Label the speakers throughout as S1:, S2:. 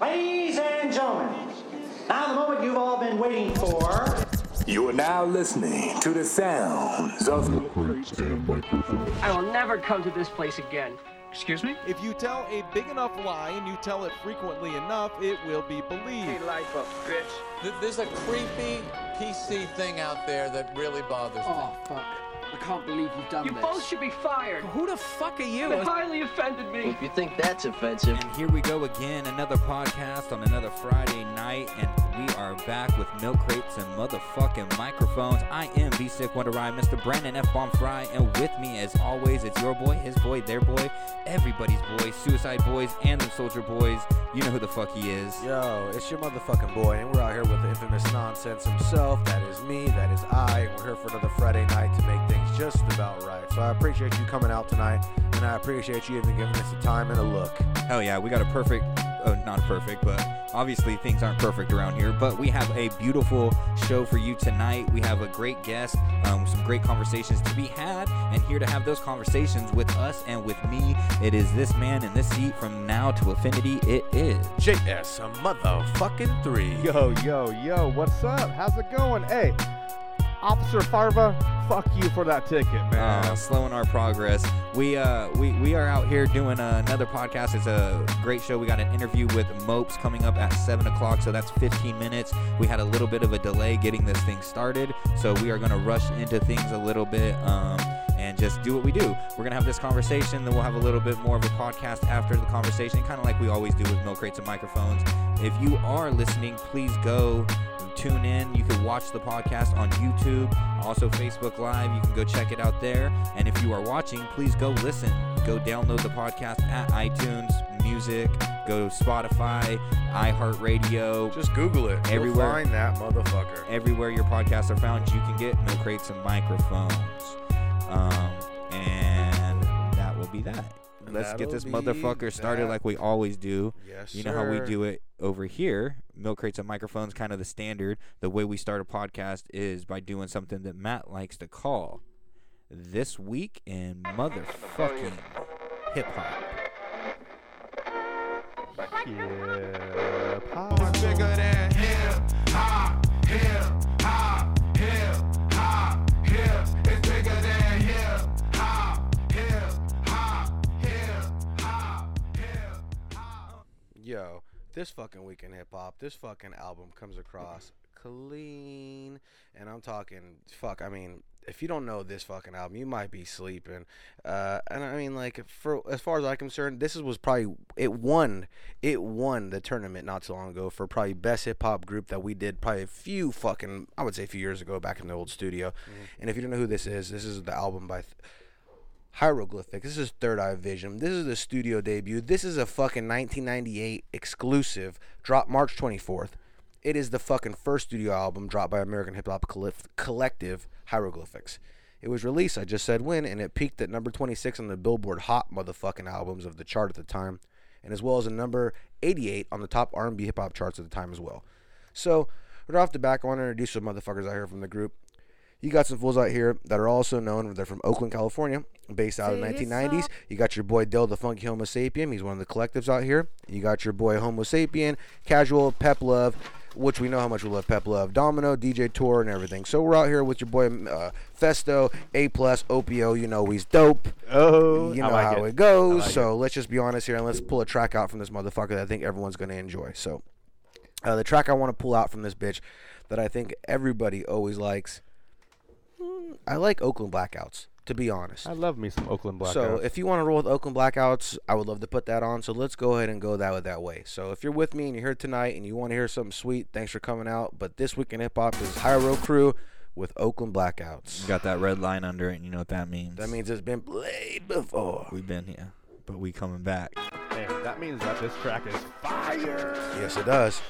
S1: Ladies and gentlemen, now the moment you've all been waiting for.
S2: You are now listening to the sounds of
S3: I will never come to this place again. Excuse me?
S4: If you tell a big enough lie and you tell it frequently enough, it will be believed.
S3: life up, bitch.
S5: Th- There's a creepy PC thing out there that really bothers me.
S6: Oh fuck! I can't believe you've done
S3: You
S6: this.
S3: both should be fired.
S6: Who the fuck are you?
S3: You highly offended me.
S7: If you think that's offensive,
S8: And here we go again, another podcast on another Friday night, and we are back with milk crates and motherfucking microphones. I am V Sick Wonder Ryan, Mr. Brandon F Bomb Fry, and with me as always, it's your boy, his boy, their boy, everybody's boy, Suicide Boys, and the Soldier Boys. You know who the fuck he is.
S9: Yo, it's your motherfucking boy, and we're out here with the infamous nonsense himself. That is me, that is I, and we're here for another Friday night to make things just about right. So I appreciate you coming out tonight, and I appreciate you even giving us the time and a look.
S8: Hell yeah, we got a perfect, uh, not perfect, but obviously things aren't perfect around here. But we have a beautiful show for you tonight. We have a great guest, um, some great conversations to be had, and here to have those conversations with us and with me. It is this man in this seat from now to infinity. It is.
S9: JS, a motherfucking three.
S4: Yo, yo, yo, what's up? How's it going? Hey, Officer Farva, fuck you for that ticket, man.
S8: Uh, slowing our progress. We uh we, we are out here doing uh, another podcast. It's a great show. We got an interview with Mopes coming up at seven o'clock, so that's 15 minutes. We had a little bit of a delay getting this thing started, so we are gonna rush into things a little bit. Um, and just do what we do. We're gonna have this conversation, then we'll have a little bit more of a podcast after the conversation, kind of like we always do with milk crates and microphones. If you are listening, please go tune in. You can watch the podcast on YouTube, also Facebook Live. You can go check it out there. And if you are watching, please go listen. Go download the podcast at iTunes Music, go Spotify, iHeartRadio,
S9: Just Google it. You'll
S8: Everywhere.
S9: find that motherfucker.
S8: everywhere your podcasts are found, you can get milk crates and microphones. Um, and that will be that.
S9: And
S8: Let's get
S9: that'll
S8: this
S9: be
S8: motherfucker started
S9: that.
S8: like we always do.
S9: Yes,
S8: You know how we
S9: sir.
S8: do it over here. Milk crates and microphones, kind of the standard. The way we start a podcast is by doing something that Matt likes to call this week in motherfucking hip hop.
S9: Yo, this fucking week in hip hop, this fucking album comes across clean. And I'm talking, fuck, I mean, if you don't know this fucking album, you might be sleeping. Uh, and I mean, like, for as far as I'm concerned, this is, was probably, it won, it won the tournament not so long ago for probably best hip hop group that we did probably a few fucking, I would say a few years ago back in the old studio. And if you don't know who this is, this is the album by. Th- Hieroglyphic. This is Third Eye Vision. This is the studio debut. This is a fucking 1998 exclusive. Dropped March 24th. It is the fucking first studio album dropped by American hip hop collif- collective Hieroglyphics. It was released, I just said when, and it peaked at number 26 on the Billboard Hot motherfucking albums of the chart at the time, and as well as a number 88 on the top R&B hip hop charts at the time as well. So, right off the back, I want to introduce some motherfuckers out here from the group. You got some fools out here that are also known. They're from Oakland, California, based out of the 1990s. You got your boy Del the Funky Homo Sapien. He's one of the collectives out here. You got your boy Homo Sapien, Casual, Pep Love, which we know how much we love Pep Love, Domino, DJ Tour, and everything. So we're out here with your boy uh, Festo, A Plus, Opio. You know he's dope.
S4: oh,
S9: You
S4: I
S9: know
S4: like
S9: how
S4: it.
S9: it, goes.
S4: like
S9: so let's just be honest here and let's pull a track out from this motherfucker that I think everyone's going to enjoy. So uh, the track I want to pull out from this bitch that I think everybody always likes. Mm, I like Oakland Blackouts, to be honest.
S4: I love me some Oakland Blackouts.
S9: So if you want to roll with Oakland Blackouts, I would love to put that on. So let's go ahead and go that that way. So if you're with me and you're here tonight and you want to hear something sweet, thanks for coming out. But this week in hip hop is High Road Crew with Oakland Blackouts.
S8: Got that red line under it, and you know what that means.
S9: That means it's been played before.
S8: we've been here, but we coming back.
S4: Damn, that means that this track is fire.
S9: Yes, it does.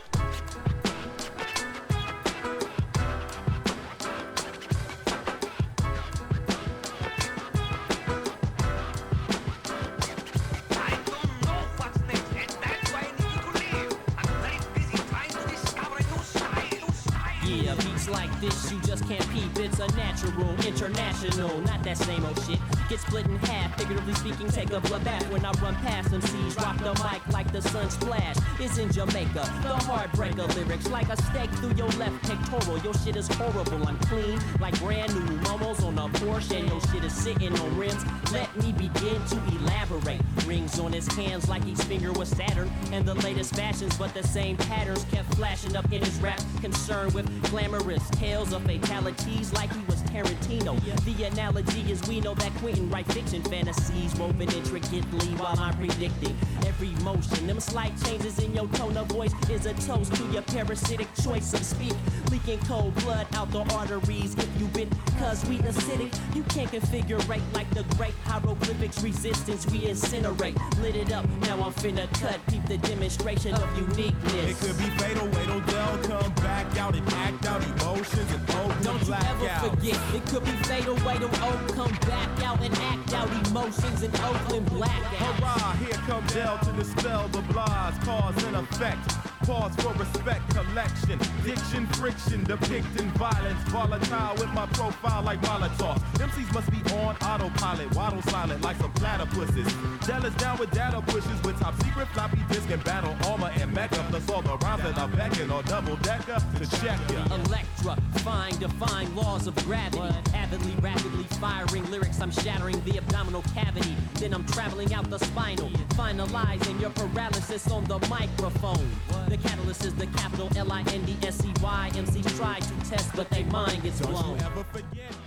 S10: Yeah, be
S11: It's like this, you just can't peep. It's a natural, international, not that same old shit. Get split in half, figuratively speaking, take a blood bath when I run past them seas. Drop the mic like the sun splash. It's in Jamaica, the heartbreaker lyrics like a stake through your left pectoral. Your shit is horrible, unclean, like brand new momos on a Porsche, and your shit is sitting on rims. Let me begin to elaborate. Rings on his hands like each finger was Saturn, and the latest fashions, but the same patterns kept flashing up in his rap. Concerned with glamorous tales of fatalities, like he was Tarantino. The analogy is we know that Quentin write fiction fantasies woven intricately while I'm predicting every motion. Them slight changes in your tone of voice is a toast to your parasitic choice of speak. Leaking cold blood out the arteries if you bit, cause we acidic. You can't configurate like the great hieroglyphics. Resistance we incinerate. Lit it up, now I'm finna cut. Peep the demonstration of uniqueness.
S12: It could be fatal, wait Odell come back out and act out emotions and open
S11: Don't you ever
S12: blackout.
S11: forget, it could be fatal. Wait till Oak come back out and act out emotions in Oakland blackout.
S12: Hurrah, here come Dell to dispel the blahs, cause and effect. Pause for respect, collection, diction, friction, depicting violence, volatile with my profile like Molotov. MCs must be on autopilot, waddle silent like some platypuses. Jealous down with data pushes with top secret floppy disk and battle armor and mecha. Plus all the rhymes that I beckon or double decker to check ya.
S11: Electra, fine, defying laws of gravity. Avidly, rapidly firing lyrics, I'm shattering the abdominal cavity. Then I'm traveling out the spinal, finalizing your paralysis on the microphone. The catalyst is the capital L I N D S E Y. MCs try to test, but they mind gets blown.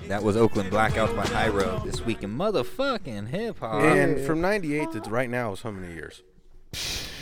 S8: That was Oakland Blackout by High Road this week in motherfucking hip hop.
S9: And from 98 to right now is how many years?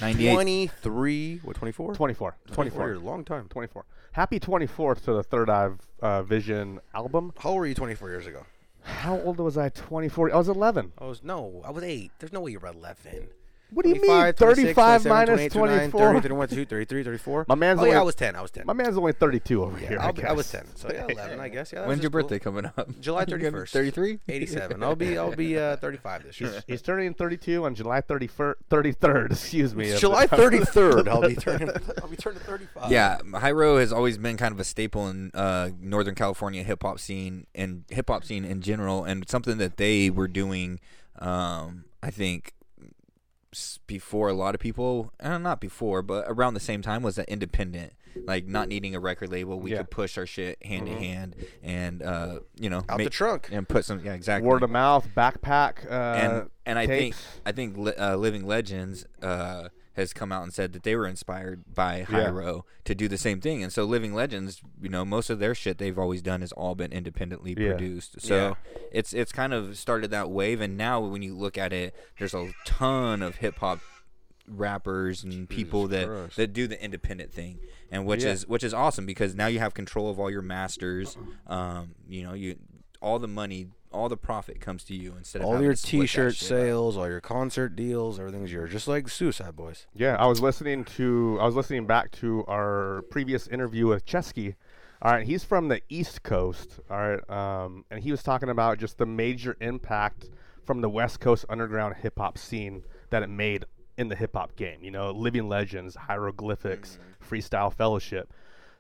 S8: 98.
S9: 23, what, 24?
S4: 24.
S9: 24 years,
S4: 24.
S9: long time.
S4: 24. Happy 24th to the Third Eye uh, Vision album.
S9: How old were you 24 years ago?
S4: How old was I? 24. I was 11.
S9: I was, no, I was 8. There's no way you were 11.
S4: What do you mean? 35 minus 24.
S9: 31, 32, 33, 34.
S4: My man's
S9: oh, yeah,
S4: only-
S9: I was 10. I was 10.
S4: My man's only 32 over here.
S9: I'll
S4: I
S9: be- I was
S4: guess.
S9: 10. So, yeah, 11, I guess. Yeah, that's
S8: When's your
S9: just cool.
S8: birthday coming up?
S9: July
S8: You gonna be
S9: 31st.
S8: 33?
S9: 87. I'll be I'll be uh, 35 this year.
S4: He's turning 32 on July 31st, 33rd. Excuse me. of
S9: July
S4: the-
S9: 33rd. I'll be turning I'll be turning 35.
S8: Yeah, High Road has always been kind of a staple in uh, Northern California hip hop scene and hip hop scene in general, and something that they were doing, um, I think, s- before a lot of people, uh, not before, but around the same time was that independent, like not needing a record label, we
S4: Yeah.
S8: could push our shit hand in hand and uh, you know
S9: Mm-hmm. Out the trunk.
S8: and put some yeah exactly
S4: Word of mouth, backpack. Uh,
S8: and and I think
S4: tapes.
S8: I think Li- uh, Living Legends uh, has come out and said that they were inspired by
S4: Yeah.
S8: Hyro to do the same thing, and so Living Legends, you know, most of their shit they've always done has all been independently
S4: Yeah.
S8: produced. So it's it's kind of started that wave, and now when you look at it, there's a ton of hip hop rappers and people that that do the independent thing and which
S4: Yeah.
S8: is which is awesome because now you have control of all your masters um you know you all the money all the profit comes to you instead of
S9: All
S8: having
S9: your
S8: to split that
S9: T-shirt
S8: shit up.
S9: sales, all your concert deals, everything's yours. Just like Suicide Boys.
S4: Yeah, I was listening to I was listening back to our previous interview with Chesky. All right, he's from the East Coast. All right, um, and he was talking about just the major impact from the West Coast underground hip hop scene that it made in the hip hop game. You know, Living Legends, Hieroglyphics,
S8: Mm-hmm.
S4: Freestyle Fellowship.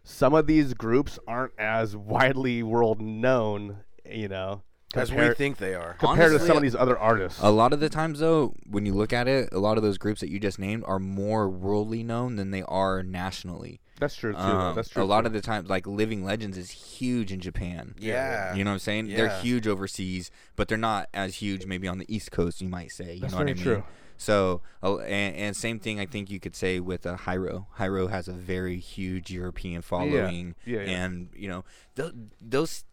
S4: Some of these groups aren't as widely world known. You know,
S9: As we
S4: compar-
S9: think they are.
S4: compared to
S8: Honestly,
S4: some of these other artists.
S8: A lot of the times, though, when you look at it, a lot of those groups that you just named are more worldly known than they are nationally.
S4: That's true too.
S8: Um,
S4: That's true.
S8: a lot
S4: too.
S8: of the times, like Living Legends is huge in Japan.
S9: Yeah.
S8: You know what I'm saying? They're
S9: Yeah.
S8: huge overseas, but they're not as huge maybe on the East Coast, you might say. You
S4: That's
S8: know what I
S4: very
S8: mean?
S4: true.
S8: So, uh, and, and same thing I think you could say with uh, Hyro. Hyro has a very huge European following.
S4: Yeah, yeah.
S8: And, you know, th- those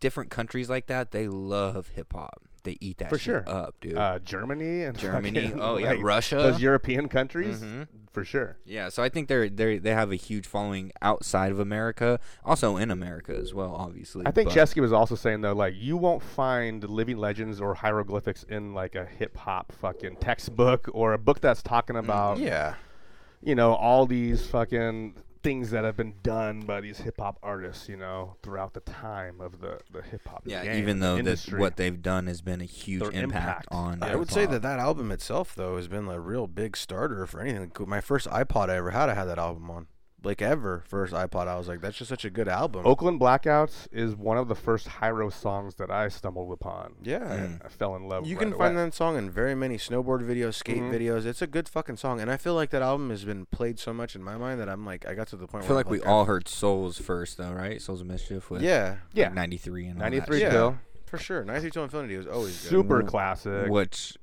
S8: different countries like that, they love hip hop. They eat that
S4: For
S8: shit
S4: sure.
S8: up, dude.
S4: uh, Germany and
S8: Germany.
S4: fucking,
S8: Oh, yeah,
S4: like,
S8: Russia. Mm-hmm.
S4: Those European countries, for sure.
S8: Yeah, so I think they're they they have a huge following outside of America, also in America as well, obviously.
S4: I think
S8: but-
S4: Chesky was also saying though, like you won't find living legends or hieroglyphics in like a hip hop fucking textbook or a book that's talking
S8: Mm,
S4: about
S9: Yeah.
S4: you know all these fucking things that have been done by these hip hop artists, you know, throughout the time of the the hip hop.
S8: Yeah,
S4: game,
S8: even
S4: the
S8: though that
S4: industry.
S8: what they've done has been a huge
S4: Their
S8: impact,
S4: impact.
S8: on.
S9: I would say that that album itself, though, has been a real big starter for anything. My first iPod I ever had, I had that album on. like ever first iPod. I was like, that's just such a good album.
S8: Oh,
S4: Oakland Blackouts is one of the first Hyro songs that I stumbled upon.
S9: Yeah.
S4: And I fell in love.
S9: You
S4: right
S9: can
S4: away.
S9: find that song in very many snowboard videos, skate
S8: Mm-hmm.
S9: videos. It's a good fucking song, and I feel like that album has been played so much in my mind that I'm like, I got to the point.
S8: I feel
S9: where I'm
S8: like we all heard Souls first, though, right? Souls of Mischief with
S9: Yeah,
S4: Yeah.
S8: ninety three and all that
S4: 93
S8: shit.
S9: yeah,
S4: Bill.
S9: for sure. Ninety Two Infinity was always good.
S4: Super classic.
S8: which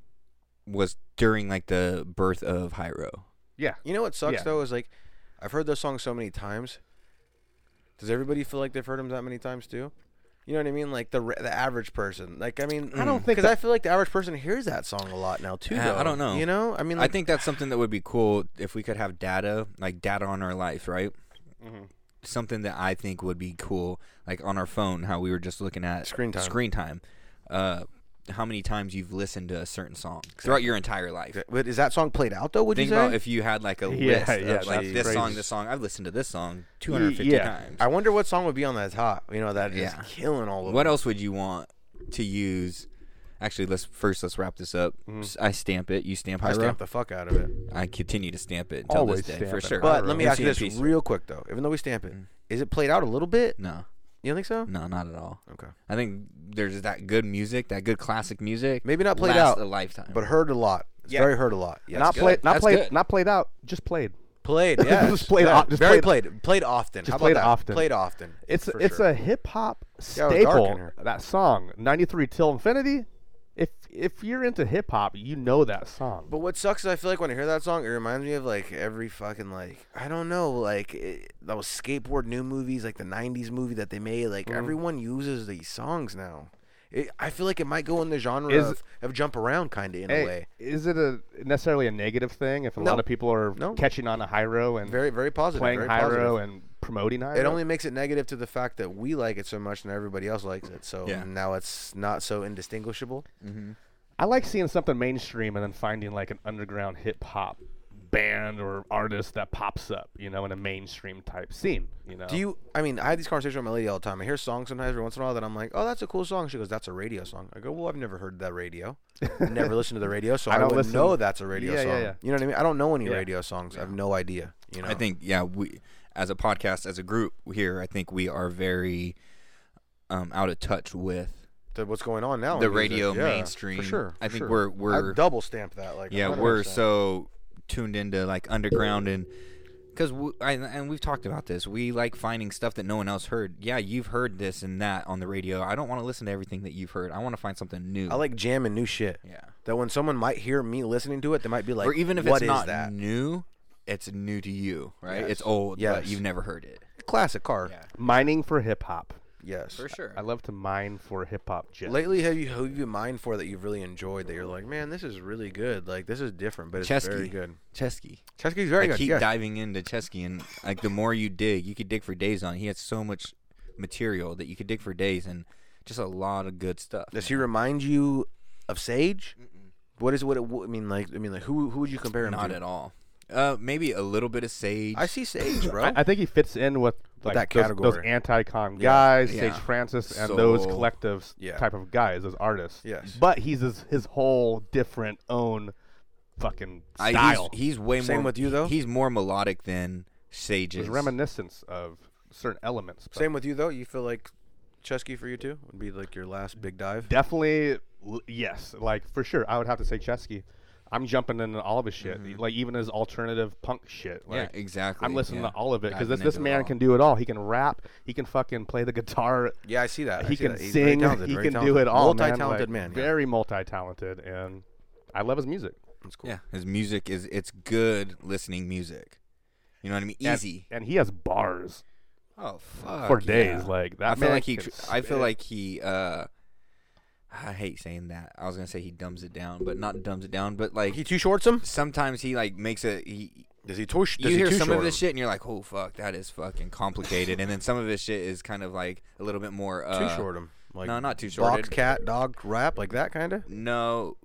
S8: was during like the birth of Hyro.
S4: Yeah.
S9: You know what sucks
S4: Yeah.
S9: though is like, I've heard those songs so many times. Does everybody feel like they've heard them that many times too? You know what I mean? Like the re- the average person. Like I mean, I don't think because I feel like the average person hears that song a lot now too.
S8: Yeah, I
S9: though.
S8: don't know.
S9: You know? I mean,
S8: I
S9: like,
S8: think that's something that would be cool if we could have data, like data on our life, right?
S4: Mm-hmm.
S8: Something that I think would be cool, like on our phone, how we were just looking at
S9: Screen time.
S8: Screen time. Uh, how many times you've listened to a certain song throughout your entire life?
S9: But is that song played out though? Would
S8: Think
S9: you say?
S8: about if you had like a
S4: Yeah,
S8: list of
S4: yeah,
S8: like
S4: that's
S8: this song,
S4: crazy.
S8: this song. I've listened to this song 250
S4: yeah.
S8: times.
S9: I wonder what song would be on that top. You know, that is
S8: Yeah.
S9: killing all of
S8: What
S9: them.
S8: else would you want to use? Actually, let's first let's wrap this up. S- I stamp it. You stamp
S9: Mm-hmm. I
S8: Hyro.
S9: stamped the fuck out of it.
S8: I continue to stamp it until
S4: Always
S8: this day
S4: stamp
S8: for
S4: it.
S8: sure.
S9: But let me
S8: It's
S9: ask you
S8: in
S9: this
S8: peace. Mm.
S9: real quick though. Even though we stamp it, is it played out a little bit?
S8: No,
S9: You don't think so?
S8: no, not at all.
S9: Okay.
S8: I think there's that good music, that good classic music.
S9: Maybe not played
S8: lasts
S9: out,
S8: a lifetime.
S9: But heard a lot. It's very heard a lot. Yeah.
S4: not played. Not
S8: That's
S4: played.
S8: good.
S4: Not played out. Just played.
S9: played. Yeah.
S4: Just played
S9: Yeah,
S4: o- just
S9: very
S4: played-
S9: played. Played often. How about
S4: played
S9: that?
S4: often.
S9: Played often.
S4: It's
S9: for
S4: it's
S9: sure.
S4: a hip hop
S9: Yeah, it was dark in
S4: staple.
S9: here.
S4: That song, ninety three till infinity. If if you're into hip hop, you know that song.
S9: But what sucks is I feel like when I hear that song, it reminds me of like every fucking like I don't know like it, those skateboard new movies, like the '90s movie that they made. Like everyone uses these songs now. It, I feel like it might go in the genre
S4: Is-
S9: of, of jump around kind of in
S4: Hey,
S9: a way.
S4: is it a necessarily a negative thing if a
S9: No.
S4: lot of people are
S9: No.
S4: catching on to Hyro and
S9: Very very positive.
S4: playing
S9: very
S4: Hyro
S9: positive.
S4: and promoting Hyro?
S9: it only makes it negative to the fact that we like it so much and everybody else likes it. So
S8: Yeah.
S9: now it's not so indistinguishable.
S4: I like seeing something mainstream and then finding like an underground hip hop band or artist that pops up, you know, in a mainstream type scene. You know,
S9: Do you? I mean, I have these conversations with my lady all the time. I hear songs sometimes every once in a while that I'm like, "Oh, that's a cool song." She goes, "That's a radio song." I go, "Well, I've never heard that radio. never listened to the radio, so I,
S4: don't
S9: don't
S4: listen-
S9: know that's a radio
S4: Yeah, yeah,
S9: song."
S4: yeah.
S9: You know what I mean? I don't know any
S4: Yeah.
S9: radio songs. I have no idea. You know?
S8: I think yeah, we as a podcast, as a group here, I think we are very um, out of touch with
S9: That what's going on now. in
S8: the
S9: music.
S8: radio
S9: Yeah,
S8: mainstream.
S9: For sure.
S8: I
S9: for
S8: think
S9: sure.
S8: we're
S9: I
S8: we're
S9: double stamp that. Like
S8: yeah
S9: 100%.
S8: we're so tuned into like underground and because we, I- and we've talked about this we like finding stuff that no one else heard yeah you've heard this and that on the radio i don't want to listen to everything that you've heard i want to find something new
S9: I like jamming new shit.
S8: Yeah.
S9: That when someone might hear me listening to it, they might be like,
S8: or even if
S9: "What
S8: it's
S9: is
S8: not
S9: that?"
S8: new it's new to you right
S9: Yes.
S8: it's old
S9: Yes.
S8: but you've never heard it
S9: Classic car.
S8: Yeah.
S4: mining for hip hop?
S9: Yes.
S8: sure
S4: I love to mine for hip hop. gems.
S9: Lately, have you who have you mind for that you've really enjoyed that you're like, man, this is really good. Like this is different, but it's
S8: Chesky.
S9: very good.
S8: Chesky.
S9: Chesky's very
S8: I
S9: good.
S8: keep
S9: yes.
S8: diving into Chesky, and like the more you dig, you could dig for days on. it. He has so much material that you could dig for days, and just a lot of good stuff.
S9: Does he remind you of Sage? What is what it? wo- I mean, like I mean, like who who would you compare him to?
S8: Not at all. Uh, maybe a little bit of sage.
S9: I see Sage, bro.
S4: I, I think he fits in with like
S9: that
S4: those, those
S9: category.
S4: anti-con
S9: Yeah.
S4: guys,
S8: Yeah.
S4: Sage Francis, and those
S8: So-
S4: collectives
S9: Yeah.
S4: type of guys, those artists.
S9: Yes.
S4: But he's his, his whole different own fucking
S8: I-
S4: style.
S8: he's, he's way
S9: Same
S8: more.
S9: with you, though?
S8: He's more melodic than sage
S4: There's
S8: is.
S4: reminiscence of certain elements. but
S9: Same with you though. You feel like Chesky for you too would be like your last big dive.
S4: Definitely, l- yes. Like for sure, I would have to say Chesky. I'm jumping into all of his shit, like even his alternative punk shit.
S8: Mm-hmm. Yeah,
S4: Like,
S8: exactly.
S4: I'm listening
S8: yeah.
S4: to all of it because
S8: Diving
S4: this, this
S8: into it
S4: man
S8: all.
S4: can do it all. He can rap. He can fucking play the guitar.
S9: Yeah, I see
S8: Uh,
S9: that. I
S4: he
S9: see
S4: can
S9: that. He's very
S4: sing.
S9: talented,
S4: he
S9: very
S4: can do
S9: talented.
S4: it all.
S9: Multi-talented
S4: man,
S9: man.
S4: like,
S9: yeah.
S4: Very multi-talented, and I love his music.
S9: That's cool.
S8: Yeah, his music is it's good listening music. You know what I mean? Easy.
S4: and he has bars
S8: oh fuck.
S4: for days.
S8: yeah.
S4: Like that.
S8: I feel
S4: man
S8: like he.
S4: can
S8: tr- I feel
S4: spit.
S8: like he. uh I hate saying that. I was gonna say he dumbs it down, but not dumbs it down. But like
S9: He too shorts him.
S8: sometimes he like makes a he.
S9: Does he too? sh- Does he
S8: you hear
S9: too
S8: some
S9: short
S8: of his
S9: him?
S8: shit and you're like, oh fuck, that is fucking complicated. and then some of his shit is kind of like a little bit more uh,
S9: Too short him. Like
S8: no, not too
S9: box
S8: shorted.
S9: cat dog rap like that kind of.
S8: No,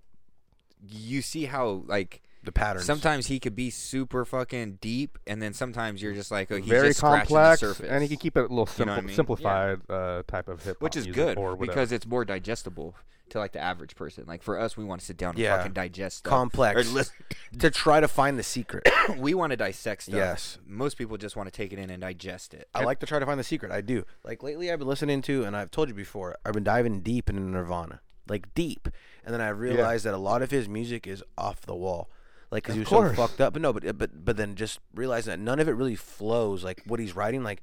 S8: you see how like
S9: the patterns.
S8: Sometimes he could be super fucking deep, and then sometimes you're just like, oh, he's
S4: Very
S8: just scratching
S4: complex,
S8: the surface.
S4: and he can keep it a little
S8: You
S4: simple,
S8: know what I mean? Yeah.
S4: simplified uh, type of hip hop,
S8: which is good because it's more digestible to like the average person. Like for us, we want to sit down and
S9: Yeah.
S8: fucking digest stuff.
S9: complex
S8: Or lis-
S9: to try to find the secret.
S8: we want to dissect stuff.
S9: Yes.
S8: most people just want to take it in and digest it.
S9: I like to try to find the secret. I do. Like lately, I've been listening to, and I've told you before, I've been diving deep into Nirvana, like deep, and then I realized that a lot of his music is off the wall, like because he was
S4: course.
S9: so fucked up. But no, but but but then just realizing that none of it really flows. Like what he's writing, like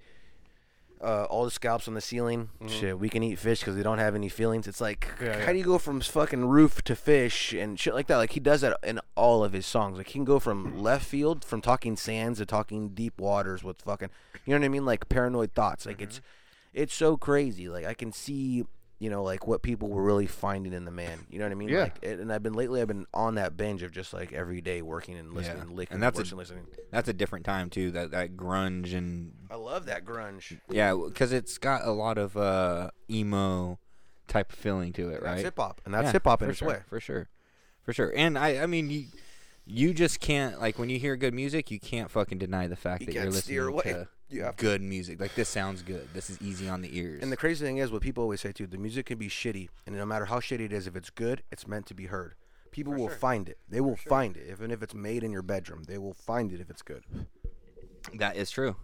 S9: uh, all the scalps on the ceiling.
S8: Mm-hmm.
S9: Shit, we can eat fish because they don't have any feelings. It's like, how do you go from fucking roof to fish and shit like that? Like he does that in all of his songs. Like he can go from left field, from talking sands to talking deep waters with fucking, you know what I mean? Like paranoid thoughts. Like it's,
S8: Mm-hmm.
S9: it's so crazy. Like I can see, you know, like what people were really finding in the man. You know what I mean?
S4: Yeah.
S9: Like, it, and I've been lately. I've been on that binge of just like every day working and listening,
S8: Yeah.
S9: licking,
S8: And that's a-
S9: working, listening.
S8: That's a different time too. That that grunge and
S9: I love that grunge.
S8: yeah, because it's got a lot of uh, emo type of feeling to it, right?
S9: That's hip hop, and that's
S8: Yeah,
S9: hip hop in
S8: for
S9: its
S8: sure,
S9: way.
S8: for sure, for sure. And I, I mean, you, you just can't like when you hear good music, you can't fucking deny the fact
S9: You
S8: that you're
S9: can't
S8: listening
S9: steer away.
S8: to
S9: You have to.
S8: good music. Like this sounds good. This is easy on the ears.
S9: And the crazy thing is, what people always say too, the music can be shitty, and no matter how shitty it is, if it's good, it's meant to be heard. People will find it. They will find it, even if it's made in your bedroom. They will find it if it's good.
S8: that is true.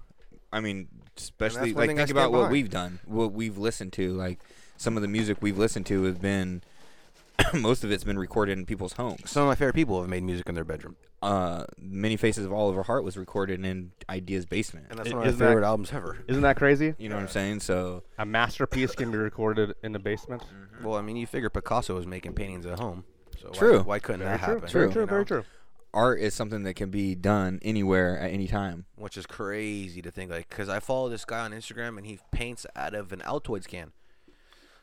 S8: I mean, especially
S9: one
S8: like
S9: thing I
S8: think
S9: stand
S8: about what
S9: behind.
S8: we've done, what we've listened to. Like some of the music we've listened to has been. Most of it's been recorded in people's homes.
S9: Some of my favorite people have made music in their bedroom,
S8: Uh, Many Faces of Oliver Hart was recorded in Idea's basement.
S9: and that's
S4: I-
S9: one of
S4: isn't
S9: my
S4: that-
S9: favorite albums ever.
S4: Isn't that crazy?
S8: You know what I'm saying? So
S4: A masterpiece can be recorded in the basement.
S8: Mm-hmm.
S9: Well, I mean, you figure Picasso was making paintings at home, so why-
S8: True.
S9: Why, couldn't that happen?
S8: True.
S4: Very
S9: you
S4: true. Very
S9: know?
S4: true.
S8: art is something that can be done anywhere at any time.
S9: Which is crazy to think, like, because I follow this guy on Instagram, and he paints out of an Altoids can.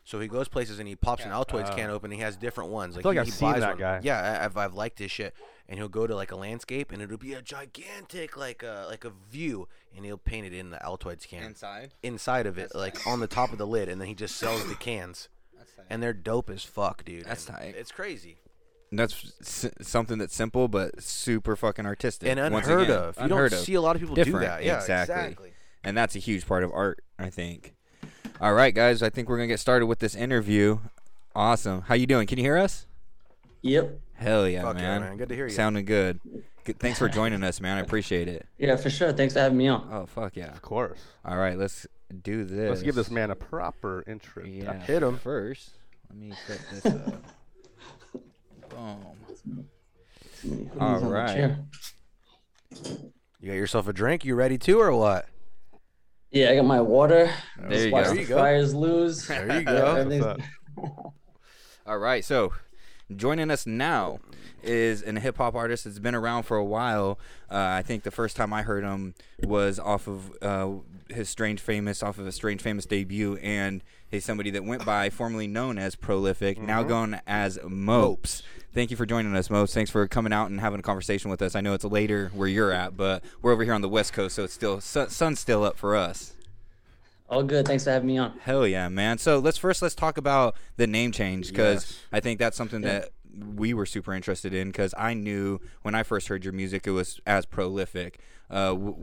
S9: So he goes places and he pops an Altoids can open. And he has different ones. Like,
S4: Uh. feel like
S9: he,
S4: I've
S9: he
S4: seen
S9: buys
S4: that
S9: one.
S4: guy.
S9: Yeah, I, I've, I've liked his shit. And he'll go to like a landscape, and it'll be a gigantic like a like a view, and he'll paint it in the Altoids can
S8: Inside?
S9: inside of it, like on the top of the lid, and then he just sells the cans. And they're dope as fuck, dude.
S8: That's
S9: and
S8: tight.
S9: It's crazy
S8: That's s- something that's simple but super fucking artistic
S9: and
S8: once
S9: unheard
S8: again.
S9: of. You
S8: Unheard
S9: don't
S8: of.
S9: see a lot of people
S8: Different.
S9: do that. Yeah,
S8: exactly.
S9: exactly.
S8: And that's a huge part of art, I think. All right, guys, I think we're gonna get started with this interview. Awesome. How you doing? Can you hear us?
S13: Yep.
S8: Hell yeah,
S9: Fuck yeah,
S8: man.
S9: man. Good to hear you.
S8: Sounding good. good. Thanks for joining us, man. I appreciate it.
S13: Yeah, for sure. Thanks for having me on.
S8: Oh fuck yeah.
S4: Of course.
S8: All right, let's do this.
S4: Let's give this man a proper introduction.
S8: Yeah.
S9: Hit 'em.
S8: first. Let me set this up. Boom. All right.
S9: You got yourself a drink. You ready to or what?
S13: Yeah, I got my water.
S8: There you
S13: Watch
S8: go.
S9: There
S13: the
S9: you go.
S13: Friars lose.
S9: There you
S13: Yeah,
S9: go.
S13: everything's-
S4: What's
S8: All right, so joining us now is an hip hop artist that's been around for a while. Uh, I think the first time I heard him was off of uh, his Strange Famous, off of his Strange Famous debut, and he's somebody that went by formerly known as Prolific, now known as Mopes. Thank you for joining us, Mopes. Thanks for coming out and having a conversation with us. I know it's later where you're at, but we're over here on the West Coast, so it's still sun, sun's still up for us.
S13: All good. Thanks for having me on.
S8: Hell yeah, man. So let's first let's talk about the name change because
S9: Yes.
S8: I think that's something that we were super interested in because I knew when I first heard your music it was as prolific. Uh, w-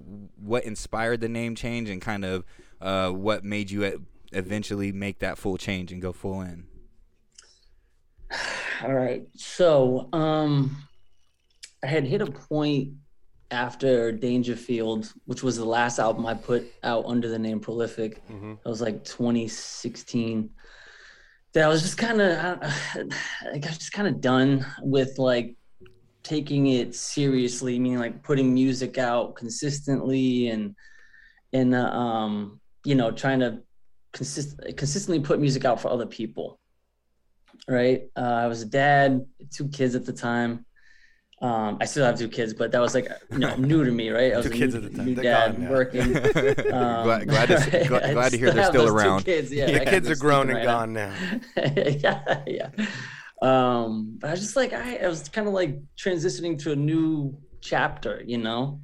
S8: what inspired the name change and kind of uh, what made you e- eventually make that full change and go full in?
S13: All right. So, um, I had hit a point after Dangerfield, which was the last album I put out under the name Prolific. That was like 2016. That I was just kind of, like, I was just kind of done with like taking it seriously, meaning like putting music out consistently and, and, uh, um, you know, trying to consist- consistently put music out for other people right? Uh, I was a dad, two kids at the time. Um, I still have two kids, but that was like you know new to me, right? I was
S9: Two
S13: a
S9: kids
S13: new,
S9: at the time.
S13: new
S9: They're
S13: dad
S9: gone now.
S13: working. Um,
S8: glad, glad, to, see- gl-
S13: I
S8: glad to hear they're
S13: have
S8: still
S13: those two
S8: around.
S13: Kids, yeah,
S9: The
S13: I got
S9: kids are
S13: this
S9: grown
S13: thing
S9: and
S13: right now
S9: gone now.
S13: yeah, yeah. Um, but I was just like, I, I was kind of like transitioning to a new chapter, you know?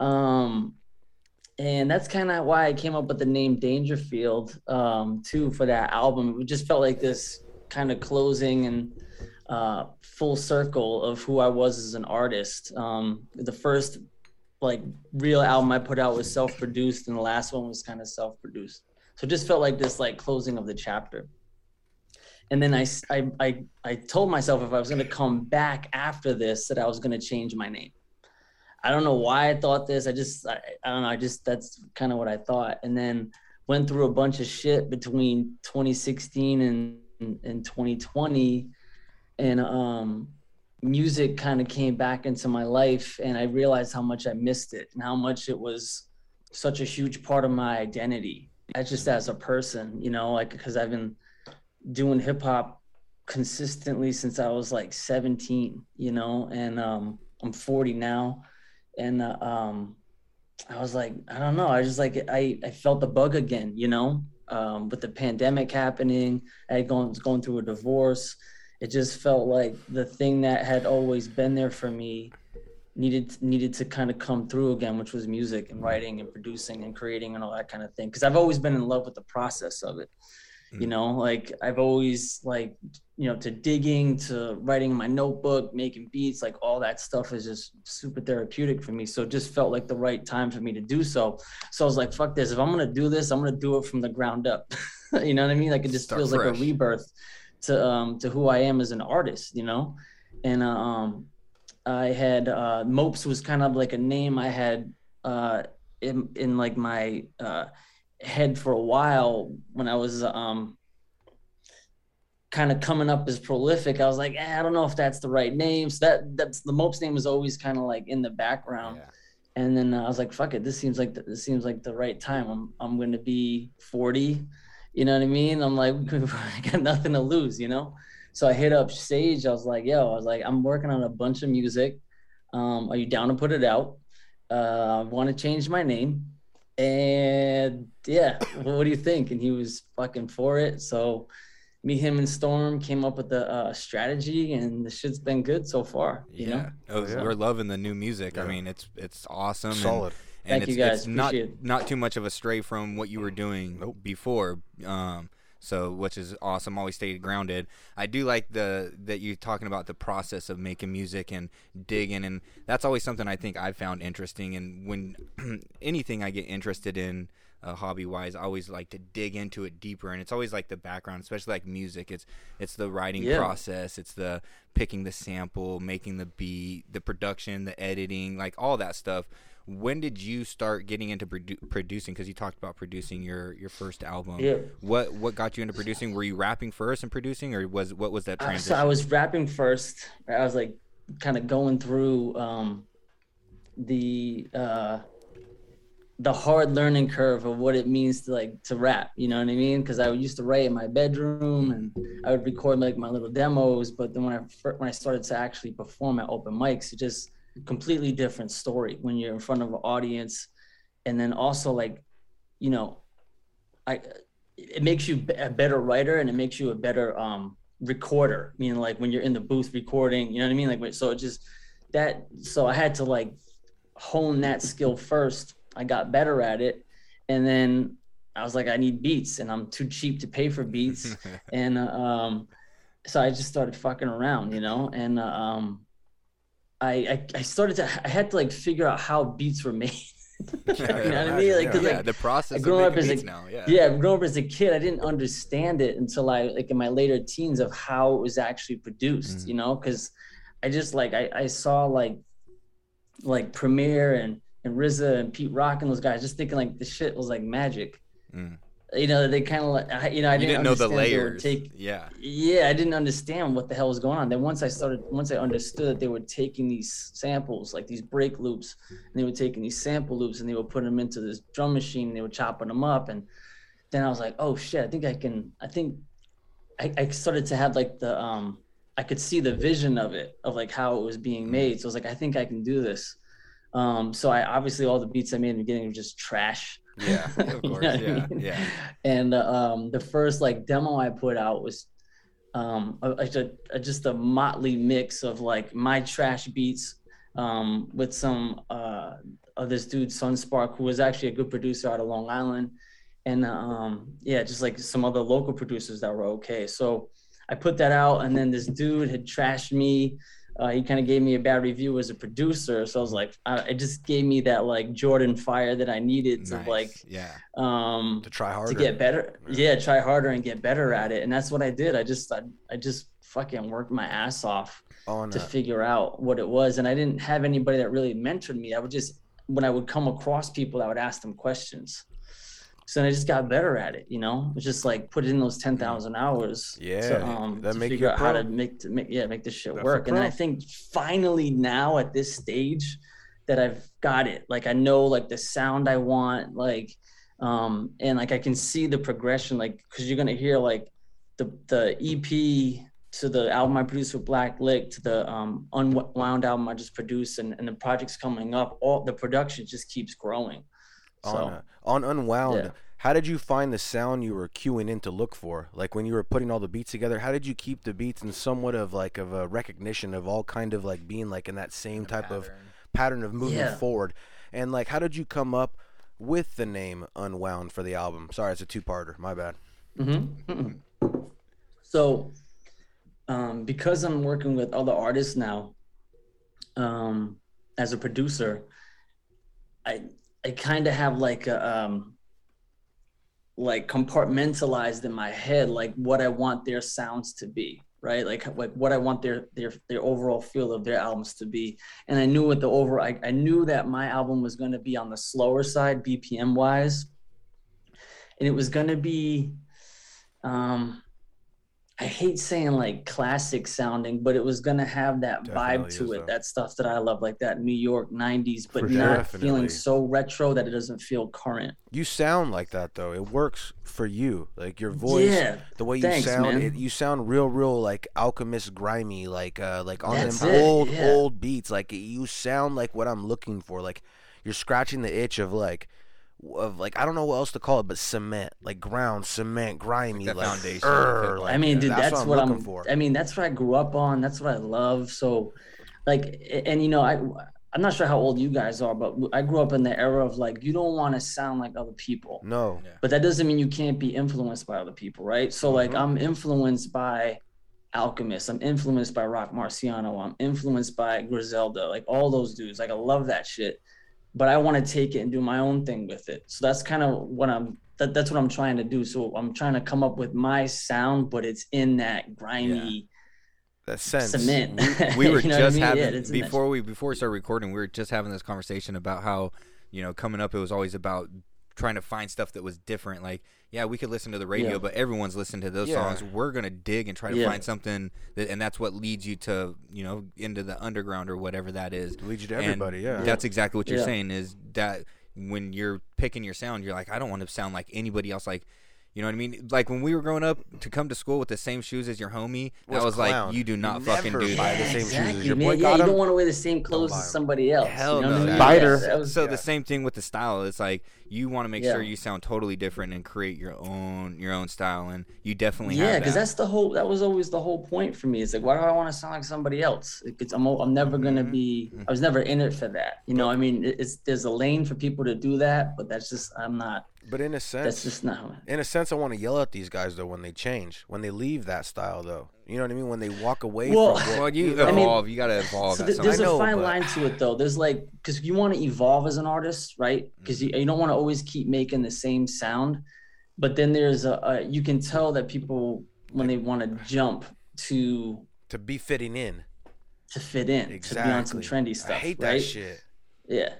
S13: Um, and that's kind of why I came up with the name Dangerfield, um, too, for that album. It just felt like this kind of closing and uh, full circle of who I was as an artist. Um, the first like real album I put out was self-produced, and the last one was kind of self-produced. So it just felt like this like closing of the chapter. And then I, s- I, I, I told myself if I was going to come back after this, that I was going to change my name. I don't know why I thought this. I just, I, I don't know. I just, that's kind of what I thought. And then went through a bunch of shit between 2016 and, and, and 2020. And um, music kind of came back into my life. And I realized how much I missed it and how much it was such a huge part of my identity. I just as a person, you know, like, because I've been doing hip hop consistently since I was like 17, you know, and um, I'm 40 now and uh, um i was like i don't know i just like i i felt the bug again you know um with the pandemic happening i had gone was going through a divorce it just felt like the thing that had always been there for me needed needed to kind of come through again which was music and writing and producing and creating and all that kind of thing because i've always been in love with the process of it
S8: Mm-hmm.
S13: you know like i've always like you know to digging to writing in my notebook making beats like all that stuff is just super therapeutic for me so it just felt like the right time for me to do so so i was like fuck this if i'm gonna do this i'm gonna do it from the ground up you know what i mean like it just
S8: Start
S13: feels like
S8: fresh.
S13: a rebirth to um to who i am as an artist you know and uh, um i had uh mopes was kind of like a name i had uh in, in like my uh head for a while when I was um kind of coming up as prolific. I was like, eh, I don't know if that's the right name. So that that's the Mopes name was always kind of like in the background. And then I was like, fuck it, this seems like the, this seems like the right time. I'm I'm going to be 40. You know what I mean? I'm like, I got nothing to lose, you know? So I hit up Sage. I was like, yo, I was like, I'm working on a bunch of music. Um, are you down to put it out? Uh, I want to change my name and yeah, well, what do you think? And he was fucking for it. So me, him, and Storm came up with the uh, strategy, and the shit's been good so far. You know,
S8: Oh,
S13: So-
S8: we're loving the new music. I mean, it's it's awesome. and-
S9: Solid.
S8: And,
S13: Thank
S8: it's,
S13: you, guys.
S8: It's not
S13: Appreciate it.
S8: not too much of a stray from what you were doing before. Um, so which is awesome. Always stay grounded. I do like the that you talking about the process of making music and digging, and that's always something I think I found interesting. And when anything I get interested in, uh, hobby wise, I always like to dig into it deeper, and it's always like the background, especially like music. It's it's the writing
S13: Yeah.
S8: process, it's the picking the sample, making the beat, the production, the editing, like all that stuff. When did you start getting into produ- producing? Because you talked about producing your your first album.
S13: Yeah.
S8: What what got you into producing? Were you rapping first and producing, or was what was that
S13: I- Ah,
S8: transition?
S13: Uh, so I was rapping first. I was like, kind of going through um, the uh, the hard learning curve of what it means to like to rap. You know what I mean? Because I used to write in my bedroom and I would record like my little demos. But then when I fir- when I started to actually perform at open mics, it just completely different story when you're in front of an audience, and then also like, you know, I it makes you a better writer and it makes you a better um recorder meaning like when you're in the booth recording you know what i mean like so it just that so i had to like hone that skill first i got better at it and then i was like i need beats and i'm too cheap to pay for beats and uh, um so i just started fucking around you know and uh, um I, I i started to i had to like figure out how beats were made you know what i mean like 'cause,
S8: yeah,
S13: like
S8: the
S13: I
S8: process.
S13: grew
S8: of
S13: up
S8: making
S13: as a
S8: beats now. Yeah.
S13: growing up as a kid, I didn't understand it until I like in my later teens of how it was actually produced.
S8: Mm-hmm.
S13: You know, because I just like I, I saw like like Premiere and and RZA and Pete Rock and those guys, just thinking like the shit was like magic.
S8: Mm.
S13: You know, they kind of like I- you know I
S8: you
S13: didn't,
S8: didn't know the
S13: understand they would
S8: layers.
S13: Take,
S8: yeah.
S13: yeah, I didn't understand what the hell was going on. Then once I started, once I understood that they were taking these samples, like these break loops, and they were taking these sample loops and they were putting them into this drum machine. And they were chopping them up, and then I was like, oh shit, I think I can. I think I, I started to have like the um, I could see the vision of it, of like how it was being made. So I was like, I think I can do this. Um, so I obviously all the beats I made in the beginning were just trash.
S8: Yeah. Of
S13: You know
S8: course.
S13: what I
S8: yeah.
S13: mean?
S8: Yeah.
S13: and uh, um, the first like demo I put out was um, a, a, a, just a motley mix of like my trash beats um, with some uh, of this dude Sunspark, who was actually a good producer out of Long Island, and um, yeah, just like some other local producers that were okay. So I put that out, and then this dude had trashed me. Uh, he kind of gave me a bad review as a producer, so I was like, I, it just gave me that like Jordan fire that I needed to like
S8: yeah
S13: um
S9: to try harder
S13: to get better yeah try harder and get better at it and that's what i did i just i, I just fucking worked my ass off
S9: On uh,
S13: to
S9: it.
S13: figure out what it was and i didn't have anybody that really mentored me i would just when i would come across people i would ask them questions so then i just got better at it you know it's just like put in those 10000 hours
S9: Yeah,
S13: to, um,
S9: that
S13: to
S9: make
S13: figure
S9: you a
S13: out how to
S9: pro.
S13: make, to make yeah make this shit
S9: That's a
S13: work and then i
S9: pro.
S13: think finally now at this stage that I've got it. Like I know like the sound I want, like um and like I can see the progression like cuz you're going to hear like the the EP to the album I produced with Black Lick to the um unwound album I just produced and, and the projects coming up all the production just keeps growing.
S9: on,
S13: So
S9: uh, on unwound
S13: Yeah.
S9: how did you find the sound you were queuing in to look for like when you were putting all the beats together how did you keep the beats in somewhat of like of a recognition of all kind of like being like in that same type of pattern of moving
S13: Yeah.
S9: forward and like how did you come up with the name unwound for the album sorry it's a two-parter my bad
S13: Mhm. So, um, because I'm working with other artists now, um, as a producer, I I kind of have like a um, like compartmentalized in my head like what I want their sounds to be, right? Like like what I want their their their overall feel of their albums to be. And I knew what the over I, I knew that my album was going to be on the slower side BPM wise, and it was going to be um I hate saying like classic sounding, but it was gonna have that
S9: Definitely
S13: vibe to
S9: is,
S13: it,
S9: though.
S13: that stuff that I love, like that New York '90s, but
S9: For sure.
S13: not
S9: Definitely.
S13: feeling so retro that it doesn't feel current.
S9: You sound like that though. It works for you. Like your voice,
S13: Yeah.
S9: the way you
S13: Thanks,
S9: sound,
S13: man.
S9: it, you sound real real like alchemist grimy like uh like on
S13: That's
S9: them
S13: it,
S9: old
S13: yeah.
S9: old beats. Like you sound like what I'm looking for. Like you're scratching the itch of like of like I don't know what else to call it but cement, like ground cement, grimy
S8: that
S9: like,
S8: foundation.
S9: err,
S13: I mean, dude, that's, what, I'm.
S9: looking for.
S13: I mean, that's what I grew up on. That's what I love. So, like, a- and you know, I I'm not sure how old you guys are, but I grew up in the era of like you don't want to sound like other people.
S9: no.
S13: but that doesn't mean you can't be influenced by other people, right? So like I'm influenced by Alchemist, I'm influenced by Rock Marciano, I'm influenced by Griselda, like all those dudes. Like I love that shit, but I want to take it and do my own thing with it. So that's kind of what I'm. That, that's what I'm trying to do. So I'm trying to come up with my sound, but it's in that grimy.
S9: That sense.
S13: Cement.
S8: we were
S13: You know what I
S8: just
S13: mean? Yeah,
S8: having
S13: it's in that-
S8: before we before we started recording, we were just having this conversation about how you know coming up, it was always about trying to find stuff that was different. Like, yeah, we could listen to the radio,
S13: Yeah.
S8: but everyone's listening to those
S9: Yeah.
S8: songs. We're gonna dig and try to
S13: Yeah.
S8: find something, that, and that's what leads you to you know into the underground or whatever that is.
S9: Leads you to
S8: And
S9: everybody, yeah.
S8: that's exactly what you're
S13: Yeah.
S8: saying. Is that when you're picking your sound, you're like, I don't want to sound like anybody else. Like. You know what I mean? Like when we were growing up, to come to school with the same shoes as your homie, that
S9: Was
S8: was
S9: clown.
S8: like you do not fucking
S9: Never
S8: do
S9: buy
S8: that.
S9: the same shoes as
S13: Exactly,
S9: your
S13: man.
S9: boy
S13: Yeah,
S9: got
S13: you
S9: 'em.
S13: don't want to wear the same clothes
S9: buy
S13: as
S9: 'em.
S13: somebody else.
S8: Hell
S13: you know
S8: no.
S13: what I mean?
S8: that-
S4: Biter.
S13: Yes, that was-
S8: so
S9: yeah.
S8: the same thing with the style. It's like you want to make
S13: Yeah.
S8: sure you sound totally different and create your own your own style, and you definitely
S13: yeah
S8: have
S13: because
S8: that.
S13: that's the whole that was always the whole point for me it's like why do i want to sound like somebody else Like, it's, I'm, al- I'm never
S9: Mm-hmm.
S13: gonna be i was never in it for that you know i mean it- it's there's a lane for people to do that but that's just i'm not
S9: But in a sense
S13: that's just not how I-
S9: in a sense, I want to yell at these guys though when they change, when they leave that style though. You know what I mean? When they walk away
S13: Well-
S9: from
S8: well,
S9: what,
S8: you
S13: I mean-
S8: evolve. you gotta evolve.
S13: so
S8: at
S13: th-
S8: some
S13: there's
S8: point.
S9: know,
S13: a fine
S9: but-
S13: line to it though there's like because you want to evolve as an artist right because
S9: Mm-hmm.
S13: you, you don't want to always keep making the same sound but then there's a, a you can tell that people when they want to jump to
S9: to be fitting in.
S13: to fit in to be on some
S9: Exactly.
S13: trendy stuff
S9: I hate
S13: right?
S9: that shit.
S13: Yeah.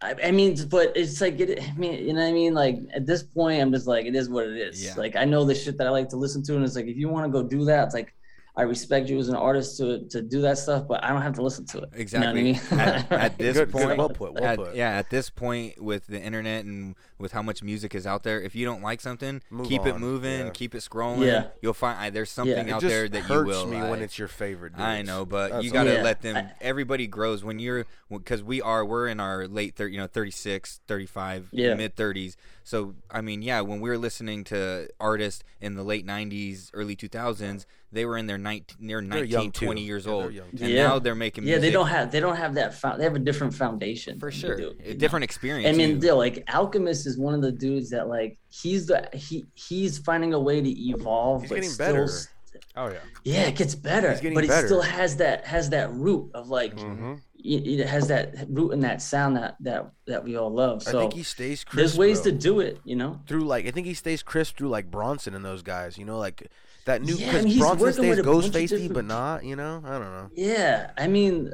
S13: I, I mean, but it's like, it, I mean, you know what I mean? Like, at this point, I'm just like, it is what it is.
S8: Yeah.
S13: Like, I know the shit that I like to listen to, and it's like, if you want to go do that, it's like, I respect you as an artist to to do that stuff, but I don't have to listen to it.
S8: Exactly.
S13: You know what I mean?
S8: at, at this
S9: Good- good.
S8: point,
S9: Well put, well
S8: at-
S9: put.
S8: yeah, at this point with the internet and with how much music is out there, if you don't like something,
S9: Move
S8: keep it
S9: on,
S8: moving,
S9: yeah.
S8: keep it scrolling.
S13: Yeah.
S8: You'll find I, there's something
S13: It
S8: out
S9: just
S8: there that
S9: hurts
S8: you will.
S9: me
S8: like-
S9: when it's your favorite. Dudes.
S8: I know, but
S9: That's
S8: you
S9: all.
S8: gotta
S13: Yeah.
S8: let them.
S13: I-
S8: everybody grows when you're because we are we're in our late 30, you know 36, 35,
S13: Yeah.
S8: mid 30s. So I mean, yeah, when we were listening to artists in the late 90s, early 2000s, they were in their 19 they're 19,
S9: young, too.
S8: 20 years
S9: Yeah, they're
S8: old.
S9: young,
S8: and
S9: too.
S13: Yeah.
S8: now they're making
S13: yeah,
S8: music
S13: they don't have they don't have that. Fo- they have a different foundation
S8: for
S13: than we
S8: sure.
S13: do,
S8: a
S13: you know?
S8: different experience.
S13: I mean,
S8: you-
S13: dude, like Alchemist is one of the dudes that like he's the he he's finding a way to evolve,
S9: He's
S13: but
S9: getting
S13: still
S9: better.
S13: s-
S4: Oh yeah.
S13: yeah, it gets better,
S8: He's getting
S13: but it
S8: better. Mm-hmm.
S13: still has that has that root of like
S4: Mhm.
S13: it, it has that root and that sound that that that we all love.
S9: I
S13: So
S9: think he stays crisp.
S13: there's ways
S9: bro.
S13: to do it, you know.
S9: through like I think he stays crisp through like Bronson and those guys. You know, like that new
S13: Yeah, I
S9: because
S13: mean, he's
S9: Bronson
S13: working
S9: stays
S13: with a bunch
S9: ghost
S13: of
S9: facey, but
S13: different-
S9: not. You know, I don't know.
S13: Yeah, I mean,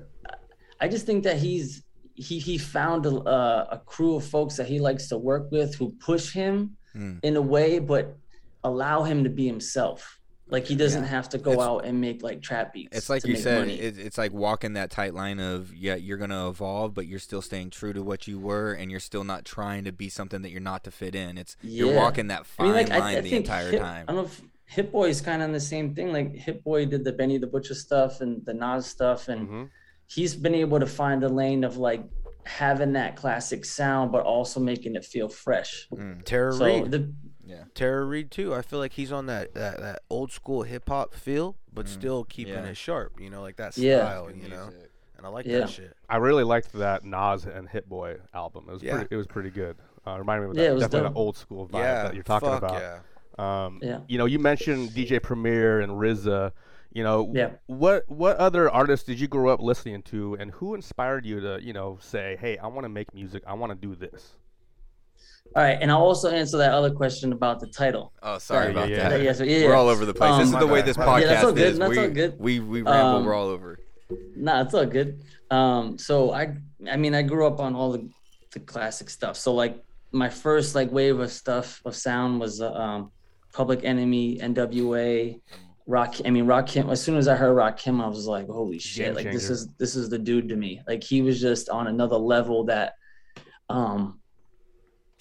S13: I just think that he's he he found a, a, a crew of folks that he likes to work with who push him
S8: Mm.
S13: in a way, but allow him to be himself. Like he doesn't
S8: Yeah.
S13: have to go
S8: It's-
S13: out and make like trap beats.
S8: It's like
S13: to
S8: you
S13: make
S8: said,
S13: money.
S8: it, it's like walking that tight line of yeah, you're gonna evolve, but you're still staying true to what you were, and you're still not trying to be something that you're not to fit in. It's you're
S13: Yeah.
S8: walking that
S13: I
S8: fine
S13: mean, like, I-
S8: line
S13: I,
S8: the
S13: think
S8: entire
S13: Hip-
S8: time.
S13: I don't know if Hip Boy is kind of on the same thing. Like Hip Boy did the Benny the Butcher stuff and the Nas stuff, and
S8: Mm-hmm.
S4: Mhm.
S13: he's been able to find a lane of like having that classic sound, but also making it feel fresh.
S9: Tara
S13: So
S9: Reid,
S13: the
S9: Tara Reid too. I feel like he's on that that, that old school hip hop feel, but still keeping
S8: Mm, Yeah.
S9: it sharp. You know, like that
S13: Yeah.
S8: Oh,
S9: style. You know, and I like
S13: Yeah.
S9: that shit.
S4: I really liked that Nas and Hit Boy album. It was
S9: Yeah.
S4: pretty, it was pretty good. Uh, reminded me of
S13: Yeah,
S4: that,
S13: it was
S4: definitely
S13: dope.
S4: that old school vibe
S9: Yeah,
S4: that you're talking
S9: fuck
S4: about.
S9: Yeah.
S4: Um,
S13: Yeah.
S4: You know, you mentioned DJ Premier and RZA. You know,
S13: Yeah.
S4: what what other artists did you grow up listening to, and who inspired you to you know say, hey, I want to make music, I want to do this.
S13: all right, and I'll also answer that other question about the title.
S8: Oh, sorry
S13: Yeah,
S8: about
S4: yeah,
S8: that.
S13: yeah, so- yeah,
S8: We're
S13: yeah.
S8: all over the place. this is
S13: Um,
S8: the way
S9: my
S8: this
S9: bad.
S8: podcast
S13: Yeah, that's all good,
S8: is.
S13: that's
S8: we,
S13: all good.
S8: we we ramble.
S13: Um,
S8: we're all over.
S13: Nah, it's all good. Um, so I, I mean, I grew up on all the, the classic stuff. So like my first like wave of stuff of sound was uh, um, Public Enemy, N.W.A. Rock. I mean, Rock Kim. As soon as I heard Rock Kim, I was like, holy shit!
S4: Game
S13: like this
S4: changer.
S13: is this is the dude to me. Like he was just on another level that, um,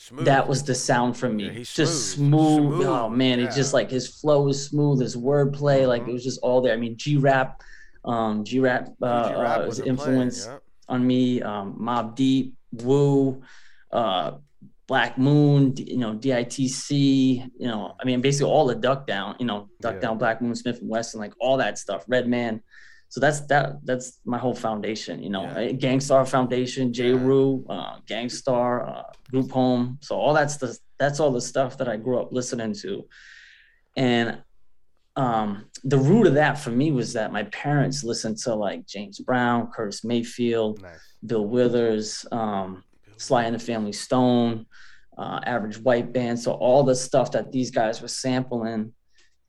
S9: Smooth.
S13: that was the sound from me.
S9: Yeah, he's
S13: just
S9: smooth.
S13: smooth.
S9: Smooth,
S13: Oh man, it just
S9: yeah. Mm-hmm.
S13: like his flow is smooth, his wordplay, like it was just all there. I mean, G Rap, um, G Rap uh,
S9: Future rap
S13: uh, was
S9: was a
S13: an
S9: player,
S13: influence
S9: yeah.
S13: on me. Um, Mob Deep, Woo, uh, Black Moon, D- you know, DITC, you know, I mean, basically all the Duck Down, you know, Duck
S4: Yeah.
S13: Down, Black Moon, Smith and Wesson, like all that stuff, Red Man. So that's that. That's my whole foundation, you know.
S9: Yeah.
S13: Gangstar Foundation, J.
S9: Yeah.
S13: Rue, uh, Gangstar, uh, Group Home. So all that's the that's all the stuff that I grew up listening to, and um, the root of that for me was that my parents listened to like James Brown, Curtis Mayfield,
S4: Nice.
S13: Bill Withers, um, Sly and the Family Stone, uh, Average White Band. So all the stuff that these guys were sampling,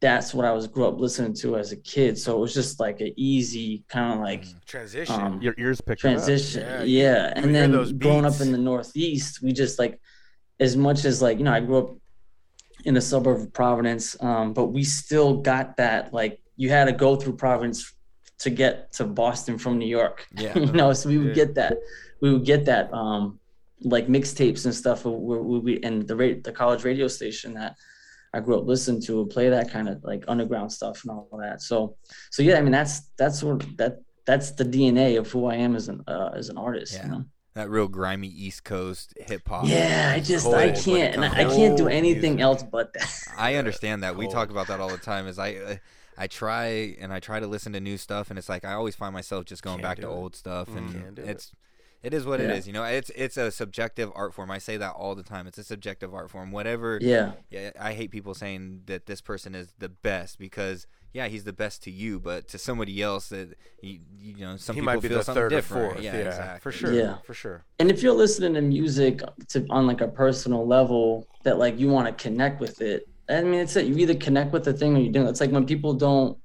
S13: that's what I was grew up listening to as a kid. So it was just like an easy kind of like
S9: transition.
S13: um,
S4: Your ears picked it up.
S13: transition.
S9: Yeah,
S13: Yeah.
S9: you- you would
S13: And
S9: hear
S13: then
S9: those
S13: growing up
S9: beats.
S13: in the Northeast, we just like, as much as like, you know, I grew up in a suburb of Providence, um, but we still got that, like, you had to go through Providence to get to Boston from New York.
S8: Yeah.
S13: you know, so we would
S9: Yeah.
S13: get that. We would get that, um, like mixtapes and stuff. Where we, we and the rate, the college radio station that I grew up listening to would play that kind of like underground stuff and all that. So, so yeah, I mean that's that's what that that's the DNA of who I am as an uh, as an artist.
S8: Yeah.
S13: You know?
S8: That real grimy East Coast hip hop.
S13: Yeah, I just
S8: Cold when
S13: I
S8: it
S13: can't and
S8: comes
S13: I, I can't do
S9: down.
S13: anything
S9: Music.
S13: else but that.
S8: I understand that. We
S9: cold.
S8: talk about that all the time. Is I, uh, I try and I try to listen to new stuff, and it's like I always find myself just going
S9: Can't
S8: back
S9: do
S8: to
S9: it. Mm.
S8: old stuff,
S9: Can't
S8: and
S9: do it.
S8: it's, it is what it
S13: Yeah.
S8: is. You know, it's it's a subjective art form. I say that all the time. It's a subjective art form. Whatever.
S13: Yeah,
S8: Yeah, I hate people saying that this person is the best because yeah, he's the best to you, but to somebody else that you, you know, some
S9: he
S8: people
S9: might be
S8: feel
S9: the
S8: something
S9: third or
S8: different.
S9: fourth.
S8: yeah, exactly.
S9: for sure.
S13: Yeah.
S9: for sure.
S13: and if you're listening to music to on like a personal level that like you want to connect with it, I mean it's that you either connect with the thing or you don't. It's like when people don't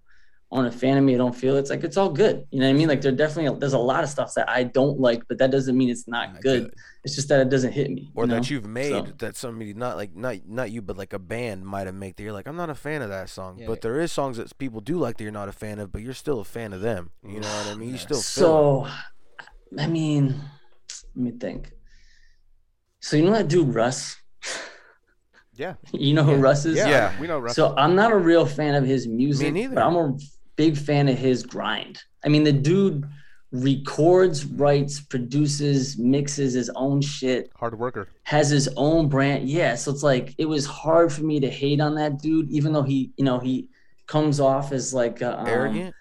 S13: on a fan of me, don't feel it, it's like it's all good. You know what I mean? Like there definitely there's a lot of stuff that I don't like, but that doesn't mean it's not,
S8: Not
S13: good.
S8: good.
S13: It's just that it doesn't hit me.
S9: or
S13: you
S9: that
S13: know?
S9: you've made
S13: So-
S9: that somebody not like not not you but like a band might have made that you're like I'm not a fan of that song,
S8: Yeah.
S9: but there is songs that people do like that you're not a fan of, but you're still a fan of them. You know what I mean? You still feel
S13: So, I mean, let me think. So you know that dude Russ?
S4: Yeah.
S13: You know who Russ is?
S4: Yeah,
S9: Yeah.
S4: we know Russ.
S13: So I'm not a real fan of his music,
S9: Me neither.
S13: but I'm a big fan of his grind. I mean, the dude records, writes, produces, mixes his own shit,
S4: Hard worker.
S13: has his own brand. Yeah, so it's like it was hard for me to hate on that dude, even though he, you know, he comes off as like a, um,
S9: arrogant.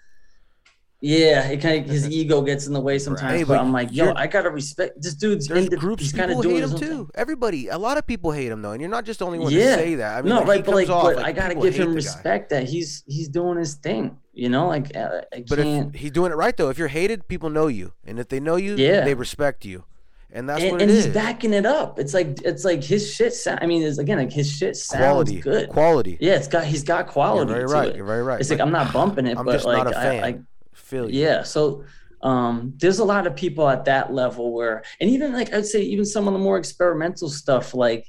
S13: Yeah, it kind of his ego gets in the way sometimes.
S14: Hey,
S13: but,
S14: but
S13: I'm like, yo,
S14: you're-
S13: I gotta respect this dude's.
S14: There's
S13: into-
S14: groups
S13: he's
S14: people
S13: kind of
S14: hate
S13: doing his
S14: him
S13: own thing.
S14: too.
S9: Everybody, a lot of people hate him though, and you're not just the only one to
S13: Yeah.
S9: say that. I mean,
S13: no,
S9: like, he
S13: right, but like,
S9: comes off
S13: but I gotta
S9: people
S13: give
S9: hate
S13: him
S9: the guy.
S13: respect that he's he's doing his thing. You know, like uh, I
S9: But
S13: can't.
S9: if he's doing it right though. If you're hated, people know you, and if they know you,
S13: Yeah.
S9: they respect you, and that's
S13: and
S9: what
S13: and
S9: it
S13: he's
S9: is.
S13: backing it up. It's like it's like his shit. Sound, I mean, it's again like his shit sounds
S9: Quality,
S13: good.
S9: quality.
S13: Yeah, it's got he's got quality.
S9: You're very
S13: to
S9: right.
S13: it.
S9: You're very right.
S13: It's like I'm not bumping it,
S9: I'm
S13: but
S9: just
S13: like
S9: not a
S13: I-
S9: fan.
S13: I,
S9: Feel you.
S13: yeah. So um, there's a lot of people at that level where, and even like I'd say, even some of the more experimental stuff, like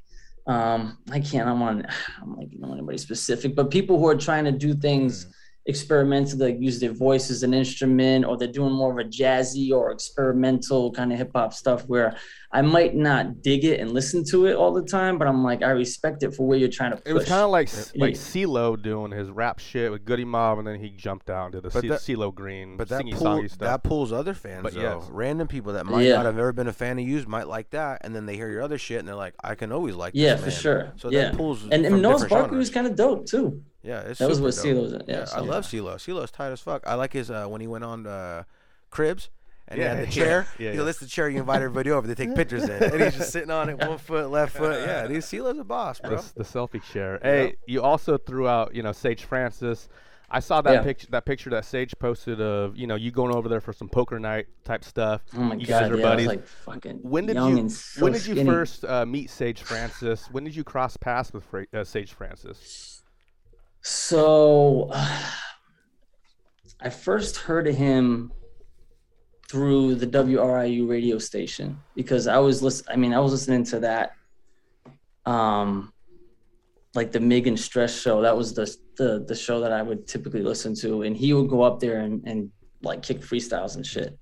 S13: um, I can't, I'm on, I'm like, you know, anybody specific, but people who are trying to do things
S9: Mm.
S13: experimentally, like use their voice as an instrument, or they're doing more of a jazzy or experimental kind of hip hop stuff where I might not dig it and listen to it all the time, but I'm like, I respect it for where you're trying to push.
S4: It was kind of like s-
S13: Yeah.
S4: like CeeLo doing his rap shit with Goody Mob, and then he jumped out into the
S9: But
S4: C-
S9: that-
S4: CeeLo Green
S9: But that
S4: singy
S9: pull,
S4: songy stuff.
S9: that pulls other fans
S4: But
S9: though.
S4: yes.
S9: Random people that might
S13: Yeah.
S9: not have ever been a fan of yous might like that, and then they hear your other shit and they're like, I can always like
S13: yeah,
S9: this.
S13: for
S9: man."
S13: sure.
S9: So
S13: yeah.
S9: that pulls
S13: and
S9: from
S13: and North
S9: different
S13: Barkley was
S9: genres.
S13: kind of dope too.
S9: Yeah, it's
S13: that was
S9: super
S13: what
S9: dope.
S13: CeeLo's.
S9: Yeah, I love CeeLo. CeeLo's tight as fuck. I like his uh, when he went on uh, Cribs and
S4: Yeah,
S9: he had the
S4: yeah,
S9: chair.
S4: yeah,
S9: he
S4: yeah.
S9: lifts the chair. You invite everybody over. They take pictures in, and he's just sitting on it, one foot, left foot. Yeah, dude, CeeLo's a boss,
S4: the,
S9: bro.
S4: s- the selfie chair. Hey, you also threw out, you know, Sage Francis. I saw that
S13: Yeah.
S4: picture. That picture that Sage posted of you know you going over there for some poker night type stuff.
S13: Oh my
S4: you guys
S13: god,
S4: are
S13: yeah, I was
S4: buddies.
S13: like fucking
S4: when did
S13: young
S4: you
S13: and so
S4: when did you
S13: skinny.
S4: first uh, meet Sage Francis? When did you cross paths with Fra- uh, Sage Francis?
S13: So I first heard of him through the WRIU radio station because I was listen I mean I was listening to that um like the Mig and Stress show. That was the the the show that I would typically listen to and he would go up there and and like kick freestyles and shit.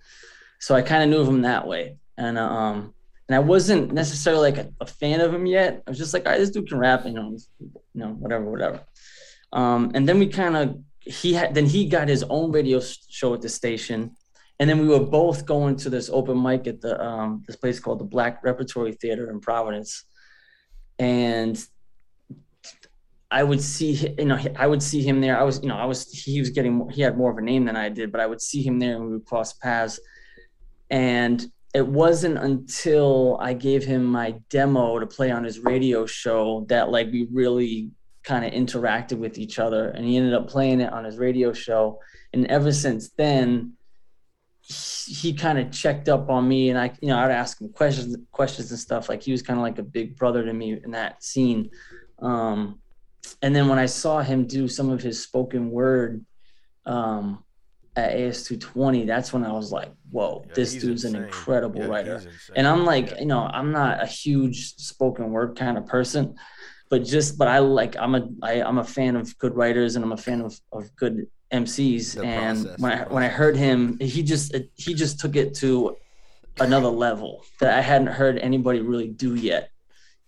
S13: So I kind of knew of him that way. And uh, um and I wasn't necessarily like a, a fan of him yet. I was just like, all right, this dude can rap, you know, he's- you know, whatever, whatever. Um, and then we kind of he had then he got his own radio s- show at the station, and then we were both going to this open mic at the um, this place called the Black Repertory Theater in Providence, and I would see hi- you know he- I would see him there. I was you know I was he was getting more- he had more of a name than I did, but I would see him there and we would cross paths, and. It wasn't until I gave him my demo to play on his radio show that like we really kind of interacted with each other and he ended up playing it on his radio show and ever since then he, he kind of checked up on me and i you know i'd ask him questions questions and stuff like he was kind of like a big brother to me in that scene um and then when i saw him do some of his spoken word um at as220 that's when i was like whoa this
S9: he's
S13: dude's an
S9: insane.
S13: incredible
S9: Yeah,
S13: writer
S9: he's insane.
S13: and i'm like you know i'm not a huge spoken word kind of person but just but I like I'm a I, I'm a fan of good writers and I'm a fan of of good MCs
S14: The
S13: and
S14: process,
S13: when
S14: the
S13: I when I heard him he just it, he just took it to another level that I hadn't heard anybody really do yet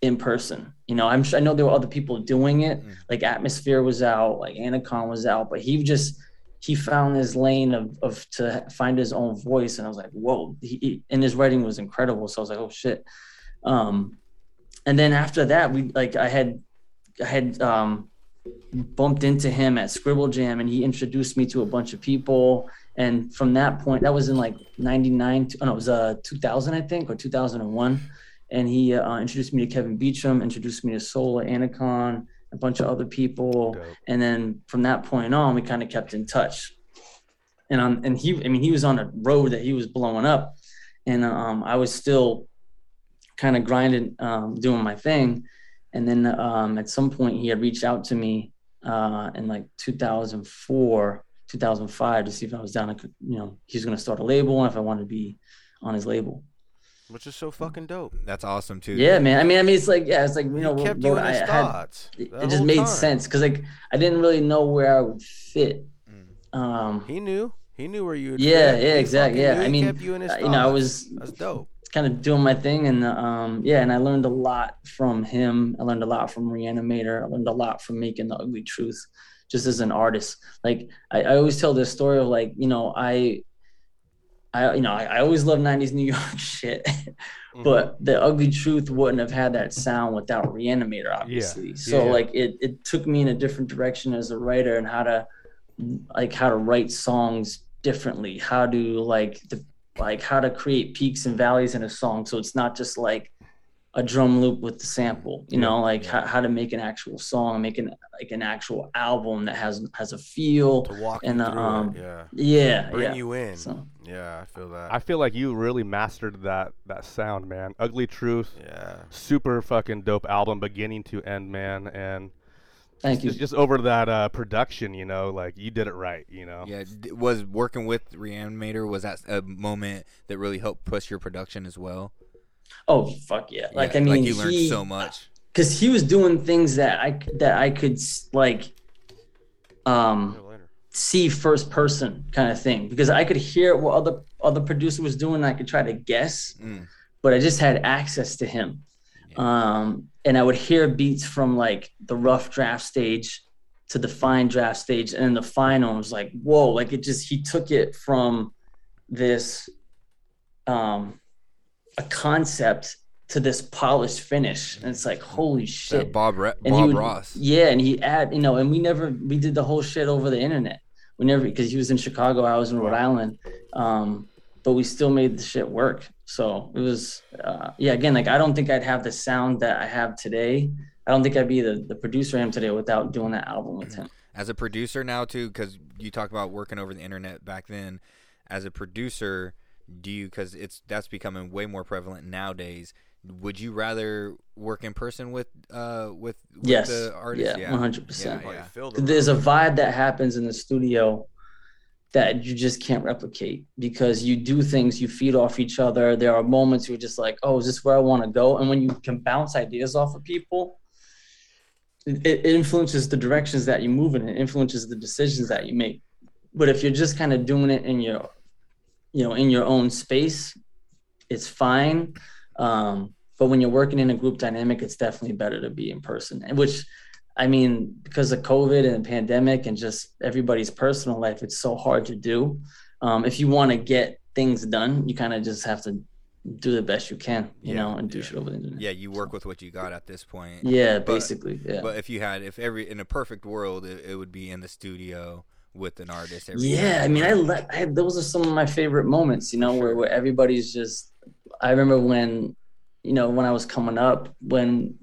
S13: in person. You know, I'm sure I know there were other people doing it.
S14: Mm.
S13: Like Atmosphere was out, like Anacon was out, but he just he found his lane of of to find his own voice, and I was like, whoa! He, he- and his writing was incredible. So I was like, oh shit. Um, and then after that, we like I had I had um bumped into him at Scribble Jam, and he introduced me to a bunch of people. And from that point, that was in like '99. Oh no, it was uh 2000, I think, or 2001 and he uh, introduced me to Kevin Beecham, introduced me to Sola Anacon, a bunch of other people, and then from that point on, we kind of kept in touch. And um, and he, I mean, he was on a road that he was blowing up, and um, I was still kind of grinding, um, doing my thing, and then um, at some point he had reached out to me uh, in like 2004, 2005 to see if I was down. To, you know, he's going to start a label and if I wanted to be on his label.
S9: which is so fucking dope.
S8: That's awesome too.
S13: Yeah, man. I mean, I mean, it's like, yeah, it's like you know,
S9: kept
S13: bro,
S9: you in
S13: I
S9: his
S13: had-
S9: thoughts
S13: it-
S9: the
S13: it just
S9: whole
S13: made
S9: time.
S13: sense because like I didn't really know where I would fit. Um,
S9: Mm. He knew. He knew where you. would
S13: yeah,
S9: fit.
S13: yeah,
S9: He fucking
S13: exactly. Yeah,
S9: knew.
S13: I
S9: He
S13: mean,
S9: kept you in his
S13: uh, you know, I
S9: thoughts.
S13: was
S9: That's dope.
S13: kind of doing my thing, and um, yeah, and I learned a lot from him. I learned a lot from Reanimator. I learned a lot from making the Ugly Truth, just as an artist. Like I, I always tell this story of like you know I, I you know I, I always love '90s New York shit.
S14: Mm-hmm.
S13: But the ugly truth wouldn't have had that sound without Reanimator, obviously. So
S14: yeah.
S13: like it, it took me in a different direction as a writer and how to like how to write songs differently, how to like the like how to create peaks and valleys in a song so it's not just like a drum loop with the sample you know like how, how to make an actual song make an like an actual album that has has a feel and a,
S9: through it,
S13: um
S9: yeah.
S13: yeah
S9: Bring
S13: yeah.
S9: you in.
S13: So-
S9: Yeah, I feel that.
S4: I feel like you really mastered that that sound, man. Ugly Truth.
S9: Yeah.
S4: Super fucking dope album, beginning to end, man. And
S13: Thank
S4: just,
S13: you.
S4: Just over that uh, production, you know, like you did it right, you know.
S8: Yeah, d- was working with Reanimator was that a moment that really helped push your production as well?
S13: oh fuck yeah like
S8: Yeah,
S13: i mean
S8: you learned
S13: he,
S8: so much.
S13: because he was doing things that I that I could s- like um see first person kind of thing because I could hear what other other producer was doing and I could try to guess
S8: Mm.
S13: but I just had access to him um and I would hear beats from like the rough draft stage to the fine draft stage and then the final was like whoa like it just he took it from this um a concept to this polished finish and it's like holy uh, shit
S8: That Bob Ra-
S13: and he
S8: Bob
S13: would-
S8: Ross.
S13: Yeah, and he add you know, and we never we did the whole shit over the internet. We never because he was in Chicago, I was in Rhode Island, um, but we still made the shit work. So it was uh, yeah. Again, like I don't think I'd have the sound that I have today. I don't think I'd be the, the producer I am today without doing that album
S8: Mm-hmm.
S13: with him.
S8: As a producer now too, because you talk about working over the internet back then. As a producer, do you? Because it's that's becoming way more prevalent nowadays. Would you rather work in person with uh with, with
S13: yes,
S8: the artist?
S13: yeah, one hundred percent.
S9: Oh,
S8: Yeah, yeah.
S13: There's a vibe that happens in the studio that you just can't replicate because you do things, you feed off each other. There are moments you're just like, "Oh, is this where I want to go?" And when you can bounce ideas off of people, it, it influences the directions that you move in. It influences the decisions that you make. But if you're just kind of doing it in your, you know, in your own space, it's fine. Um, but when you're working in a group dynamic, it's definitely better to be in person. And Which, I mean, because of COVID and the pandemic and just everybody's personal life, it's so hard to do. Um, if you want to get things done, you kind of just have to do the best you can, you
S8: Yeah,
S13: know, and do shit over the internet.
S8: Yeah, you work with what you got at this point.
S13: Yeah,
S8: But-
S13: basically, yeah.
S8: But if you had, if every in a perfect world, it, it would be in the studio with an artist. Every
S13: Yeah, I mean, I, le- I those are some of my favorite moments, you know, where, where everybody's just. I remember when, you know, when I was coming up, when,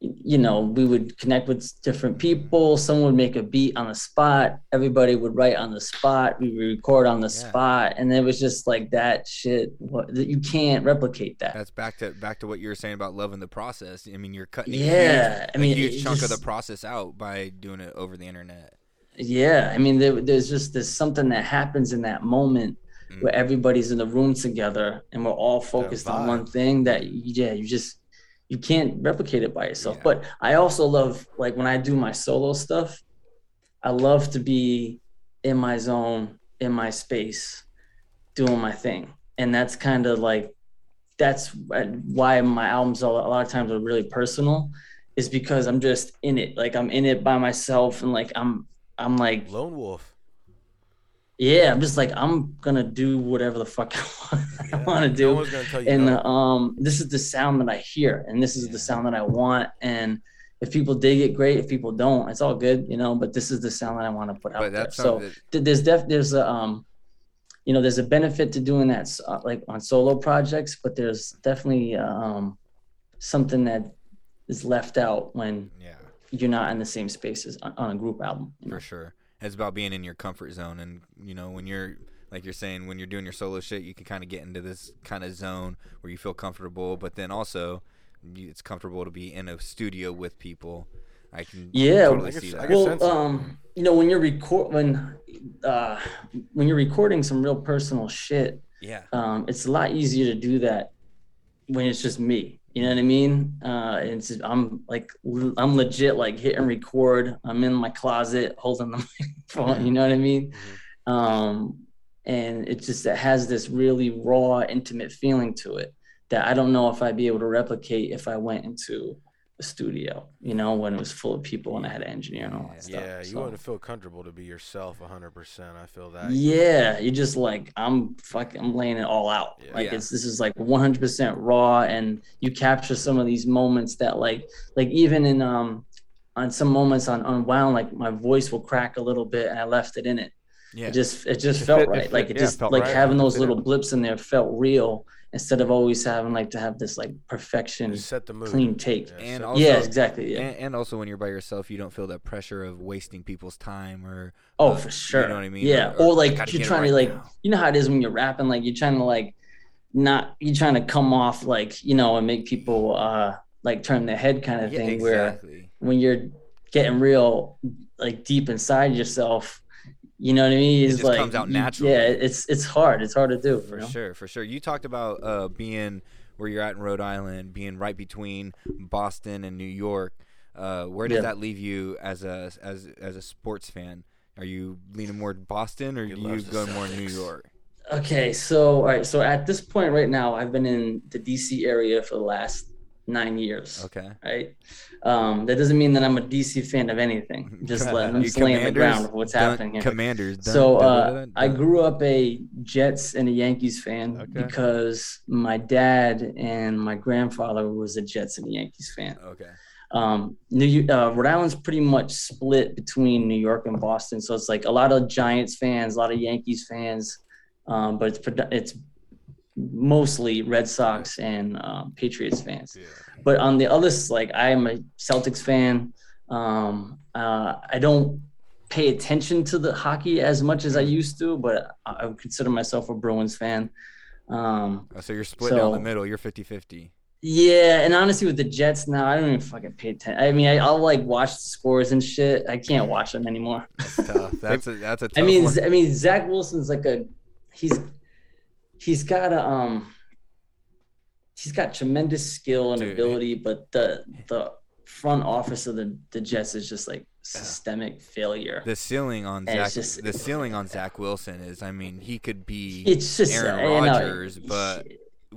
S13: y- you know, we would connect with different people. Someone would make a beat on the spot. Everybody would write on the spot. We would record on the spot, and it was just like that shit. What that you can't replicate that.
S8: That's back to back to what you were saying about loving the process. I mean, you're cutting
S13: Yeah,
S8: a huge,
S13: I mean,
S8: a huge
S13: it
S8: chunk of
S13: just-
S8: the process out by doing it over the internet.
S13: Yeah, I mean, there, there's just there's something that happens in that moment where everybody's in the room together and we're all focused on one thing. That yeah, you just you can't replicate it by yourself. But I also love like when I do my solo stuff, I love to be in my zone, in my space, doing my thing, and that's kind of like that's why my albums a lot a lot of times are really personal is because i'm just in it like i'm in it by myself and like i'm i'm like
S9: Lone Wolf.
S13: yeah, I'm just like I'm gonna do whatever the fuck I want, to do.
S9: one's gonna tell you
S13: and
S9: no.
S13: uh, um, this is the sound that I hear, and this is the sound that I want. And if people dig it, great. If people don't, it's all good, you know. But this is the sound that I want to put out
S8: But
S13: there.
S8: that's
S13: So
S8: something
S13: th- there's def there's a um, you know, there's a benefit to doing that s- uh, like on solo projects, but there's definitely uh, um, something that is left out when
S8: Yeah,
S13: you're not in the same spaces on, on a group album. you know?
S8: for sure. It's about being in your comfort zone, and you know when you're like you're saying when you're doing your solo shit, you can kind of get into this kind of zone where you feel comfortable, but then also you, it's comfortable to be in a studio with people. I can
S13: Yeah,
S8: totally see that.
S13: well, um, you know, when you're record when uh, when you're recording some real personal shit,
S8: yeah.
S13: um, it's a lot easier to do that when it's just me. You know what I mean? Uh, and it's, I'm like, l- I'm legit like hit and record. I'm in my closet holding the microphone. You know what I mean? Um, and it just it has this really raw, intimate feeling to it that I don't know if I'd be able to replicate if I went into a studio. You know, when it was full of people and I had an engineer and all that stuff.
S9: yeah, you
S13: so.
S9: wouldn't feel comfortable to be yourself 100%. I feel that.
S13: Yeah, you're just like I'm fucking I'm laying it all out. Like it's this is like 100% raw and you capture some of these moments that like like even in um on some moments on unwound like my voice will crack a little bit and I left it in it.
S8: Yeah.
S13: It just it just
S8: It
S13: felt
S8: fit- it
S13: right.
S8: fit-
S13: like it
S8: yeah,
S13: just
S8: felt
S13: like
S8: right.
S13: having those
S8: Fit
S13: little blips in there felt real instead of always having like to have this like perfection
S9: set the mood.
S13: clean take.
S8: And
S13: Yeah,
S8: also,
S13: exactly. Yeah.
S8: And, and also, when you're by yourself, you don't feel that pressure of wasting people's time or.
S13: Oh,
S8: uh,
S13: for sure.
S8: You know what I mean?
S13: Yeah. Or,
S8: I
S13: like
S8: gotta
S13: you're
S8: get it
S13: trying to
S8: right
S13: like you know how it is when you're rapping, like you're trying to like not you're trying to come off like, you know, and make people uh like turn their head kind of
S8: Yeah,
S13: thing
S8: exactly.
S13: where when you're getting real like deep inside yourself, you know what I mean? It's
S8: just
S13: like
S8: comes out
S13: you-
S8: naturally.
S13: Yeah, it's it's hard. It's hard to do.
S8: For sure, for sure. You talked about uh, being where you're at in Rhode Island, being right between Boston and New York. Uh, where does
S13: Yeah.
S8: that leave you as a as as a sports fan? Are you leaning more Boston or do you
S13: loves the
S8: going more New York?
S13: Okay, so all right, so at this point right now, I've been in the DC area for the last nine years.
S8: Okay.
S13: Right. Um, that doesn't mean that I'm a DC fan of anything. Just let I'm
S8: You
S13: just laying the
S8: Commanders,
S13: ground of what's
S8: dun-
S13: happening here.
S8: Commanders, dun-
S13: so
S8: dun-
S13: uh,
S8: dun- dun-
S13: I grew up a Jets and a Yankees fan because my dad and my grandfather was a Jets and a Yankees fan.
S8: Okay.
S13: Um, New uh, Rhode Island's pretty much split between New York and Boston, so it's like a lot of Giants fans, a lot of Yankees fans, um, but it's produ- it's mostly Red Sox and um, Patriots fans. But on the other, s- like I am a Celtics fan. Um, uh, I don't pay attention to the hockey as much as I used to, but I, I would consider myself a Bruins fan. Um,
S8: Oh, so you're split down the
S13: so-
S8: middle. You're 50-50.
S13: yeah, and honestly, with the Jets now, I don't even fucking pay attention. I mean, I, I'll like watch the scores and shit. I can't watch them anymore.
S8: Tough. That's a that's a tough
S13: I mean,
S8: one.
S13: Z- I mean, Zach Wilson's like a he's he's got a um he's got tremendous skill and ability, but the the front office of the the Jets is just like systemic failure.
S8: The ceiling on
S13: And
S8: Zach,
S13: it's just-
S8: the ceiling on Zach Wilson is, I mean, he could be
S13: It's just, I
S8: Aaron
S13: know,
S8: Rodgers, but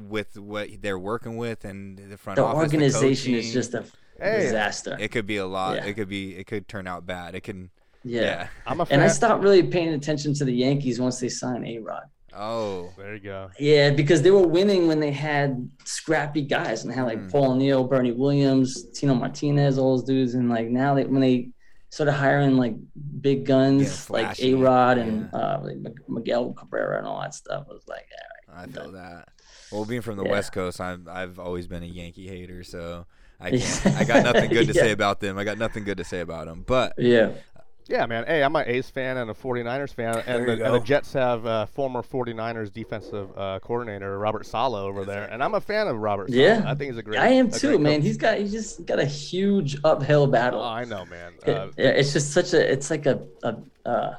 S8: with what they're working with and the front
S13: The
S8: office,
S13: organization
S8: the
S13: is just a
S8: coaching,
S13: Hey. disaster.
S8: It could be a lot.
S13: Yeah.
S8: It could be. It could turn out bad. It can.
S13: yeah.
S8: yeah.
S13: and I stopped really paying attention to the Yankees once they signed A Rod.
S8: Oh,
S4: there you go.
S13: Yeah, because they were winning when they had scrappy guys and they had like Paul Neal, Bernie Williams, Tino Martinez, all those dudes, and like now they when they started hiring like big guns like
S8: flashy,
S13: A Rod and uh, like M- Miguel Cabrera and all that stuff, I was like, all
S8: right, I feel that. Well, being from the
S13: Yeah.
S8: West Coast, I'm, I've always been a Yankee hater, so I can't, I got nothing good to say
S4: Yeah.
S8: about them. I got nothing good to say about them. But
S4: Yeah, man. Hey, I'm an A's fan and a 49ers fan,
S8: There
S4: and, the,
S8: you
S4: and the
S8: go.
S4: Jets have uh, former 49ers defensive uh, coordinator Robert Sala over there, and I'm a fan of Robert. Sala.
S13: Yeah,
S4: I think he's a great.
S13: I
S4: a
S13: am
S4: great
S13: too, man.
S4: coach. Oh,
S13: He's got he just got a huge uphill battle.
S4: I know, man.
S13: It-
S4: Uh,
S13: yeah, it's just such a it's like a a uh,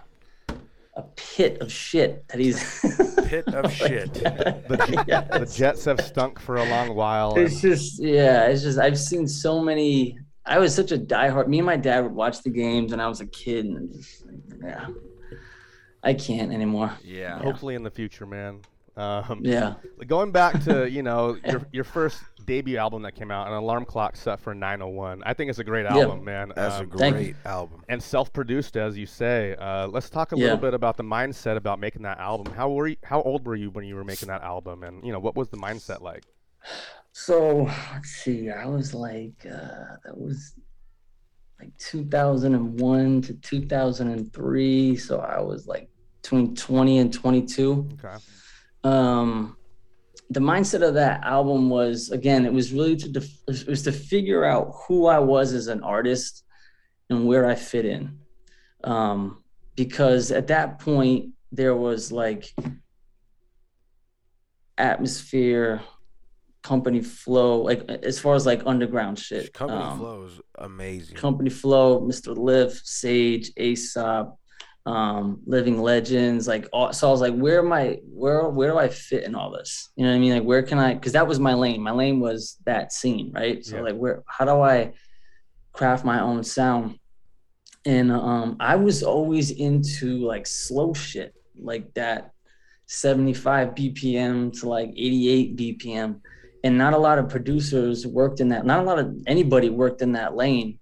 S13: a pit of shit that he's
S9: pit
S13: Oh
S9: of shit.
S4: The, the Jets have stunk for a long while.
S13: It's
S4: and-
S13: just yeah, it's just I've seen so many. I was such a diehard. Me and my dad would watch the games when I was a kid, and just, yeah, I can't anymore.
S8: Yeah.
S4: Hopefully in the future, man. Um,
S13: Yeah.
S4: Going back to you know your your first debut album that came out, an alarm clock set for 901. I think it's a great
S9: Yeah.
S4: album, man. Um,
S9: That's a
S13: Thank you.
S9: great album.
S4: And self-produced, as you say. Uh, let's talk a
S13: Yeah.
S4: little bit about the mindset about making that album. How were you, how old were you when you were making that album, and you know what was the mindset like?
S13: So let's see. I was like, uh, that was like 2001 to 2003. So I was like between 20 and 22.
S4: Okay.
S13: um, the mindset of that album was again it was really to def- it was to figure out who i was as an artist and where i fit in um, because at that point there was like atmosphere company flow like as far as like underground shit
S9: Company
S13: um,
S9: Flow is amazing.
S13: Company Flow, Mr. Liv, Sage, Aesop, um, Living Legends, like all, so I was like, where am I where where do I fit in all this? You know what I mean? Like where can I because that was my lane. My lane was that scene, right? So
S7: Yeah.
S13: like where how do I craft my own sound? And um I was always into like slow shit, like that 75 BPM to like 88 BPM. And not a lot of producers worked in that, not a lot of anybody worked in that lane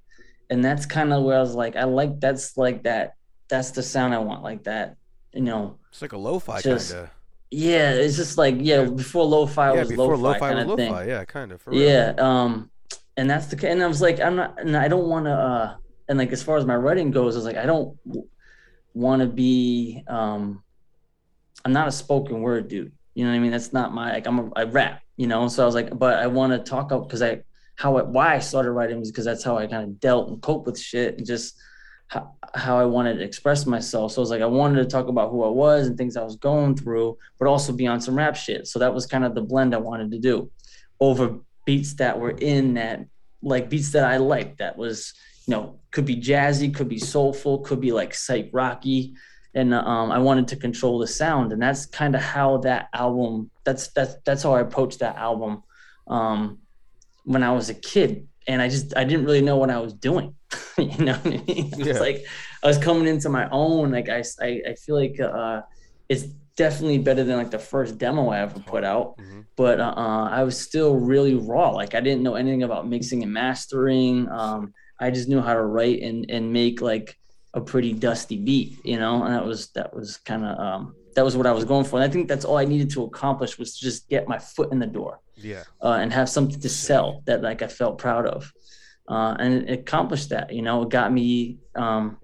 S13: and that's kind of where I was like, I like that's like that. That's the sound I want, like that. You know,
S9: It's like a lo-fi
S13: just-
S9: kinda.
S13: Yeah, it's just like yeah, before lo-fi
S9: Yeah,
S13: was
S9: before
S13: lo-fi,
S9: lo-fi was
S13: kind of thing.
S9: lo-fi, yeah, kinda, for real.
S13: yeah, um, and that's the and I was like, I'm not, and I don't want to, uh, and like as far as my writing goes, I was like, I don't, want to be. Um, I'm not a spoken word dude. You know what I mean? That's not my like. I'm a, I rap. You know, so I was like, but I want to talk up because I how I, why I started writing was because that's how I kind of dealt and cope with shit and just how, how I wanted to express myself. So I was like, I wanted to talk about who I was and things I was going through, but also be on some rap shit. So that was kind of the blend I wanted to do over beats that were in that, like beats that I liked. That was, you know, could be jazzy, could be soulful, could be like psych rocky. And um, I wanted to control the sound, and that's kind of how that album. That's that's that's how I approached that album. Um, when I was a kid, and I just I didn't really know what I was doing. you know, what I mean? it's
S14: Yeah.
S13: like I was coming into my own. Like I I, I feel like uh, it's definitely better than like the first demo I ever put out, but uh, I was still really raw. Like I didn't know anything about mixing and mastering. Um, I just knew how to write and and make like a pretty dusty beat, you know, and that was that was kind of um, that was what I was going for. And I think that's all I needed to accomplish was to just get my foot in the door
S4: Yeah.
S13: uh, and have something to sell that like I felt proud of, uh, and it accomplished that. You know, it got me. Um,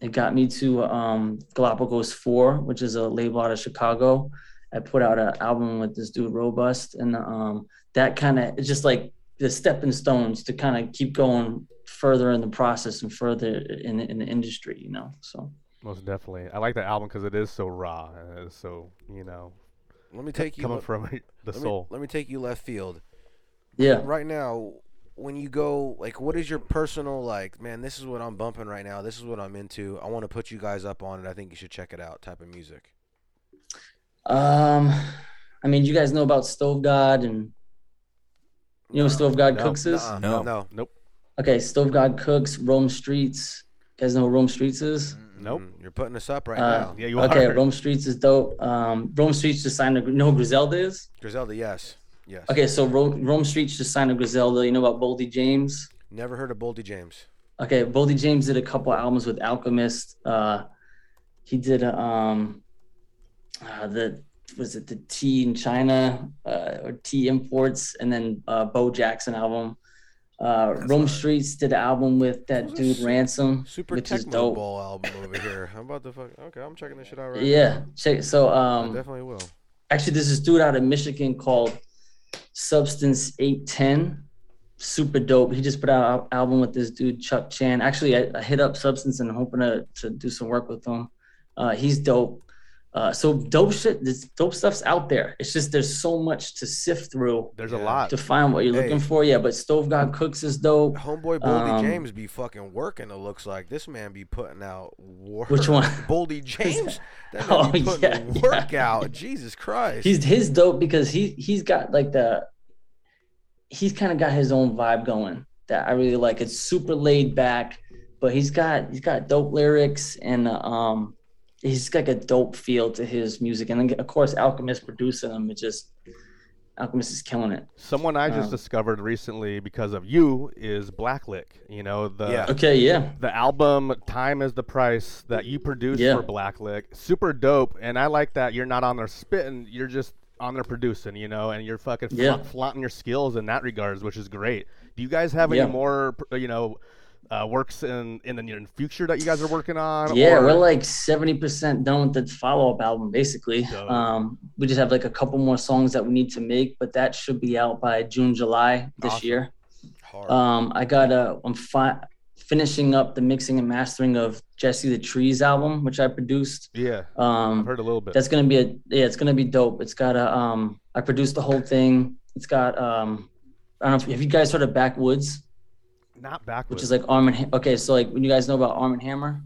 S13: it got me to um, Galapagos Four, which is a label out of Chicago. I put out an album with this dude Robust, and um, that kind of it's just like the stepping stones to kind of keep going further in the process and further in, in the industry. You know, so.
S4: Most definitely. I like that album because it is so raw and it's so you know.
S9: Let me
S4: co-
S9: take you
S4: coming
S9: le-
S4: from the
S9: let me-
S4: soul.
S9: let me take you left field.
S13: Yeah.
S9: Right now, when you go, like, what is your personal like? Man, this is what I'm bumping right now. This is what I'm into. I want to put you guys up on it. I think you should check it out. Type of music.
S13: Um, I mean, you guys know about Stove God and you know what Stove God
S9: No,
S13: Cooks is?
S9: nuh-uh, No. no. Nope.
S13: Okay, Stove God Cooks, Rome Streets. You guys know who Rome Streets is?
S4: Nope.
S9: You're putting us up right
S13: Uh,
S9: now.
S13: okay, Rome Streets is dope. Um, Rome Streets just signed a. You know who Griselda is?
S9: Griselda, yes, yes.
S13: Okay, so Rome, Rome Streets just signed a Griselda. You know about Boldy James?
S9: Never heard of Boldy James.
S13: Okay, Boldy James did a couple albums with Alchemist. Uh, he did a, um, uh, the was it the Tea in China uh, or Tea Imports, and then uh, Bo Jackson album. Uh, Rome Streets did an album with that dude Ransom,
S9: Super
S13: which is
S9: Tecmo
S13: dope.
S9: Bowl album over here. I'm about to fuck. Okay, I'm checking this shit out right now.
S13: Yeah, check. So um,
S9: I definitely will.
S13: actually there's this dude out of Michigan called Substance 810. Super dope. He just put out an album with this dude, Chuck Chan. Actually, I, I hit up Substance and hoping to, to do some work with him. Uh, he's dope. Uh, so dope shit, this dope stuff's out there. It's just there's so much to sift through.
S4: There's a lot
S13: to find what you're
S9: Hey.
S13: looking for. Yeah, but Stove God Cooks is dope.
S9: Homeboy Boldy
S13: Um,
S9: James be fucking working. It looks like this man be putting out work.
S13: Which one?
S9: Boldy James. That man
S13: Oh,
S9: be
S13: yeah,
S9: putting
S13: yeah.
S9: work out. Jesus Christ.
S13: He's his dope because he he's got like the he's kind of got his own vibe going that I really like. It's super laid back, but he's got he's got dope lyrics and uh, um he's got like a dope feel to his music. And then of course Alchemist producing him, it just Alchemist is killing it.
S4: Someone I just
S13: Um,
S4: discovered recently because of you is Blacklick. You know the
S13: Yeah. Okay, yeah.
S4: the album "Time Is the Price" that you produced
S13: Yeah.
S4: for Blacklick, super dope. And I like that you're not on there spitting; you're just on there producing, you know, and you're fucking fla-
S13: Yeah.
S4: flaunting your skills in that regards, which is great. Do you guys have any
S13: Yeah.
S4: more, you know, uh, works in in the near future that you guys are working on?
S13: Yeah,
S4: or-
S13: we're like seventy percent done with the follow up album, basically. Um, we just have like a couple more songs that we need to make, but that should be out by June, July this
S11: Awesome.
S13: year. Um, I got a. I'm fi- finishing up the mixing and mastering of Jesse the Trees album, which I produced.
S4: Yeah.
S13: Um,
S4: I've heard a little bit.
S13: That's gonna be a yeah, it's gonna be dope. It's got a um I produced the whole thing. It's got um I don't know if have you guys heard of Backwoods,
S4: not backwards.
S13: which is like Arm and Ha- okay, so like when you guys know about Arm and Hammer.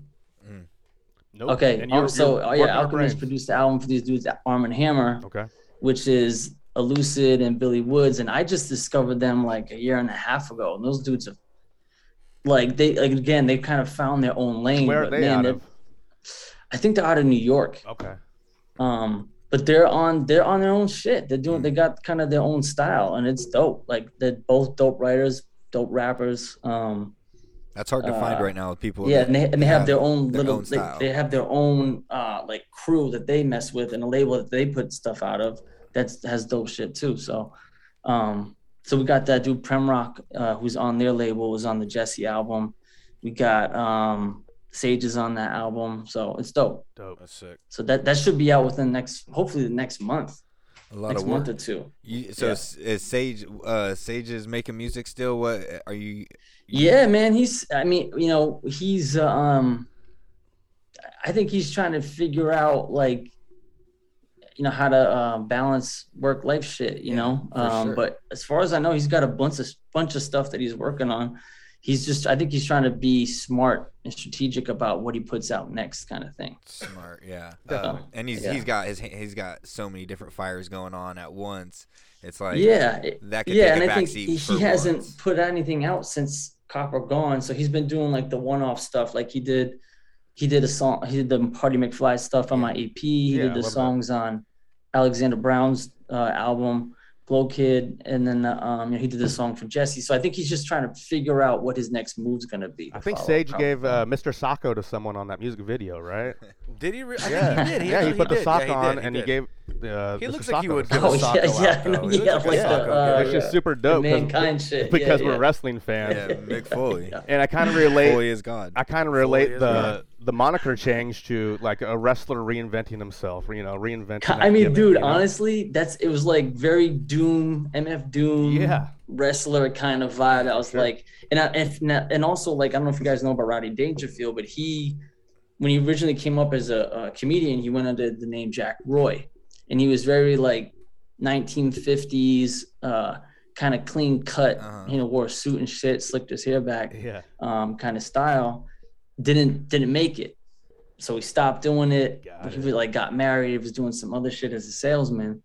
S4: Nope.
S13: Okay,
S4: And
S13: Ar-
S4: you're-
S13: so
S4: you're
S13: oh,
S4: working
S13: yeah,
S4: our
S13: Alchemist
S4: brains.
S13: produced the album for these dudes, Arm and Hammer.
S4: Okay.
S13: Which is Elucid and Billy Woods, and I just discovered them like a year and a half ago, and those dudes have like they like again they kind of found their own lane.
S4: Where are
S13: but,
S4: they
S13: man,
S4: out
S13: they're-
S4: of?
S13: I think they're out of New York.
S4: Okay. Oh.
S13: Um, but they're on they're on their own shit. They're
S4: Mm.
S13: doing they got kind of their own style, and it's dope. Like they're both dope writers, dope rappers. Um,
S8: That's hard to find
S13: uh,
S8: right now with people.
S13: Yeah,
S8: that
S13: and they, and they have, their own
S8: their
S13: little
S8: own
S13: they,
S8: style.
S13: they have their own uh like crew that they mess with and a label that they put stuff out of that's has dope shit too. So um so we got that dude Prem Rock uh who's on their label was on the Jesse album. We got um Sage is on that album, so it's dope.
S4: Dope.
S9: That's sick.
S13: So that that should be out within next, hopefully the next month.
S8: A lot
S13: next
S8: of
S13: month or
S8: work.
S13: two.
S8: You, so s is Sage, uh, Sage is making music still. What are you?
S13: Yeah, man. He's. I mean, you know, he's. uh, Um, I think he's trying to figure out like, you know, how to uh, balance work life shit. You know,
S8: for
S13: um,
S8: sure.
S13: but as far as I know, he's got a bunch of bunch of stuff that he's working on. He's just. I think he's trying to be smart and strategic about what he puts out next, kind of thing.
S8: Smart, yeah.
S13: Definitely.
S8: Uh, and he's
S13: Yeah.
S8: he's got his he's got so many different fires going on at once. It's like
S13: yeah, it-
S8: that could
S13: yeah,
S8: take
S13: and
S8: a
S13: I
S8: backseat
S13: think he,
S8: for
S13: he hasn't
S8: once.
S13: put anything out since Copper Gone, so he's been doing like the one-off stuff, like he did. He did a song. He did the Party McFly stuff on my EP. He
S4: Yeah, I
S13: did the
S4: love that.
S13: songs on Alexander Brown's uh, album Glow Kid, and then uh, um, you know, he did the song for Jesse. So I think he's just trying to figure out what his next move's gonna be.
S4: I
S13: to
S4: think
S13: follow
S4: Sage
S13: up.
S4: gave uh, Mr. Sacco to someone on that music video, right?
S9: Did he? Re- I
S4: Yeah,
S9: think he did. He,
S4: yeah. He
S9: he
S4: put the
S9: did.
S4: sock
S9: Yeah, he
S4: on,
S9: did.
S4: and he
S9: did.
S4: gave. Uh,
S9: He
S4: Mr.
S9: looks like he
S4: Sacco
S9: would
S4: to
S9: give
S4: someone.
S9: a
S13: Oh,
S9: sock
S13: yeah,
S9: out,
S13: yeah,
S9: though. He
S13: yeah,
S9: looks like
S13: like
S9: a
S13: the,
S9: sock
S13: uh,
S9: out
S4: It's
S9: guy.
S4: just super dope
S13: The
S4: 'cause-
S13: mankind shit.
S4: because
S13: yeah,
S4: we're
S13: yeah.
S4: wrestling fans,
S8: yeah, Mick Foley.
S4: and I kind of relate.
S8: Foley is God.
S4: I kind of relate
S9: is
S4: the the moniker change to like a wrestler reinventing himself. You know, reinventing.
S13: Ki-
S4: that
S13: I mean,
S4: gimmick,
S13: dude,
S4: you know?
S13: honestly, that's it was like very Doom, MF Doom,
S4: Yeah.
S13: wrestler kind of vibe. I was like, and I, if not, and also like I don't know if you guys know about Roddy Dangerfield, but he, when he originally came up as a, a comedian, he went under the name Jack Roy, and he was very like 1950s uh, kind of clean cut.
S8: Uh-huh.
S13: You know, wore a suit and shit, slicked his hair back
S4: Yeah.
S13: um, kind of style didn't didn't make it so he stopped doing it
S4: Got
S13: he was like got married he was doing some other shit as a salesman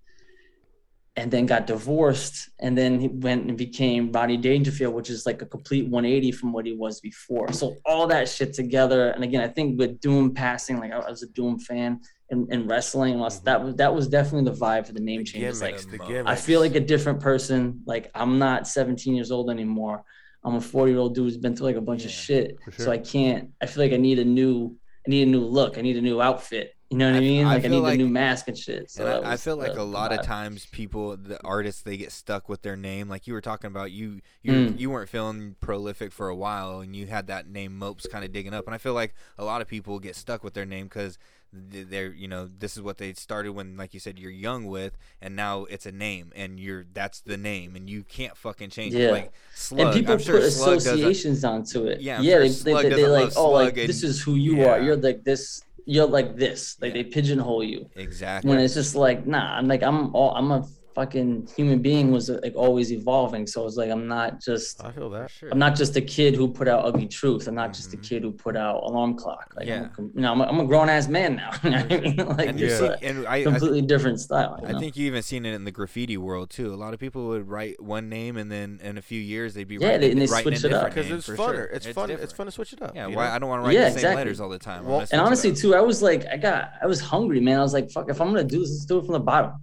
S13: and then got divorced and then he went and became Rodney Dangerfield which is like a complete 180 from what he was before so all that shit together and again I think with Doom passing like I was a Doom fan and, and wrestling was- that was that was definitely the vibe for Mm-hmm. the name change It's uh, like
S9: Gimmicks, the
S8: I
S9: gimmicks.
S13: I feel like a different person. Like I'm not 17 years old anymore. I'm a 40 year old dude who's been through like a bunch of shit.
S4: for
S13: So
S4: sure.
S13: I can't. I feel like I need a new. I need a new look. I need a new outfit. You know what I,
S8: I-
S13: mean?
S8: I
S13: like I
S8: feel
S13: need
S8: like-
S13: a new mask and shit. So
S8: And
S13: that
S8: I, I
S13: was
S8: feel like
S13: the- the
S8: a lot of
S13: vibe.
S8: times people, the artists, they get stuck with their name. Like you were talking about, you you
S13: Mm.
S8: you weren't feeling prolific for a while, and you had that name Mopes kind of digging up. And I feel like a lot of people get stuck with their name because they're you know this is what they started when, like you said, you're young with, and now it's a name, and you're that's the name, and you can't fucking change it.
S13: Yeah.
S8: Like Slug,
S13: And people
S8: I'm sure
S13: put
S8: Slug doesn't.
S13: associations onto it. Yeah,
S8: Yeah, I'm
S13: yeah.
S8: sure
S13: They,
S8: Slug
S13: they, they, they
S8: doesn't
S13: like,
S8: love
S13: oh, like
S8: Slug and-
S13: this is who you are.
S8: Yeah.
S13: You're like this. You're like this. Like
S8: Yeah.
S13: they pigeonhole you.
S8: Exactly.
S13: when it's just like nah i'm like i'm all i'm a fucking human being was like always evolving so it's like i'm not just
S9: I feel that.
S8: sure.
S13: i'm not just a kid who put out ugly truth i'm not just a kid who put out alarm clock like
S8: Mm-hmm. Yeah.
S13: I'm, a, you know, I'm, a, I'm a grown-ass man now You know what I mean? like
S8: and, you
S13: it's
S8: see,
S13: a
S8: and I, I
S13: completely different style you
S8: I
S13: know?
S8: think you even seen it in the graffiti world too. A lot of people would write one name and then in a few years they'd be
S13: Yeah,
S8: writing,
S13: they- and they
S8: writing
S13: switch it
S8: a
S13: up.
S8: different
S9: Because
S8: name,
S9: it's
S8: for
S9: funner.
S8: sure.
S9: It's, fun.
S8: different.
S9: It's fun to switch it up.
S8: Yeah,
S9: you
S8: why
S9: know?
S8: I don't want to write
S13: Yeah,
S8: the same
S13: exactly.
S8: letters all the time.
S9: Well,
S8: Let's
S13: and
S8: switch it
S13: honestly
S8: up.
S13: too i was like i got i was hungry man i was like fuck if i'm gonna do this let's do it from the bottom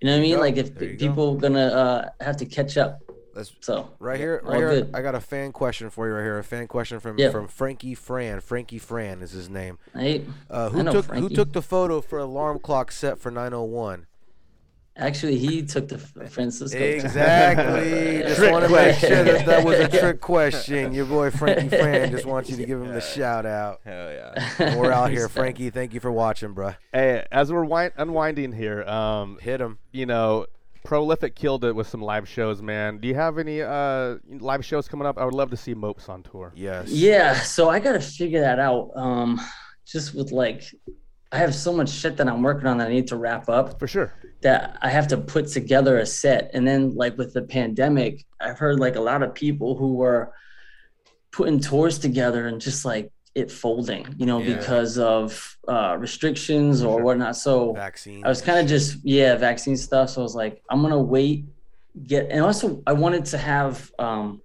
S13: you know what i mean
S9: go.
S13: like if
S8: There you go.
S13: people gonna uh have to catch up
S8: Let's-
S13: so
S9: Right here,
S13: all
S9: right here.
S13: good.
S9: I got a fan question for you. Right here, a fan question from
S13: Yeah.
S9: from Frankie Fran. Frankie Fran is his name.
S13: right
S9: Uh,
S13: I
S9: who
S13: know
S9: took who
S13: Frankie.
S9: took the photo for alarm clock set for 901?
S13: actually he took the francisco
S9: Exactly. just
S4: Trick
S9: want to make
S13: question.
S9: sure that that was a trick question. Your boy Frankie Fran just wants you to give him the shout out.
S8: Hell yeah.
S9: And We're out here, Frankie. Thank you for watching, bruh.
S4: Hey, as we're wi- unwinding here, um,
S9: Hit him.
S4: you know, Prolific killed it with some live shows, man. Do you have any uh, live shows coming up? I would love to see Mopes on tour.
S9: Yes.
S13: Yeah, so I gotta figure that out. Um, just with like, I have so much shit that I'm working on that I need to wrap up
S4: For sure.
S13: that I have to put together a set. And then like with the pandemic, I've heard like a lot of people who were putting tours together and just like it folding, you know,
S8: Yeah.
S13: because of uh, restrictions or whatnot. So
S9: Vaccine.
S13: I was kind of just yeah, vaccine stuff. So I was like, I'm gonna wait, get, and also I wanted to have um,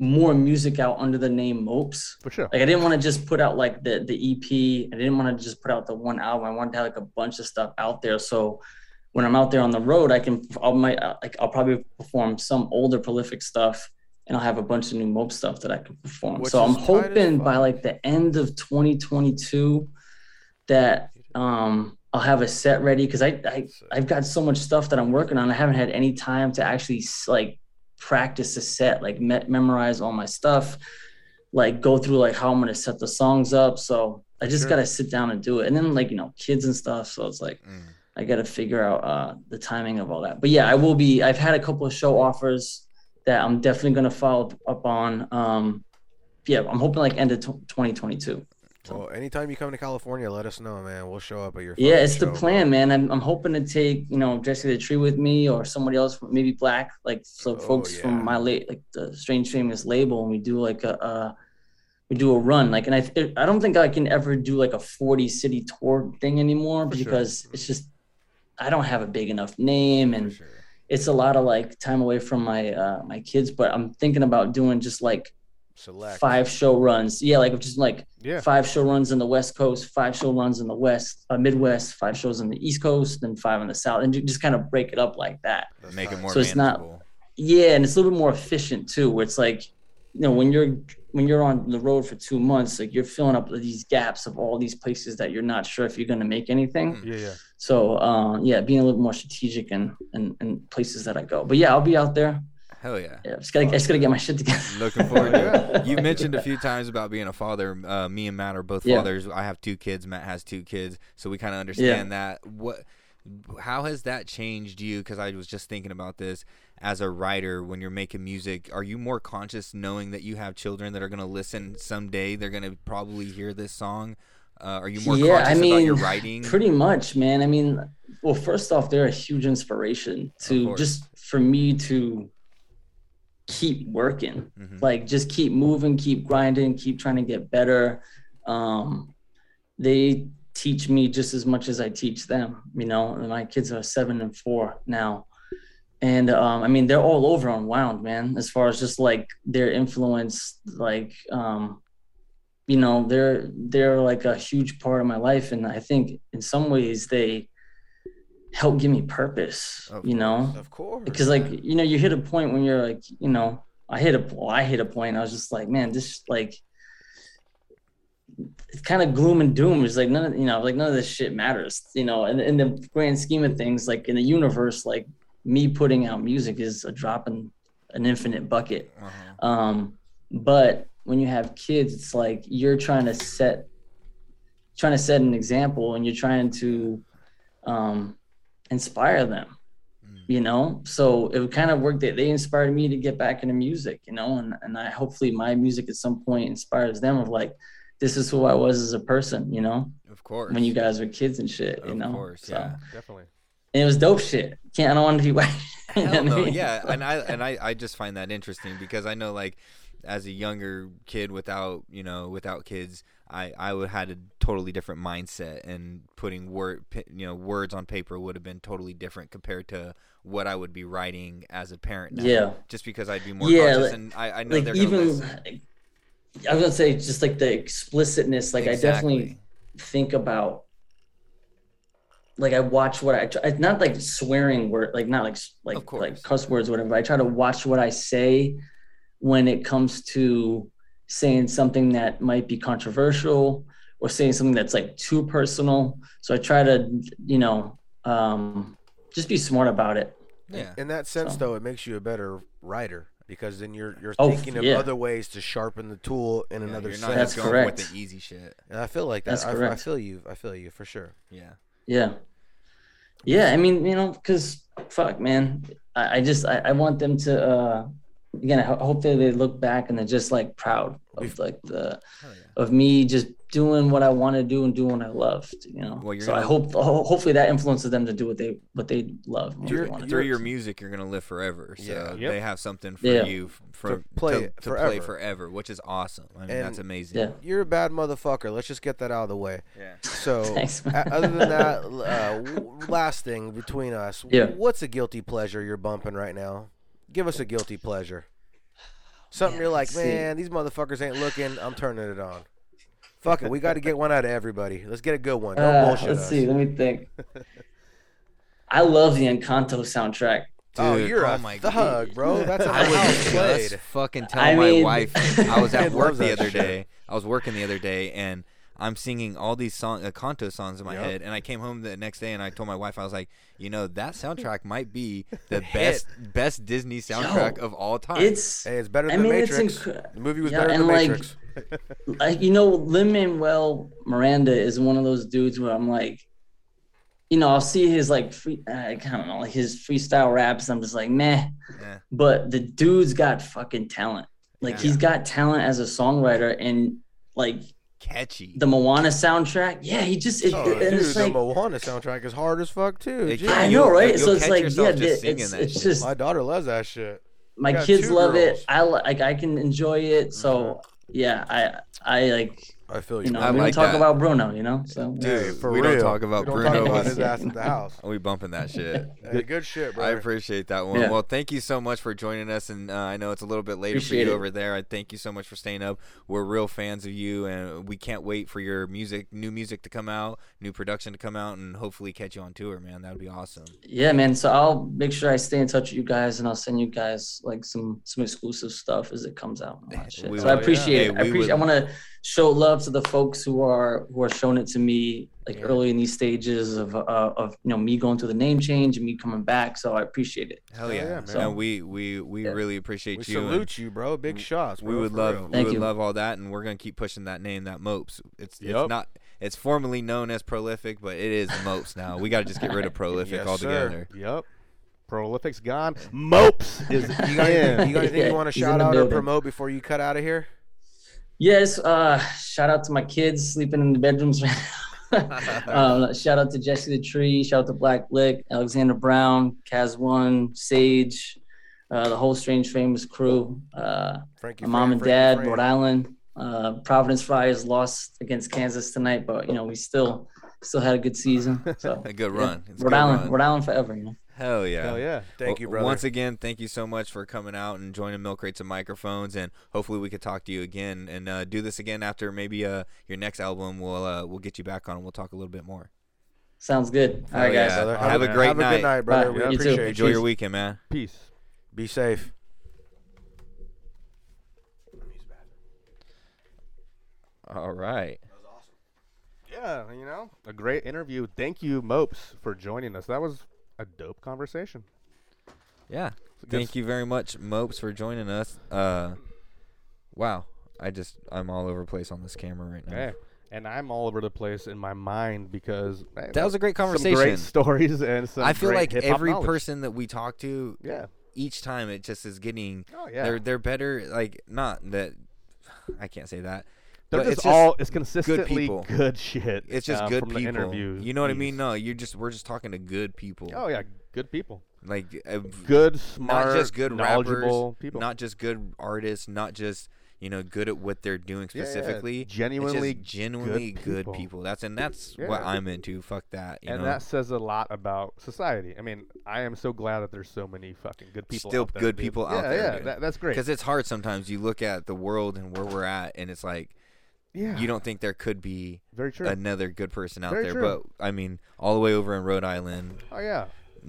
S13: more music out under the name Mopes.
S4: For sure.
S13: Like I didn't want to just put out like the the EP. I didn't want to just put out the one album. I wanted to have like a bunch of stuff out there. So when I'm out there on the road, I can I might uh, like I'll probably perform some older prolific stuff, and I'll have a bunch of new Mope stuff that I can perform.
S9: Which
S13: so I'm
S9: is tight as
S13: hoping
S9: fuck.
S13: by like the end of 2022 that um I'll have a set ready because I, I I've got so much stuff that I'm working on. I haven't had any time to actually s- like practice a set, like me- memorize all my stuff. like go through like how I'm gonna set the songs up. So I just
S4: Sure.
S13: gotta sit down and do it. And then like you know kids and stuff. So it's like
S8: Mm.
S13: I gotta figure out uh, the timing of all that. But yeah, I will be. I've had a couple of show offers that I'm definitely gonna follow up on. Um, yeah, I'm hoping like end of tw 2022.
S9: Well, anytime you come to California, let us know, man. We'll show up at your.
S13: Yeah,
S9: fucking
S13: it's the
S9: show, bro.
S13: plan, man. I'm, I'm hoping to take you know Jesse the Tree with me or somebody else, from- maybe Black, like so folks from my late like the Strange Famous label, and we do like a uh, we do a run like, and I th- I don't think I can ever do like a 40 city tour thing anymore
S4: For sure.
S13: because it's just I don't have a big enough name and it's a lot of like time away from my uh, my kids. But I'm thinking about doing just like
S9: Select.
S13: five show runs. Yeah, like just like
S4: Yeah.
S13: five show runs in the West Coast, five show runs in the West, uh, Midwest, five shows in the East Coast, then five in the South, and ju- just kind of break it up like that.
S9: That's
S8: Make it
S9: tight.
S8: more
S13: So it's not-
S8: manageable.
S13: Yeah, and it's a little bit more efficient too, where it's like, you know, when you're when you're on the road for two months, like you're filling up these gaps of all these places that you're not sure if you're going to make anything.
S4: Yeah, yeah.
S13: So uh, yeah, being a little more strategic and and and places that I go. But yeah, I'll be out there.
S8: Hell yeah.
S13: Yeah, I just gotta I just gotta get my shit together.
S8: Looking forward to it. You mentioned a few times about being a father. Uh, me and Matt are both
S13: Yeah.
S8: fathers. I have two kids. Matt has two kids, so we kind of understand that. What? How has that changed you? Because I was just thinking about this as a writer. When you're making music, are you more conscious knowing that you have children that are going to listen someday? They're going to probably hear this song. Uh, are you more conscious about your writing?
S13: Pretty much, man. I mean, well, first off, they're a huge inspiration to
S8: course.
S13: just for me to keep working,
S8: Mhm.
S13: like just keep moving, keep grinding, keep trying to get better. Um, they teach me just as much as I teach them, you know. And my kids are seven and four now. And um, I mean, they're all over on Wound, man, as far as just like their influence, like um, you know they're they're like a huge part of my life and i think in some ways they help give me purpose
S8: Of
S13: you know
S9: Of course.
S13: because like you know you hit a point when you're like you know i hit a well, i hit a point i was just like man this like it's kind of gloom and doom it's like none of you know like none of this shit matters you know and in the grand scheme of things like in the universe like me putting out music is a drop in an infinite bucket
S8: Uh-huh.
S13: um, but when you have kids, it's like you're trying to set trying to set an example and you're trying to um, inspire them.
S8: Mm.
S13: You know, so it kind of worked that they inspired me to get back into music, you know, and, and I hopefully my music at some point inspires them of like, this is who I was as a person, you know,
S8: Of course.
S13: when you guys were kids and shit, you
S8: Of
S13: know.
S8: course,
S13: So-
S8: yeah.
S4: Definitely.
S13: And it was dope shit. Can't I don't want to be white. You know what I
S8: Hell no,
S13: mean?
S8: yeah, and I and I, I just find that interesting because I know like as a younger kid without you know without kids, I I would had a totally different mindset and putting word pi- you know words on paper would have been totally different compared to what I would be writing as a parent now.
S13: Yeah.
S8: just because I'd be more
S13: Yeah,
S8: conscious
S13: like-
S8: and I, I know
S13: like
S8: they're gonna
S13: even
S8: listen.
S13: I was gonna say just like the explicitness. Like I definitely
S8: Exactly.
S13: think about like I watch what I tr- it's not like swearing word like not like s-
S8: Of
S13: like
S8: course.
S13: like cuss words or whatever. I try to watch what I say when it comes to saying something that might be controversial or saying something that's like too personal. So I try to you know um, just be smart about it.
S8: yeah.
S9: In that sense,
S13: So-
S9: though, it makes you a better writer because then you're you're
S13: Oh,
S9: thinking of
S13: yeah.
S9: other ways to sharpen the tool in
S8: Yeah,
S9: another
S8: you're not
S9: sense.
S13: That's
S8: just going with
S13: correct.
S8: the easy shit.
S9: And I feel like that.
S13: That's
S9: I, I
S13: correct.
S9: feel you. I feel you for sure.
S8: Yeah,
S13: Yeah. Yeah, I mean, you know, because fuck, man, I, I just I, I want them to uh again. I ho- hope that they look back and they're just like proud of like the
S8: hell yeah.
S13: of me just doing what I want to do and doing what I loved. You know,
S8: Well, you're
S13: so I
S8: gonna-
S13: hope ho- hopefully that influences them to do what they what they love. and What they
S9: You're-
S13: want to
S8: through
S13: do.
S8: your music you're gonna live forever so
S9: Yeah.
S4: Yep.
S8: they have something for
S13: Yeah.
S8: you f- for,
S9: To play
S8: to, to
S9: forever.
S8: play forever which is awesome i mean
S9: And-
S8: that's amazing
S13: Yeah.
S9: You're a bad motherfucker. Let's just get that out of the way.
S8: Yeah.
S9: So,
S13: Thanks,
S9: a-
S13: man.
S9: other than that, l- uh, w- last thing between us,
S13: Yeah.
S9: what's a guilty pleasure you're bumping right now? Give us a guilty pleasure. Something you're like,
S13: see.
S9: man, these motherfuckers ain't looking. I'm turning it on. Fuck it, we got to get one out of everybody. Let's get a good one. Don't
S13: Uh,
S9: bullshit
S13: let's
S9: us.
S13: see. Let me think. I love the Encanto soundtrack.
S9: Oh,
S8: Dude,
S9: you're
S8: oh
S9: a
S8: my
S9: thug,
S8: God.
S9: bro. That's how
S8: I
S9: I
S8: was just
S9: played.
S8: fucking tell
S13: I
S8: my
S13: mean-
S8: wife I was
S9: I
S8: at
S9: love
S8: work the
S9: that
S8: other
S9: shit.
S8: day. I was working the other day and I'm singing all these song, uh, Kanto songs in my
S9: Yep.
S8: head. And I came home the next day and I told my wife, I was like, you know, that soundtrack might be the
S9: Hit.
S8: best best Disney soundtrack of all time.
S13: It's
S9: Hey, it's better
S13: I
S9: than
S13: mean, it's
S9: Matrix.
S13: inc-
S9: the movie was
S13: yeah,
S9: better
S13: and
S9: than
S13: like-
S9: Matrix.
S13: like you know Lin Manuel Miranda is one of those dudes where I'm like, you know, I'll see his like free, uh, I don't know, like his freestyle raps. I'm just like, meh.
S8: Yeah.
S13: But the dude's got fucking talent. Like
S8: Yeah.
S13: he's got talent as a songwriter, and like
S8: catchy.
S13: the Moana soundtrack, yeah, he just it,
S9: Oh,
S13: and
S9: dude,
S13: it's like
S9: the Moana soundtrack is hard as fuck too.
S8: It-
S9: Jeez.
S13: I
S8: You'll-
S13: know, right?
S8: you'll
S13: so it's
S8: catch
S13: like,
S8: yourself
S13: yeah,
S8: just
S13: th-
S8: singing
S13: it's,
S8: that
S13: it's
S8: shit.
S13: just
S9: My daughter loves that shit.
S13: my
S9: got
S13: kids
S9: two
S13: love
S9: girls.
S13: it. I li- like I can enjoy it. So yeah, I I like
S9: I feel you.
S13: you know
S8: Mm-hmm. I
S13: we
S8: like
S13: don't talk
S8: that.
S13: about Bruno, you know. So
S9: Hey,
S8: Dude,
S9: for
S8: we
S9: real.
S8: don't talk about
S9: we don't
S8: Bruno.
S9: Talk about his ass at the house.
S8: Are we bumping that shit?
S9: Hey, good shit, bro.
S8: I appreciate that one.
S13: Yeah.
S8: Well, thank you so much for joining us, and uh, I know it's a little bit later
S13: Appreciate
S8: for you
S13: it.
S8: over there. I thank you so much for staying up. We're real fans of you, and we can't wait for your music, new music to come out, new production to come out, and hopefully catch you on tour, man. That would be awesome.
S13: yeah, man. So I'll make sure I stay in touch with you guys, and I'll send you guys like some some exclusive stuff as it comes out. and all that shit.
S8: We
S13: so
S8: will,
S13: I
S8: yeah.
S13: appreciate
S8: Hey,
S13: it. I
S8: we
S13: appreciate. I
S8: would-
S13: want to show love to the folks who are who are showing it to me like early in these stages of uh, of you know me going through the name change and me coming back. So I appreciate it.
S8: Hell yeah,
S9: yeah,
S8: man!
S9: man.
S8: and we we we really appreciate
S9: we
S8: you. and
S9: salute you, bro. Big shots.
S8: we
S9: bro,
S8: would
S9: for
S8: love
S9: real.
S8: we
S13: Thank
S8: would
S13: you.
S8: love all that, and we're gonna keep pushing that name, that Mopes. It's it's
S4: Yep.
S8: not it's formerly known as Prolific, but it is Mopes now. We got to just get rid of Prolific
S9: Yes, sir.
S8: altogether.
S4: Yep. Prolific's gone. Mopes is
S9: You got anything,
S4: in.
S9: you, got anything
S13: Yeah,
S9: you want to
S13: he's in
S9: shout
S13: the
S9: out or
S13: building.
S9: promote before you cut out of here?
S13: Yes, uh, shout out to my kids sleeping in the bedrooms. right now. um, shout out to Jesse the Tree. Shout out to Black Lick, Alexander Brown, Kaz One, Sage, uh, the whole Strange Famous crew. Uh,
S9: Frankie,
S13: my mom
S9: Fran,
S13: and
S9: Frankie
S13: dad,
S9: Fran.
S13: Rhode Island. Uh, Providence Friars lost against Kansas tonight, but you know we still still had a good season. So
S8: A good run. It's a
S13: Rhode
S8: good
S13: Island,
S8: run.
S13: Rhode Island forever. You know.
S8: Hell yeah.
S4: Hell yeah.
S9: Thank
S8: Well,
S9: you, brother.
S8: Once again, thank you so much for coming out and joining Milk Crates and Microphones, and hopefully we could talk to you again and uh, do this again after maybe uh, your next album. We'll uh, we'll get you back on and we'll talk a little bit more.
S13: Sounds good. All
S8: Hell
S13: right, guys.
S8: yeah.
S9: brother.
S8: Have a great
S9: have a
S8: night.
S9: good night, brother.
S13: Bye.
S9: We
S13: You too.
S9: appreciate you.
S8: Enjoy your weekend, man.
S4: Peace.
S9: Be safe.
S8: All right.
S4: Yeah, you know, a great interview. Thank you, Mopes, for joining us. That was a dope conversation.
S8: Yeah.
S4: good
S8: Thank
S4: s-
S8: you very much, Mopes, for joining us. Uh, wow. I just I'm all over the place on this camera right now.
S4: Yeah. And I'm all over the place in my mind because man,
S8: That was a great
S4: some
S8: conversation.
S4: great stories and some.
S8: I feel
S4: great
S8: like
S4: hip-hop
S8: every
S4: knowledge.
S8: person that we talk to,
S4: Yeah.
S8: each time it just is getting
S4: Oh, yeah.
S8: they're they're better like not that I can't say that.
S4: They're
S8: but
S4: just
S8: it's
S4: all it's consistently
S8: people.
S4: good shit.
S8: it's just
S4: uh,
S8: good
S4: from the
S8: people.
S4: interviews.
S8: you know what I
S4: Jeez.
S8: mean? No, you're just we're just talking to good people.
S4: Oh yeah, good people.
S8: Like uh,
S4: Good, smart,
S8: not just good
S4: knowledgeable
S8: rappers,
S4: people.
S8: not just good artists, not just you know good at what they're doing
S4: yeah.
S8: specifically. It's just
S4: Genuinely good
S8: genuinely good people.
S4: people.
S8: That's and that's what
S4: Yeah.
S8: I'm into. Fuck that. You
S4: and
S8: know?
S4: that says a lot about society. I mean, I am so glad that there's so many fucking good people.
S8: still
S4: out there,
S8: good
S4: dude.
S8: people
S4: yeah,
S8: out there.
S4: Yeah, that- that's great.
S8: Because it's hard sometimes. You look at the world and where we're at, and it's like
S4: yeah,
S8: you don't think there could be
S4: very true.
S8: another good person out
S4: Very
S8: there.
S4: true.
S8: But I mean, all the way over in Rhode Island,
S4: oh yeah,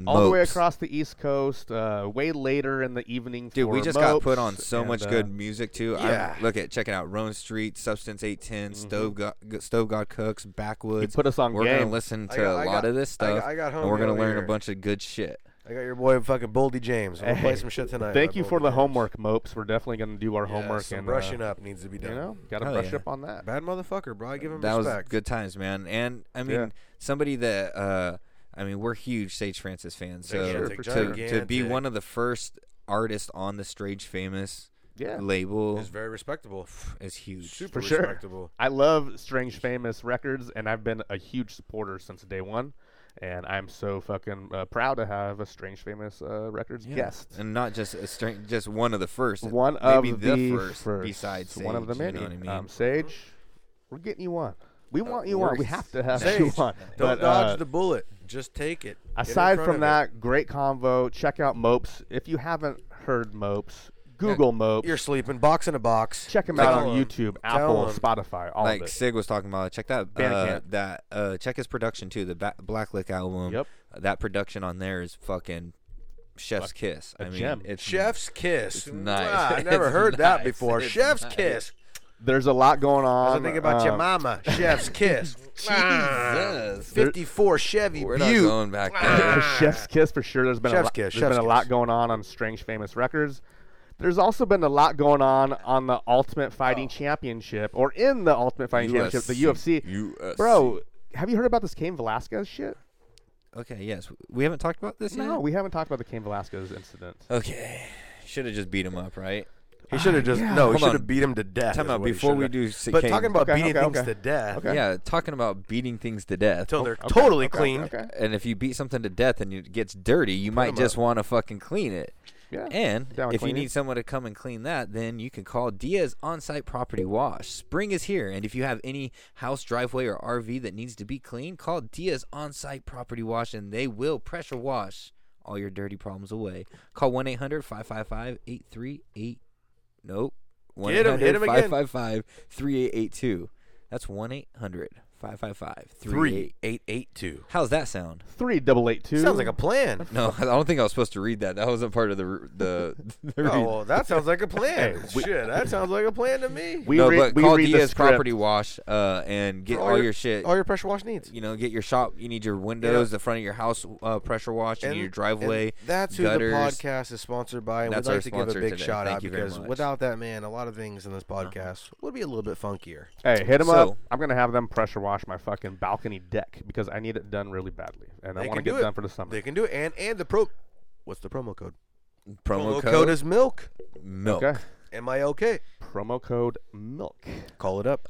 S4: all the way
S8: Mopes.
S4: across the East Coast, uh, way later in the evening.
S8: Dude,
S4: for
S8: we just got put
S4: Mopes
S8: on so
S4: and,
S8: much
S4: uh,
S8: good music too.
S9: yeah.
S8: I look at check it out. Roan Street, Substance 810, Stove God, Stove God Cooks, Backwoods.
S4: Mm-hmm. put us on
S8: We're
S4: game.
S8: gonna listen to
S9: I got-
S8: a
S9: I
S8: lot
S9: got-
S8: of this
S9: I got-
S8: stuff.
S9: I got
S8: and we're
S9: homie
S8: gonna
S9: over
S8: learn a
S9: here.
S8: bunch of good shit.
S9: I got your boy fucking Boldy James. We'll
S4: Hey,
S9: play some shit tonight.
S4: uh, Thank
S9: my
S4: you
S9: Boldy
S4: for the
S9: James.
S4: homework, Mopes. We're definitely gonna do our
S9: Yeah,
S4: homework
S9: some
S4: and
S9: brushing
S4: uh,
S9: up needs to be done.
S4: You know, gotta
S8: Hell
S4: brush
S8: yeah.
S4: up on that.
S9: Bad motherfucker, bro. I give him
S8: that was
S9: respect.
S8: good times, man. And I mean,
S4: Yeah.
S8: somebody that uh, I mean, we're huge Sage Francis fans. So
S9: Gigantic,
S8: to, to be
S9: gigantic.
S8: one of the first artists on the Strange Famous
S4: Yeah.
S8: label
S9: He's very respectable.
S8: is huge.
S9: Super
S4: For sure.
S9: respectable.
S4: I love Strange Famous Records, and I've been a huge supporter since day one. And I'm so fucking uh, proud to have a Strange Famous uh, Records guest.
S8: and not just a strength, just one of the first.
S4: one of
S8: maybe
S4: the,
S8: first, besides Sage,
S4: one of the many.
S8: You know what I mean?
S4: um, Sage, we're getting you on. We want you on.
S8: we're-
S4: We have to have you
S9: Sage,
S4: on.
S9: don't
S4: But,
S9: dodge
S4: uh,
S9: the bullet. Just take it. Get in
S4: aside
S9: front
S4: from
S9: of
S4: that, great convo. Check out Mopes if you haven't heard Mopes. Google Mopes.
S9: it. you're sleeping. Box in a box.
S4: Check him
S9: Like-
S4: out on
S9: Tell 'em.
S4: YouTube,
S9: Tell
S4: Apple,
S9: 'em.
S4: Spotify, all
S8: like
S4: of it.
S8: Sig was talking about. Check that. Uh,
S4: Bandcamp.
S8: that uh, check his production too. The ba- Blacklick album.
S4: Yep.
S8: That production on there is fucking chef's kiss. I mean,
S4: gem.
S8: it's
S9: Chef's kiss.
S8: nice.
S9: Wow, I never
S8: It's
S9: heard that
S8: nice.
S9: before.
S8: It's
S9: Chef's
S8: nice.
S9: kiss.
S4: There's a lot going on.
S9: I was thinking about your
S4: um,
S9: mama. Chef's kiss. Jesus. 54 Chevy
S8: We're not
S9: Butte.
S8: going back
S4: Uh,
S8: there.
S4: Chef's Kiss for sure. There's been a
S9: Chef's
S4: lot,
S9: Kiss,
S4: there's been
S9: Chef's
S4: a lot
S9: Kiss.
S4: going on on Strange Famous Records. There's also been a lot going on on the Ultimate Fighting
S9: Oh.
S4: Championship or in the Ultimate Fighting Championship, the UFC.
S8: UFC.
S4: Bro, have you heard about this Cain Velasquez shit?
S8: Okay, yes. We haven't talked about this
S4: No,
S8: yet?
S4: we haven't talked about the Cain Velasquez incident.
S8: Okay. Should have just beat him up, right?
S9: He should have just no. He
S8: Hold
S9: should
S8: on.
S9: have beat him to death.
S8: Time
S9: is
S8: out,
S9: what he
S8: before
S9: should
S8: we
S9: have.
S8: do s-
S9: But
S8: Kane.
S9: talking about
S4: Okay,
S9: beating
S4: okay,
S9: things
S4: okay.
S9: to death
S4: Okay.
S8: Yeah, talking about beating things to death.
S9: until they're totally clean.
S4: Okay.
S8: And if you beat something to death and it gets dirty, you might just want to fucking clean it.
S4: Yeah.
S8: And
S4: Down with
S8: if you
S4: cleaning.
S8: need someone to come and clean that, then you can call Diaz On-Site Property Wash. Spring is here, and if you have any house, driveway, or RV that needs to be cleaned, call Diaz On-Site Property Wash, and they will pressure wash all your dirty problems away. Call 1-800-555-838. Nope.
S9: Get 'em, hit 'em again.
S8: 1-800-555-3882. That's 1-800-555-3882.
S9: Three eight eight two.
S8: How's that sound?
S4: Three double eight two.
S9: Sounds like a plan.
S8: No, I don't think I was supposed to read that. That wasn't part of the the. the
S9: Oh,
S8: read.
S9: well, that sounds like a plan. Shit, that sounds like a plan to me.
S4: we
S8: no,
S4: read,
S8: but
S4: we
S8: call
S4: read the
S8: Diaz
S4: script.
S8: Property Wash uh, and get
S9: For
S8: all your, shit.
S9: all your pressure wash needs.
S8: you know, get your shop. You need your windows, the front of your house uh, pressure washed, and, your
S9: and
S8: driveway.
S9: that's who
S8: gutters.
S9: the podcast is sponsored by. And
S8: That's
S9: we'd
S8: our
S9: like to give a
S8: sponsor
S9: big
S8: today.
S9: shout
S8: Thank
S9: out
S8: you very
S9: because
S8: much. Uh-huh.
S9: without that man, a lot of things in this podcast would be a little bit funkier.
S4: Hey, hit him
S8: So-
S4: up. I'm gonna have them pressure wash my fucking balcony deck because I need it done really badly, and I
S9: They
S4: want to
S9: can do
S4: get
S9: it.
S4: done for the summer.
S9: They can do it. And and the pro. What's the promo code?
S8: Promo,
S9: code,
S8: code
S9: is milk.
S8: milk.
S4: okay.
S8: Okay.
S9: Am I okay?
S4: Promo code milk.
S9: Call it up.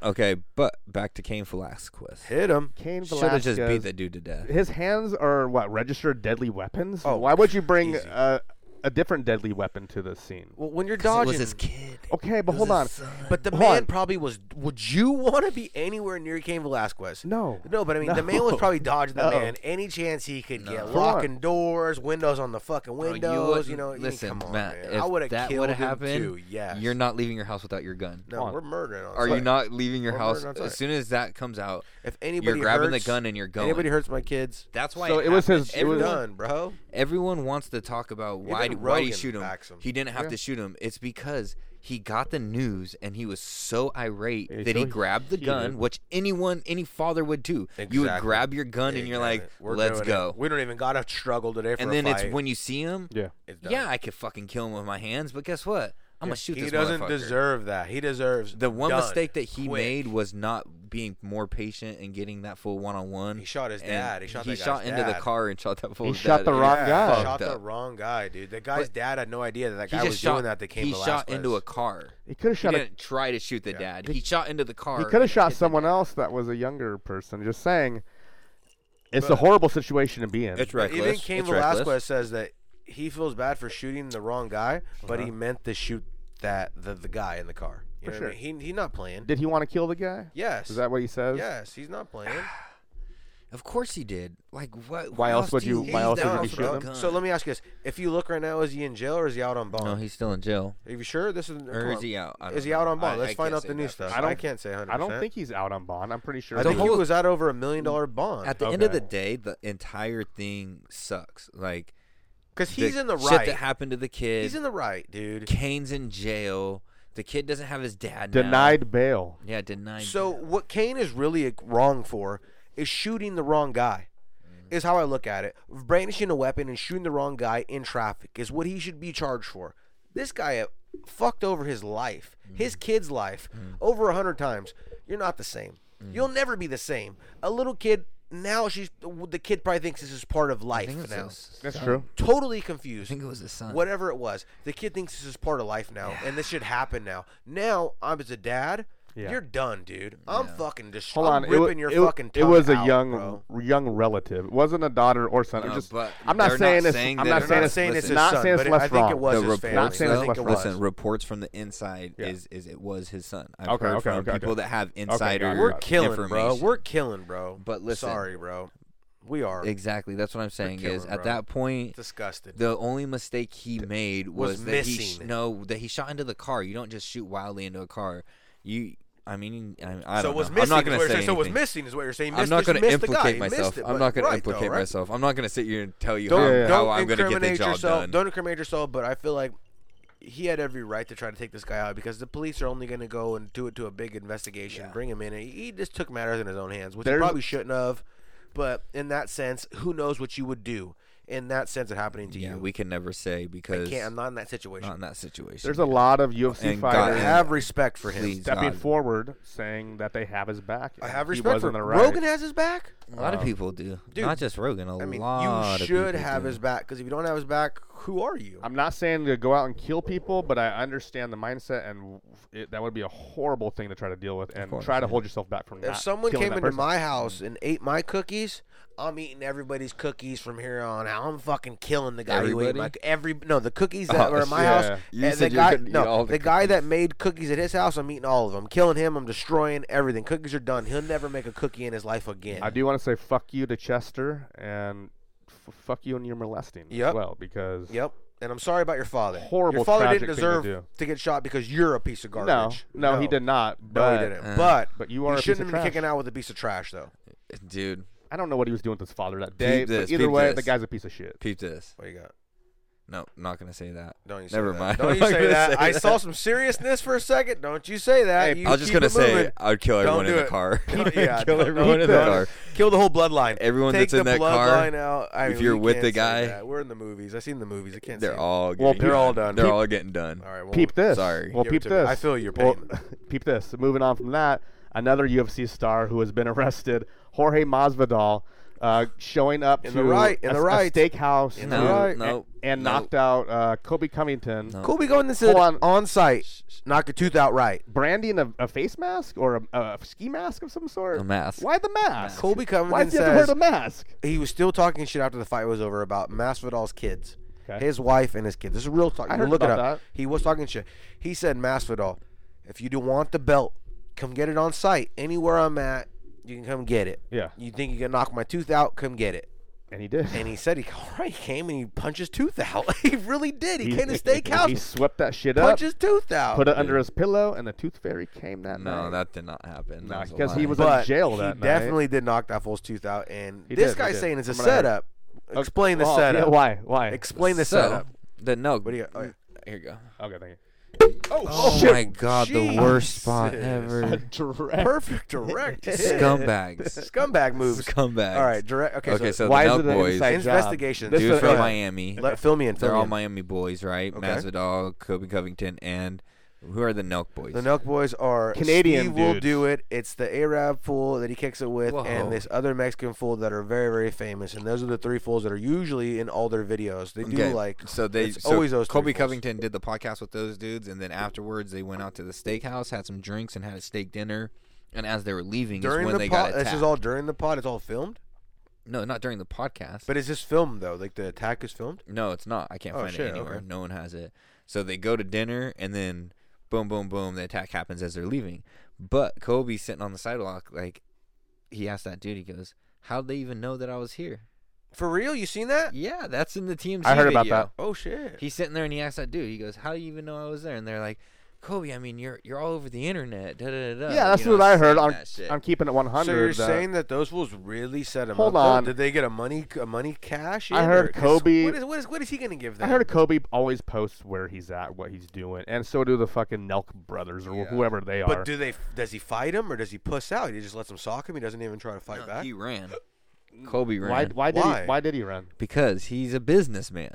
S8: but back to Cain Velasquez.
S9: Hit him.
S4: Cain
S8: Should have
S4: Velasquez.
S8: just beat the dude to death.
S4: his hands are what registered deadly weapons.
S9: Oh,
S4: why would you bring
S9: easy.
S4: a, a different deadly weapon to the scene?
S9: Well, when you're
S8: 'Cause It
S9: dodging,
S8: was his kid.
S4: Okay, but
S8: It was
S4: hold
S8: his
S4: on.
S8: son.
S9: But the
S4: Hold
S9: man
S4: on.
S9: probably was. Would you want to be anywhere near Cain Velasquez?
S4: No.
S9: No, but I mean, the man was
S4: No.
S9: probably dodging the
S4: No.
S9: man any chance he could get.
S4: on.
S9: Locking doors, windows on the fucking windows. you,
S8: wouldn't-
S9: know, I mean,
S8: listen,
S9: come on,
S8: Matt.
S9: man.
S8: If
S9: I would have
S8: that
S9: killed
S8: woulda
S9: him
S8: happened,
S9: too. Yes.
S8: you're not leaving your house without your gun.
S9: No,
S4: on.
S9: we're murdering. on
S8: Are you
S9: site.
S8: not leaving your
S9: Or
S8: house
S9: murder on
S8: as
S9: site.
S8: soon as that comes out?
S9: If anybody
S8: grabbing the
S9: hurts-
S8: gun and you're going.
S9: Anybody hurts my kids?
S8: That's why.
S4: So it was
S8: happens.
S4: his- it was-
S8: Everyone,
S9: Done, bro.
S8: everyone wants to talk about why
S9: Even
S8: why he
S9: Rogan
S8: shoot him.
S9: backs him.
S8: He didn't have to shoot him. It's because he got the news and he was so irate
S4: Yeah,
S8: that
S4: so
S8: he grabbed the
S4: heated.
S8: gun, which anyone, any father would do. You would
S9: Exactly.
S8: grab your gun and
S9: Yeah,
S8: you're
S9: got
S8: like,
S9: it. We're
S8: "Let's
S9: doing it.
S8: go."
S9: We don't even gotta struggle today for
S8: And
S9: a
S8: then it's
S9: fight.
S8: when you see him.
S4: Yeah.
S9: It's done.
S8: Yeah, I could fucking kill him with my hands, but guess what? I'm gonna shoot
S9: he
S8: this
S9: doesn't
S8: motherfucker.
S9: deserve that. He deserves
S8: The one
S9: done,
S8: mistake that he
S9: quick.
S8: made was not being more patient and getting that full one on one.
S9: He shot his dad. He shot that guy's
S8: into the
S9: dad.
S8: car and shot that full.
S4: He shot the wrong guy.
S9: Shot
S8: Fucked
S9: the
S8: up.
S9: wrong guy, dude. The guy's dad had no idea that that
S8: He
S9: guy
S8: just
S9: was
S8: shot,
S9: doing that. They came.
S8: He
S9: to
S8: shot
S9: Velasquez.
S8: into a car.
S4: He could have
S8: He
S4: shot. A,
S8: didn't try to shoot the dad. He shot into the car.
S4: he could have
S8: and
S4: shot
S8: hit the
S4: someone
S8: dad.
S4: else that was a younger person. Just saying, it's a horrible situation to be in.
S8: It's
S9: But
S8: reckless.
S9: Even Cain
S8: it's
S9: Velasquez
S8: reckless.
S9: says that he feels bad for shooting the wrong guy, but
S8: Uh-huh.
S9: he meant to shoot that the, the guy in the car. You
S4: For
S9: know what I mean? He he not playing.
S4: Did he want to kill the guy?
S9: yes.
S4: Is that what he says?
S9: Yes, he's not playing.
S8: Of course he did. Like what?
S4: Why else would
S8: do
S4: you- why
S8: leave
S4: else
S8: that
S4: would you
S8: with
S4: shoot
S8: a
S4: him?
S8: gun?
S9: So let me ask you this: If you look right now, is he in jail or is he out on bond?
S8: No, he's still in jail.
S9: Are you sure? This is.
S8: Or
S9: come
S8: is
S9: on.
S8: he out? I
S9: Is
S8: don't
S9: he out
S8: know.
S9: on bond?
S8: I-
S9: Let's
S8: I
S9: find
S8: can't
S9: out
S8: say
S9: the new
S8: that for
S9: stuff.
S8: sure.
S4: I don't-
S9: can't say 100.
S4: I don't think he's out on bond. I'm pretty sure.
S9: I
S4: that
S9: think
S4: he-
S9: he
S8: whole-
S9: was out over a million dollar bond.
S8: At the end of
S4: Okay.
S8: the day, the entire thing sucks. Like
S9: Because he's in the
S8: shit
S9: right.
S8: that happened to the kid.
S9: He's in the right, dude.
S8: Kane's in jail. The kid doesn't have his dad. now.
S4: denied bail.
S8: Yeah, denied.
S9: So what Kane is really wrong for is shooting the wrong guy. Is how I look at it. Brandishing a weapon and shooting the wrong guy in traffic is what he should be charged for. This guy uh, fucked over his life, his kid's life, over a hundred times. You're not the same. You'll never be the same. A little kid now, she's the kid probably thinks this is part of
S8: I
S9: life
S8: think it was
S9: now.
S8: his-
S4: That's true.
S9: Totally
S8: I
S9: confused.
S8: think it was his son.
S9: whatever it was. The kid thinks this is part of life now, and this should happen now. Now I'm as a dad.
S4: Yeah.
S9: You're done, dude. I'm fucking just.
S4: Hold
S9: I'm
S4: on,
S9: ripping
S4: it, wa-
S9: your
S4: it, wa-
S9: fucking.
S4: it was a
S9: tongue out,
S4: young,
S9: bro.
S4: young relative. It wasn't a daughter or son.
S8: No,
S4: I'm just.
S8: but
S4: I'm not
S8: they're not
S4: saying it's.
S8: saying
S4: I'm
S8: that
S4: not
S8: they're
S4: saying
S8: not
S4: it's.
S8: saying it's his
S4: not
S9: son,
S4: saying it's
S9: but it-
S4: less
S9: I think
S4: wrong.
S9: it was
S8: the
S9: his family.
S8: reports,
S4: Not saying it's
S8: though-
S4: less wrong.
S8: listen, reports from the inside
S4: Yeah.
S8: is is it was his son. I've
S4: Okay,
S8: heard
S4: okay,
S8: from
S4: okay,
S8: people
S4: okay.
S8: that have
S4: got it,
S8: insider.
S4: got
S9: We're
S4: it.
S9: killing, bro.
S8: information.
S9: We're killing, bro.
S8: But listen-
S9: sorry, bro. We are
S8: exactly. That's what I'm saying. Is
S9: killing,
S8: at
S9: bro.
S8: that point,
S9: disgusted.
S8: the only mistake he made was,
S9: was
S8: that he sh-
S9: missing.
S8: no that he shot into the car. You don't just shoot wildly into a car. You, I mean, I, I
S9: so
S8: don't
S9: it was
S8: know.
S9: missing.
S8: I'm not
S9: is what
S8: gonna say
S9: you're saying. So it was
S8: anything.
S9: missing is what you're saying.
S8: I'm
S9: Missed-
S8: not
S9: just
S8: going to
S9: missed the guy.
S8: implicate
S9: He missed
S8: myself.
S9: it,
S8: I'm
S9: but-
S8: not going
S9: right,
S8: to
S9: though,
S8: implicate
S9: right?
S8: myself. I'm not going to sit here and tell you
S9: Don't,
S8: how,
S9: don't
S8: how I'm going to get the
S9: incriminate
S8: job
S9: yourself.
S8: done.
S9: Don't incriminate yourself. But I feel like he had every right to try to take this guy out because the police are only going to go and do it to a big investigation, bring him in. And he just took matters in his own hands, which
S4: There's-
S9: he probably shouldn't have. But in that sense, who knows what you would do in that sense of happening to
S8: Yeah,
S9: you?
S8: we can never say
S9: I
S8: because
S9: can't. I'm not in that situation.
S8: not in that situation.
S4: There's a lot of UFC
S8: And God-
S4: fighters
S9: have respect for him.
S8: Please, uh,
S4: stepping
S8: God.
S4: forward, saying that they have his back.
S9: I have
S4: He
S9: respect
S4: was
S9: for
S4: in the right.
S9: Rogan has his back.
S8: A lot of
S4: Um,
S8: people do.
S9: dude,
S8: Not just Rogan. A
S9: I mean,
S8: lot
S9: you
S8: of
S9: should
S8: people
S9: have
S8: do.
S9: his back because if you don't have his back, who are you?
S4: I'm not saying to go out and kill people, but I understand the mindset, and it, that would be a horrible thing to try to deal with, and
S8: course,
S4: try to
S8: yeah.
S4: hold yourself back from.
S9: If
S4: not
S9: someone
S4: killing
S9: came
S4: that
S9: into
S4: person. Mm-hmm.
S9: my house and ate my cookies, I'm eating everybody's cookies from here on out. I'm fucking killing the guy who ate my
S8: Everybody?
S9: every no the cookies that
S14: Oh,
S9: were at my
S4: yeah.
S9: house.
S14: You
S9: and the
S14: said you
S9: guy
S14: couldn't eat
S9: no
S14: all the
S9: the, guy that made cookies at his house. I'm eating all of them. I'm killing him. I'm destroying everything. Cookies are done. He'll never make a cookie in his life again.
S4: I do want to say fuck you to Chester, and f- fuck you and your molesting as
S9: Yep.
S4: well, because
S9: Yep. And I'm sorry about your father.
S4: Horrible,
S9: Your father
S4: tragic
S9: didn't
S4: thing to
S9: deserve
S4: do.
S9: get shot because you're a piece of
S4: no,
S9: garbage.
S4: no, he did not.
S9: No,
S4: But
S9: he didn't.
S8: Uh,
S9: but
S4: but you are a piece
S9: shouldn't
S4: of
S9: have been
S4: trash.
S9: kicking out with a piece of trash though.
S8: Dude,
S4: I don't know what he was doing with his father that day.
S8: this,
S4: but either
S8: peep
S4: way, the
S8: this.
S4: guy's a piece of shit.
S8: peep this.
S9: What you got?
S8: No, not gonna say that.
S9: Don't you say
S8: Never
S9: that.
S8: mind.
S9: Don't
S8: I'm
S9: you
S8: not
S9: say
S8: gonna
S9: that.
S8: say
S9: I
S8: that.
S9: saw some seriousness for a second. Don't you say that.
S4: Hey,
S9: You
S8: I was just
S9: keep
S8: gonna
S9: it
S8: say
S9: moving.
S8: I'd kill
S9: Don't
S8: everyone in
S9: do
S8: the
S9: it.
S8: car.
S9: Don't- yeah,
S8: kill
S9: don't-
S8: everyone in the
S9: don't.
S8: car.
S9: Kill the whole bloodline.
S8: Everyone
S9: Take
S8: that's in
S9: the
S8: that car,
S9: bloodline out. I
S8: if
S9: mean,
S8: you're
S9: we
S8: with
S9: can't
S8: the
S9: say
S8: guy-
S9: that. we're in the movies. I've seen the movies. I can't.
S8: They're
S9: say
S8: all.
S4: Well,
S8: getting
S9: they're all done.
S8: They're
S9: Peep-
S8: all getting done.
S9: It. All right. Well,
S4: Peep this.
S8: Sorry.
S4: Well,
S9: Give it
S4: peep
S9: to me.
S4: this.
S9: I feel your
S4: Well,
S9: pain.
S4: peep this. Moving on from that, another UFC star who has been arrested, Jorge Masvidal, uh, showing up
S9: In
S4: to
S9: the right,
S4: a,
S9: in the
S4: a
S9: right.
S4: steakhouse
S9: In
S8: the
S4: to-
S8: right.
S4: and,
S8: Nope,
S4: and
S8: nope.
S4: knocked out uh, Kobe Covington,
S9: Cool. We going this
S4: Hold
S9: on
S4: on.
S9: on site. Knock a tooth out right.
S4: branding a, a face mask or a, a ski mask of some sort.
S8: A mask.
S4: Why the mask?
S9: Colby
S4: Why
S9: Covington
S4: did you have to wear
S9: says
S4: the mask?
S9: he was still talking shit after the fight was over about Masvidal's kids,
S4: Okay.
S9: his wife and his kids. This is real talk.
S4: I heard
S9: Look it
S4: about
S9: up.
S4: that.
S9: He was talking shit. He said, Masvidal, if you do want the belt, come get it on site. Anywhere I'm at, you can come get it.
S4: Yeah.
S9: You think you can knock my tooth out? Come get it.
S4: And he did.
S9: And he said he, all right, he came and he punched his tooth out. he really did. He,
S4: He-
S9: came to
S4: He
S9: steakhouse,
S4: swept that shit up,
S9: punched his tooth out.
S4: put it under his pillow, and the tooth fairy came that night.
S8: No, that did not happen.
S4: No,
S8: That was a
S4: because he
S8: lie.
S4: was
S9: but
S4: in jail
S9: he
S4: that night.
S9: definitely did knock that fool's tooth out. And
S4: He
S9: this
S4: did, he
S9: guy's
S4: did.
S9: saying it's a
S4: From what I heard.
S9: setup.
S4: Okay,
S9: Explain the
S4: well, yeah,
S9: setup.
S4: why? Why?
S9: Explain the
S8: So,
S9: setup.
S8: The no.
S9: What do you? oh, yeah.
S8: Here you go.
S4: okay, thank you.
S8: Oh, my God! The worst spot
S9: Jesus.
S8: ever.
S9: Perfect direct hit.
S8: Scumbags.
S9: scumbag moves.
S8: Scumbags.
S9: All right, direct. Okay,
S8: Okay,
S9: so,
S8: so
S4: Why
S8: the
S4: is
S8: Nelk
S4: it an
S8: boys.
S4: inside job?
S9: Investigation.
S4: This
S8: Dude
S4: is-
S8: from
S4: yeah.
S8: Miami.
S9: let, fill me in. Fill
S8: They're
S9: me
S8: all
S9: in.
S8: Miami boys, right?
S9: Okay.
S8: Masvidal, Kobe Covington, and who are the Nelk boys?
S9: The Nelk boys are
S4: Canadian
S9: Steve will
S4: dudes.
S9: do it. It's the Arab fool that he kicks it with,
S8: Whoa.
S9: and this other Mexican fool that are very, very famous. And those are the three fools that are usually in all their videos. They do
S8: Okay,
S9: like
S8: so they
S9: it's
S8: so
S9: always those. three
S8: Kobe
S9: fools.
S8: Covington did the podcast with those dudes, and then afterwards they went out to the steakhouse, had some drinks, and had a steak dinner. And as they were leaving, is
S9: during
S8: when
S9: the
S8: they
S9: pod.
S8: got attacked.
S9: This is all during the pod. It's all filmed,
S8: no, not during the podcast.
S9: but is this filmed though? Like the attack is filmed.
S8: no, it's not. I can't
S9: Oh,
S8: find
S9: shit,
S8: it anywhere.
S9: okay.
S8: No one has it. So they go to dinner, and then boom, boom, boom, the attack happens as they're leaving. But Kobe's sitting on the sidewalk, like he asked that dude. He goes, "How'd they even know that I was here?"
S9: For real? You seen that?
S8: Yeah, that's in the TMZ.
S4: I heard about
S8: video.
S4: that.
S9: Oh shit!
S8: He's sitting there and he asks that dude. He goes, "How do you even know I was there?" And they're like, "Kobe, I mean, you're you're all over the internet." Da, da, da, da.
S4: Yeah, that's
S8: You know,
S4: what I heard.
S8: saying
S4: I'm,
S8: that shit.
S4: I'm keeping it 100.
S9: So you're
S4: that
S9: saying that those fools really set him
S4: Hold
S9: up? though?
S4: on.
S9: Did they get a money a money cash?
S4: I
S9: in,
S4: heard
S9: or- 'cause
S4: Kobe-
S9: What is, what is what is he gonna give
S4: I
S9: them?
S4: heard Kobe always posts where he's at, what he's doing, and so do the fucking Nelk brothers or whoever they are.
S9: But do they? Does he fight him or does he puss out? He just lets him sock him. He doesn't even try to fight
S8: No,
S9: back.
S8: he ran. Kobe ran
S4: why? Why did
S9: Why?
S4: he? Why did he run?
S8: because he's a businessman.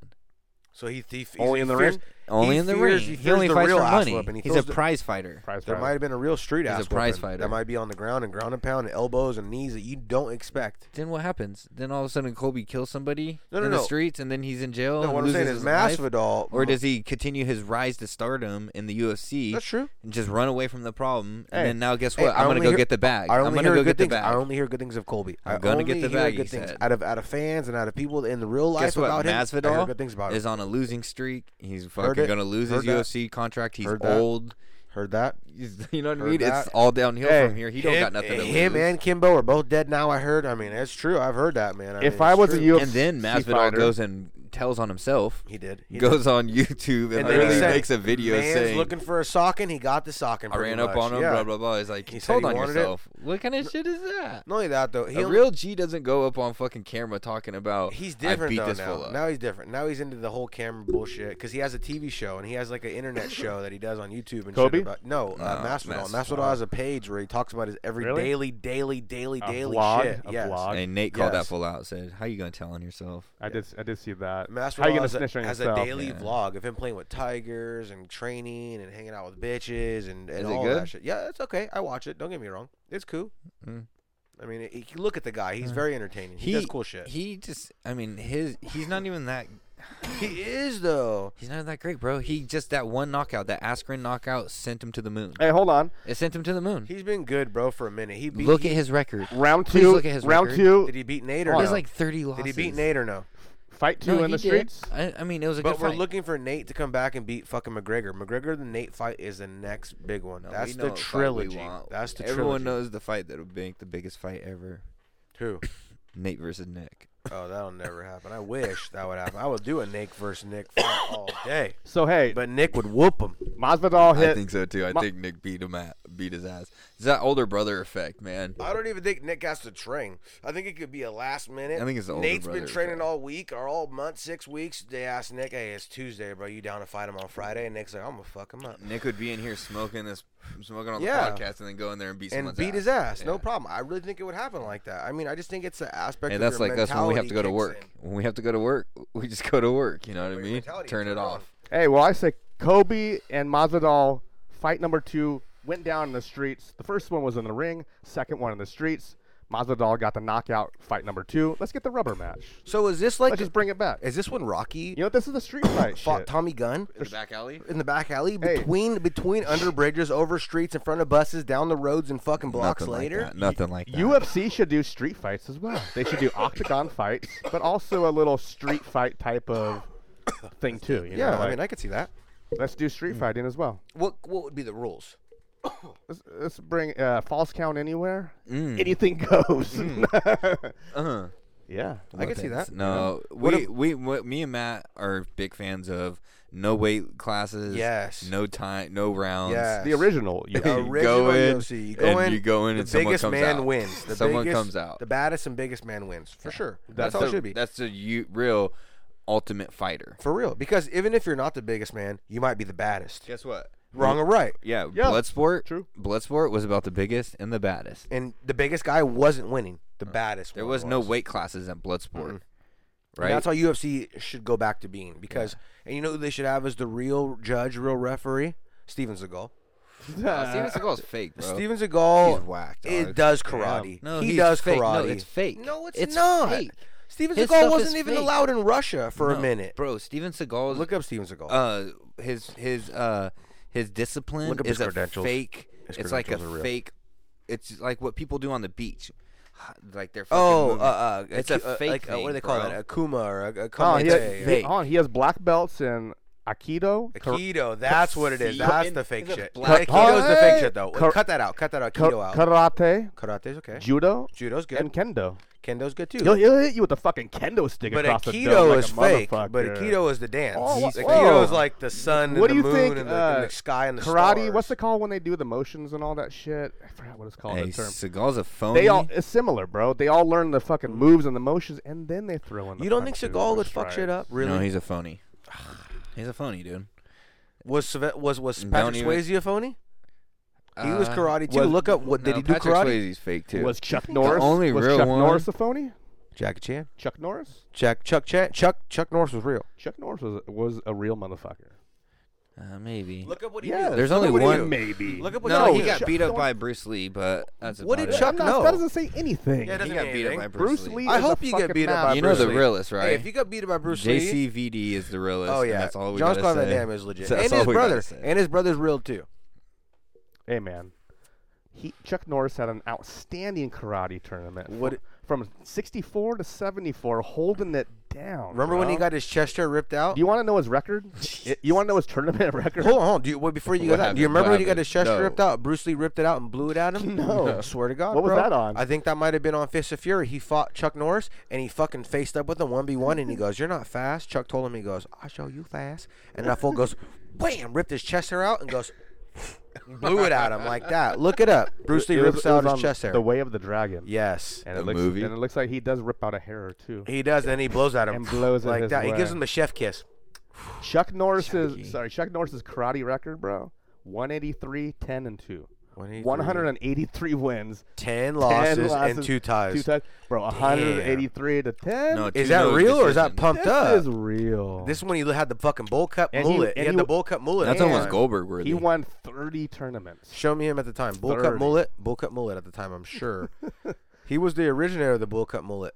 S9: so he, he, he
S4: Only in the
S9: fears-
S4: ring?
S8: Only
S9: he
S8: in the
S9: fears-
S8: ring.
S9: He,
S8: He,
S9: fears
S8: only
S9: the
S8: fights
S9: real
S8: for
S9: ass
S8: money.
S9: whooping. He
S8: He's a
S9: feels the-
S8: prize fighter.
S4: Prize
S9: There
S4: fighter.
S9: might have been a real street
S8: He's a
S9: ass.
S8: prize
S9: whooping
S8: fighter.
S9: That might be on the ground and ground and pound, and elbows and knees that you don't expect.
S8: Then what happens? Then all of a sudden Kobe kills somebody
S9: No, no,
S8: in
S9: no.
S8: the streets, and then he's in jail.
S9: No,
S8: and
S9: what I'm saying is
S8: loses his life?
S9: Masvidal-
S8: or does he continue his rise to stardom in the UFC?
S9: That's true.
S8: And just run away from the problem,
S4: Hey,
S8: and then now guess
S9: Hey,
S8: what?
S9: I
S8: I'm gonna
S9: only
S8: go
S9: hear-
S8: get the bag.
S9: I
S8: I'm
S9: only
S8: gonna
S9: hear
S8: go
S9: good
S8: get the
S9: things. I
S8: bag.
S9: only hear good things of Colby. I
S8: I'm gonna get
S9: only
S8: the
S9: hear
S8: bag,
S9: Good
S8: he
S9: things
S8: said.
S9: out of out of fans and out of people in the real life
S8: Guess what?
S9: about him. I hear
S8: Masvidal
S9: good things about
S8: is
S9: him.
S8: on a losing streak. He's
S9: Heard
S8: fucking
S9: it.
S8: gonna lose
S9: Heard
S8: his
S9: that.
S8: UFC contract. He's
S9: Heard that.
S8: old.
S9: Heard that?
S8: He's, you know what I
S9: Heard
S8: mean? It's
S9: that.
S8: all downhill
S4: Hey,
S8: from here. He don't got nothing to
S9: him
S8: lose.
S9: and Kimbo are both dead now. I heard. I mean, it's true. I've heard that, man. I mean,
S4: if I
S9: it's
S4: was a
S9: true.
S4: UFC
S8: and then Masvidal
S4: fighter,
S8: goes and tells on himself.
S9: He did. He
S8: goes
S9: did.
S8: on YouTube
S9: then
S8: and,
S9: he
S8: literally
S9: said,
S8: makes a video
S9: "Man's
S8: saying,
S9: looking for a sock and he got the sock and
S8: "I
S9: pretty
S8: ran up
S9: much."
S8: on him,
S9: Yeah.
S8: blah blah blah." It's like,
S9: He said
S8: "Hold
S9: he
S8: on
S9: wanted it.
S8: yourself." What kind of shit is that?
S9: Not only that though, he
S8: a
S9: only-
S8: real G doesn't go up on fucking camera talking about.
S9: He's
S8: I
S9: different
S8: beat
S9: though
S8: this
S9: now.
S8: fool up.
S9: Now he's different. Now he's into the whole camera bullshit because he has a TV show and he has like an internet show that he does on YouTube and
S4: Kobe?
S9: shit. About, no, uh,
S8: No,
S9: Mastodon.
S8: Mastodon.
S9: Mastodon has a page where he talks about his every
S4: Really?
S9: daily, daily, daily,
S4: A
S9: daily
S4: vlog?
S9: shit.
S4: A
S9: yes.
S4: vlog?
S8: and Nate called that
S9: Yes.
S8: fool out. Said, "How you gonna tell on yourself?"
S4: I did. I did see that. How
S9: Mastodon
S4: you gonna
S9: has, a,
S4: snitch on
S9: has a
S4: yourself?
S9: daily vlog of him playing with tigers and training and hanging out with bitches and, and
S8: Is it
S9: all
S8: good?
S9: that shit. Yeah, it's okay. I watch it. Don't get me wrong. It's cool.
S8: Mm.
S9: I mean, it, you look at the guy. He's very entertaining. He, does cool shit. He,
S8: He just, I mean, his he's not even that.
S9: is though.
S8: He's not that great, bro. He just that one knockout, that Askren knockout, sent him to the moon.
S4: Hey, hold on.
S8: It sent him to the moon.
S9: He's been good, bro, for a minute. He beat,
S8: Look
S9: he,
S8: at his record.
S4: Round
S8: Please
S4: two.
S8: look at his
S4: round
S8: record.
S4: two.
S9: Did he beat Nate or
S8: He
S9: no?
S8: has like 30 losses.
S9: Did he beat Nate or no?
S4: Fight two
S8: No,
S4: in
S8: he
S4: the
S8: did.
S4: streets.
S8: I, I mean, it was a
S9: But
S8: good
S9: we're
S8: fight.
S9: looking for Nate to come back and beat fucking McGregor. McGregor the Nate fight is the next big one.
S8: No,
S9: That's
S8: we know
S9: the
S8: what fight we
S9: trilogy.
S8: want.
S9: That's the
S8: Everyone
S9: trilogy.
S8: knows the fight that'll make the biggest fight ever.
S9: Who?
S8: Nate versus Nick.
S9: Oh, that'll never happen. I wish that would happen. I would do a Nate versus Nick fight all day.
S4: So hey,
S9: But Nick would whoop him. Oh,
S4: Masvidal
S8: I
S4: hit.
S8: think so too. I
S4: Ma-
S8: think Nick beat him at, beat his ass. It's that older brother effect, man.
S9: I don't even think Nick has to train. I think it could be a last minute.
S8: I think it's the older
S9: Nate's been
S8: brother
S9: training
S8: effect.
S9: all week or all month, six weeks. They asked Nick, "Hey, it's Tuesday, bro. You down to fight him on Friday?" And Nick's like, "I'm gonna fuck him up."
S8: Nick would be in here smoking this, smoking on
S9: Yeah.
S8: the podcast, and then go in there and beat
S9: and
S8: someone's
S9: beat his ass. No
S8: Yeah.
S9: problem. I really think it would happen like that. I mean, I just think it's the aspect.
S8: Hey,
S9: of
S8: that's
S9: your
S8: like us when we have to go to
S9: mentality
S8: work.
S9: kicks in.
S8: When we have to go to work, we just go to work. You know what I
S9: Your
S8: mean?
S9: mentality,
S8: Turn
S9: on.
S8: it off.
S4: Hey, well, I say Kobe and Masvidal fight number two went down in the streets. The first one was in the ring. Second one in the streets. Masvidal got the knockout. Fight number two. Let's get the rubber match.
S9: So is this like?
S4: Let's just bring it back.
S9: is this when Rocky
S4: You know, this is a street fight.
S9: fought
S4: shit.
S9: Tommy Gunn
S8: In the back alley.
S9: in the back alley
S4: Hey.
S9: between between under bridges, over streets, in front of buses, down the roads, and fucking blocks
S8: Nothing
S9: later?
S8: Like that. Nothing like that.
S4: UFC should do street fights as well. They should do octagon fights, but also a little street fight type of thing too. you know,
S9: Yeah, I
S4: like,
S9: mean, I could see that.
S4: let's do street fighting as well.
S9: What what would be the rules?
S4: Let's, let's bring uh, false count anywhere.
S9: Mm.
S4: Anything goes.
S8: Uh-huh.
S4: yeah,
S9: I could see that.
S8: No,
S9: What
S8: we,
S9: if-
S8: we we me and Matt are big fans of no weight classes.
S9: Yes.
S8: No time. No rounds.
S9: Yes.
S4: the original. you know.
S8: You
S9: Original
S8: go in,
S9: UFC. You
S8: and
S9: go in,
S8: you go in,
S9: the
S8: and someone
S9: biggest
S8: comes
S9: man
S8: out.
S9: wins. The
S8: Someone
S9: biggest-
S8: comes out.
S9: The baddest and biggest man wins for sure. That's, how
S8: the,
S9: it should be.
S8: That's the u- real ultimate fighter.
S9: for real, because even if you're not the biggest man, you might be the baddest.
S8: Guess what?
S9: Wrong or right?
S8: Yeah,
S4: Yeah,
S8: Bloodsport.
S4: true.
S8: Bloodsport was about the biggest and the baddest.
S9: And the biggest guy wasn't winning. The baddest.
S8: Uh, There
S9: one
S8: was no weight classes at Bloodsport. Right.
S9: And that's how UFC should go back to being because, and you know who they should have as the real judge, real referee, Steven Seagal.
S8: Uh, Steven Seagal's fake, bro.
S9: Steven Seagal,
S8: He's whack,
S9: it
S8: dog.
S9: does karate.
S8: No,
S9: he
S8: he's
S9: does
S8: fake. No,
S9: karate.
S8: it's fake.
S9: No, it's,
S8: It's
S9: not.
S8: fake.
S9: Steven
S8: His
S9: Seagal
S8: stuff
S9: wasn't
S8: is
S9: even
S8: fake.
S9: allowed in Russia for a
S8: No,
S9: minute.
S8: bro. Steven Seagal.
S9: Look up Steven Seagal.
S8: Uh, his his uh his discipline
S9: Look up
S8: is
S9: his
S8: a
S9: credentials.
S8: fake.
S9: His
S8: it's like a
S9: credentials are real.
S8: fake. It's like what people do on the beach, like they're. Fucking
S9: oh, uh,
S8: moving.
S9: uh,
S8: it's
S9: a,
S8: a
S9: cu- uh,
S8: fake.
S9: like, uh,
S8: thing,
S9: what do they call
S8: bro.
S9: that? A kuma or uh, a, a
S4: Oh,
S9: kumite.
S4: he, has, he,
S8: fake.
S4: oh, he has black belts in Aikido, kar-
S9: Aikido, that's what it is. That's
S8: in-
S9: the fake
S8: is it
S9: shit.
S8: black-
S9: Aikido's the fake
S4: Hey!
S9: shit though.
S4: Kar-
S9: Cut that out. Cut that
S4: ka-
S9: Aikido out.
S4: karate,
S9: Karate's okay.
S4: judo,
S9: Judo's good.
S4: and kendo.
S9: Kendo's good too.
S4: He'll, he'll hit you with a fucking kendo stick
S9: But
S4: across the
S9: Aikido
S4: dome like
S9: is
S4: a
S9: fake.
S4: motherfucker.
S9: But Aikido is the dance.
S4: Oh, wha-
S9: Aikido is
S4: whoa.
S9: like the sun and
S4: What do
S9: the
S4: you
S9: moon
S4: think?
S9: and, the,
S4: uh,
S9: and the sky and the
S4: karate.
S9: stars.
S4: What's it called when they do the motions and all that shit? I forgot what it's called.
S8: Hey,
S4: the term.
S8: Seagal's a phony.
S4: They all it's similar, bro. They all learn the fucking moves and the motions, and then they throw in. The
S9: Mm. You don't think
S4: punches
S9: Seagal
S4: and the
S9: would fuck shit
S4: strikes.
S9: up? Really?
S8: No, he's a phony. He's a phony, dude.
S9: was Seve- was was
S8: Don't
S9: Patrick
S8: even-
S9: Swayze a phony? He was
S8: Uh,
S9: karate too.
S8: was-
S9: Look up what did
S8: no,
S9: he do
S8: Patrick
S9: karate?
S8: Swayze's fake too.
S4: Was Chuck Norris
S8: only
S4: was
S8: real
S4: Chuck
S8: one-
S4: Norris a phony?
S9: Jackie Chan.
S4: Chuck Norris?
S9: Jack Chuck Chan. Chuck Chuck Norris was real.
S4: Chuck Norris was was a real motherfucker.
S8: uh, maybe.
S9: Look up what he
S4: Yeah,
S9: did.
S8: There's only
S9: what he
S8: one-
S9: did.
S4: maybe.
S9: Look at what
S8: no,
S9: Chuck
S8: he
S9: did.
S8: got
S4: Chuck
S8: beat up
S4: Norris-
S8: by Bruce Lee, but that's about
S9: What did
S8: it.
S9: Chuck
S4: I'm not-
S9: know?
S4: That doesn't say anything.
S9: Yeah, it
S8: He
S9: doesn't
S8: got
S9: mean
S8: beat up
S9: anything.
S8: by Bruce,
S4: Bruce
S8: Lee.
S4: Lee.
S9: I
S4: is a
S9: hope you get
S4: fucking
S9: beat up by
S4: master.
S8: You know the
S9: Bruce Lee.
S8: realest, right?
S9: Hey, if you got beat up by Bruce Lee,
S8: JCVD is the realest.
S9: oh
S8: and
S9: yeah,
S8: that's all we
S9: John
S8: gotta
S9: Claude Van
S8: say.
S9: Damme is legit,
S8: That's
S9: and
S8: all
S9: his
S8: we gotta
S9: brother,
S8: say.
S9: and his brother's real too.
S4: Hey man, he Chuck Norris had an outstanding karate tournament.
S9: What
S4: Fo-
S9: it-
S4: from 64 to 74, holding it down.
S9: Remember when he
S4: bro.
S9: got his chest hair ripped out?
S4: Do you want to know his record? Y- you want to know his tournament record?
S9: Hold on, hold on. Do you, wait, before you go
S4: What
S9: that, do you
S4: happened?
S9: remember
S4: What
S9: when he got
S4: happened?
S9: his chest
S4: No.
S9: ripped out? Bruce Lee ripped it out and blew it at him.
S4: No.
S9: swear to God.
S4: What was
S9: bro.
S4: that on?
S9: I think that might have been on Fist of Fury. He fought Chuck Norris and he fucking faced up with him one v one and he goes, "You're not fast." Chuck told him, he goes, "I'll show you fast." And that fool goes, "Bam!" Ripped his chest hair out and goes, blew it at him like that. Look it up. Bruce Lee
S4: It was-
S9: rips
S4: it was
S9: out his
S4: on
S9: chest hair.
S4: The Way of the Dragon.
S9: Yes.
S4: And
S9: The
S4: it looks,
S9: movie?
S4: And it looks like he does rip out a hair or two.
S9: He does, and then he blows at him
S4: and blows at
S9: like
S4: his
S9: that. He gives
S4: way.
S9: him the chef kiss.
S4: Chuck Norris's sorry, Chuck Norris's karate record, bro. 183, 10 and 2. 183 wins,
S9: 10 losses and two ties.
S4: Two ties. Bro, 183 to 10.
S9: No, Is two that no real or is that decisions. pumped
S4: This
S9: up?
S4: is real.
S9: This is when he had the fucking bowl cut
S4: And he-
S9: mullet.
S4: and
S9: he had
S4: he-
S9: the bowl cut mullet.
S4: That's almost
S9: Yeah.
S4: Goldberg worthy. He won 30 tournaments.
S9: Show me him at the time. Bull cut
S4: 30.
S9: mullet. Bull cut mullet at the time, I'm sure. he was the originator of the bull cut mullet.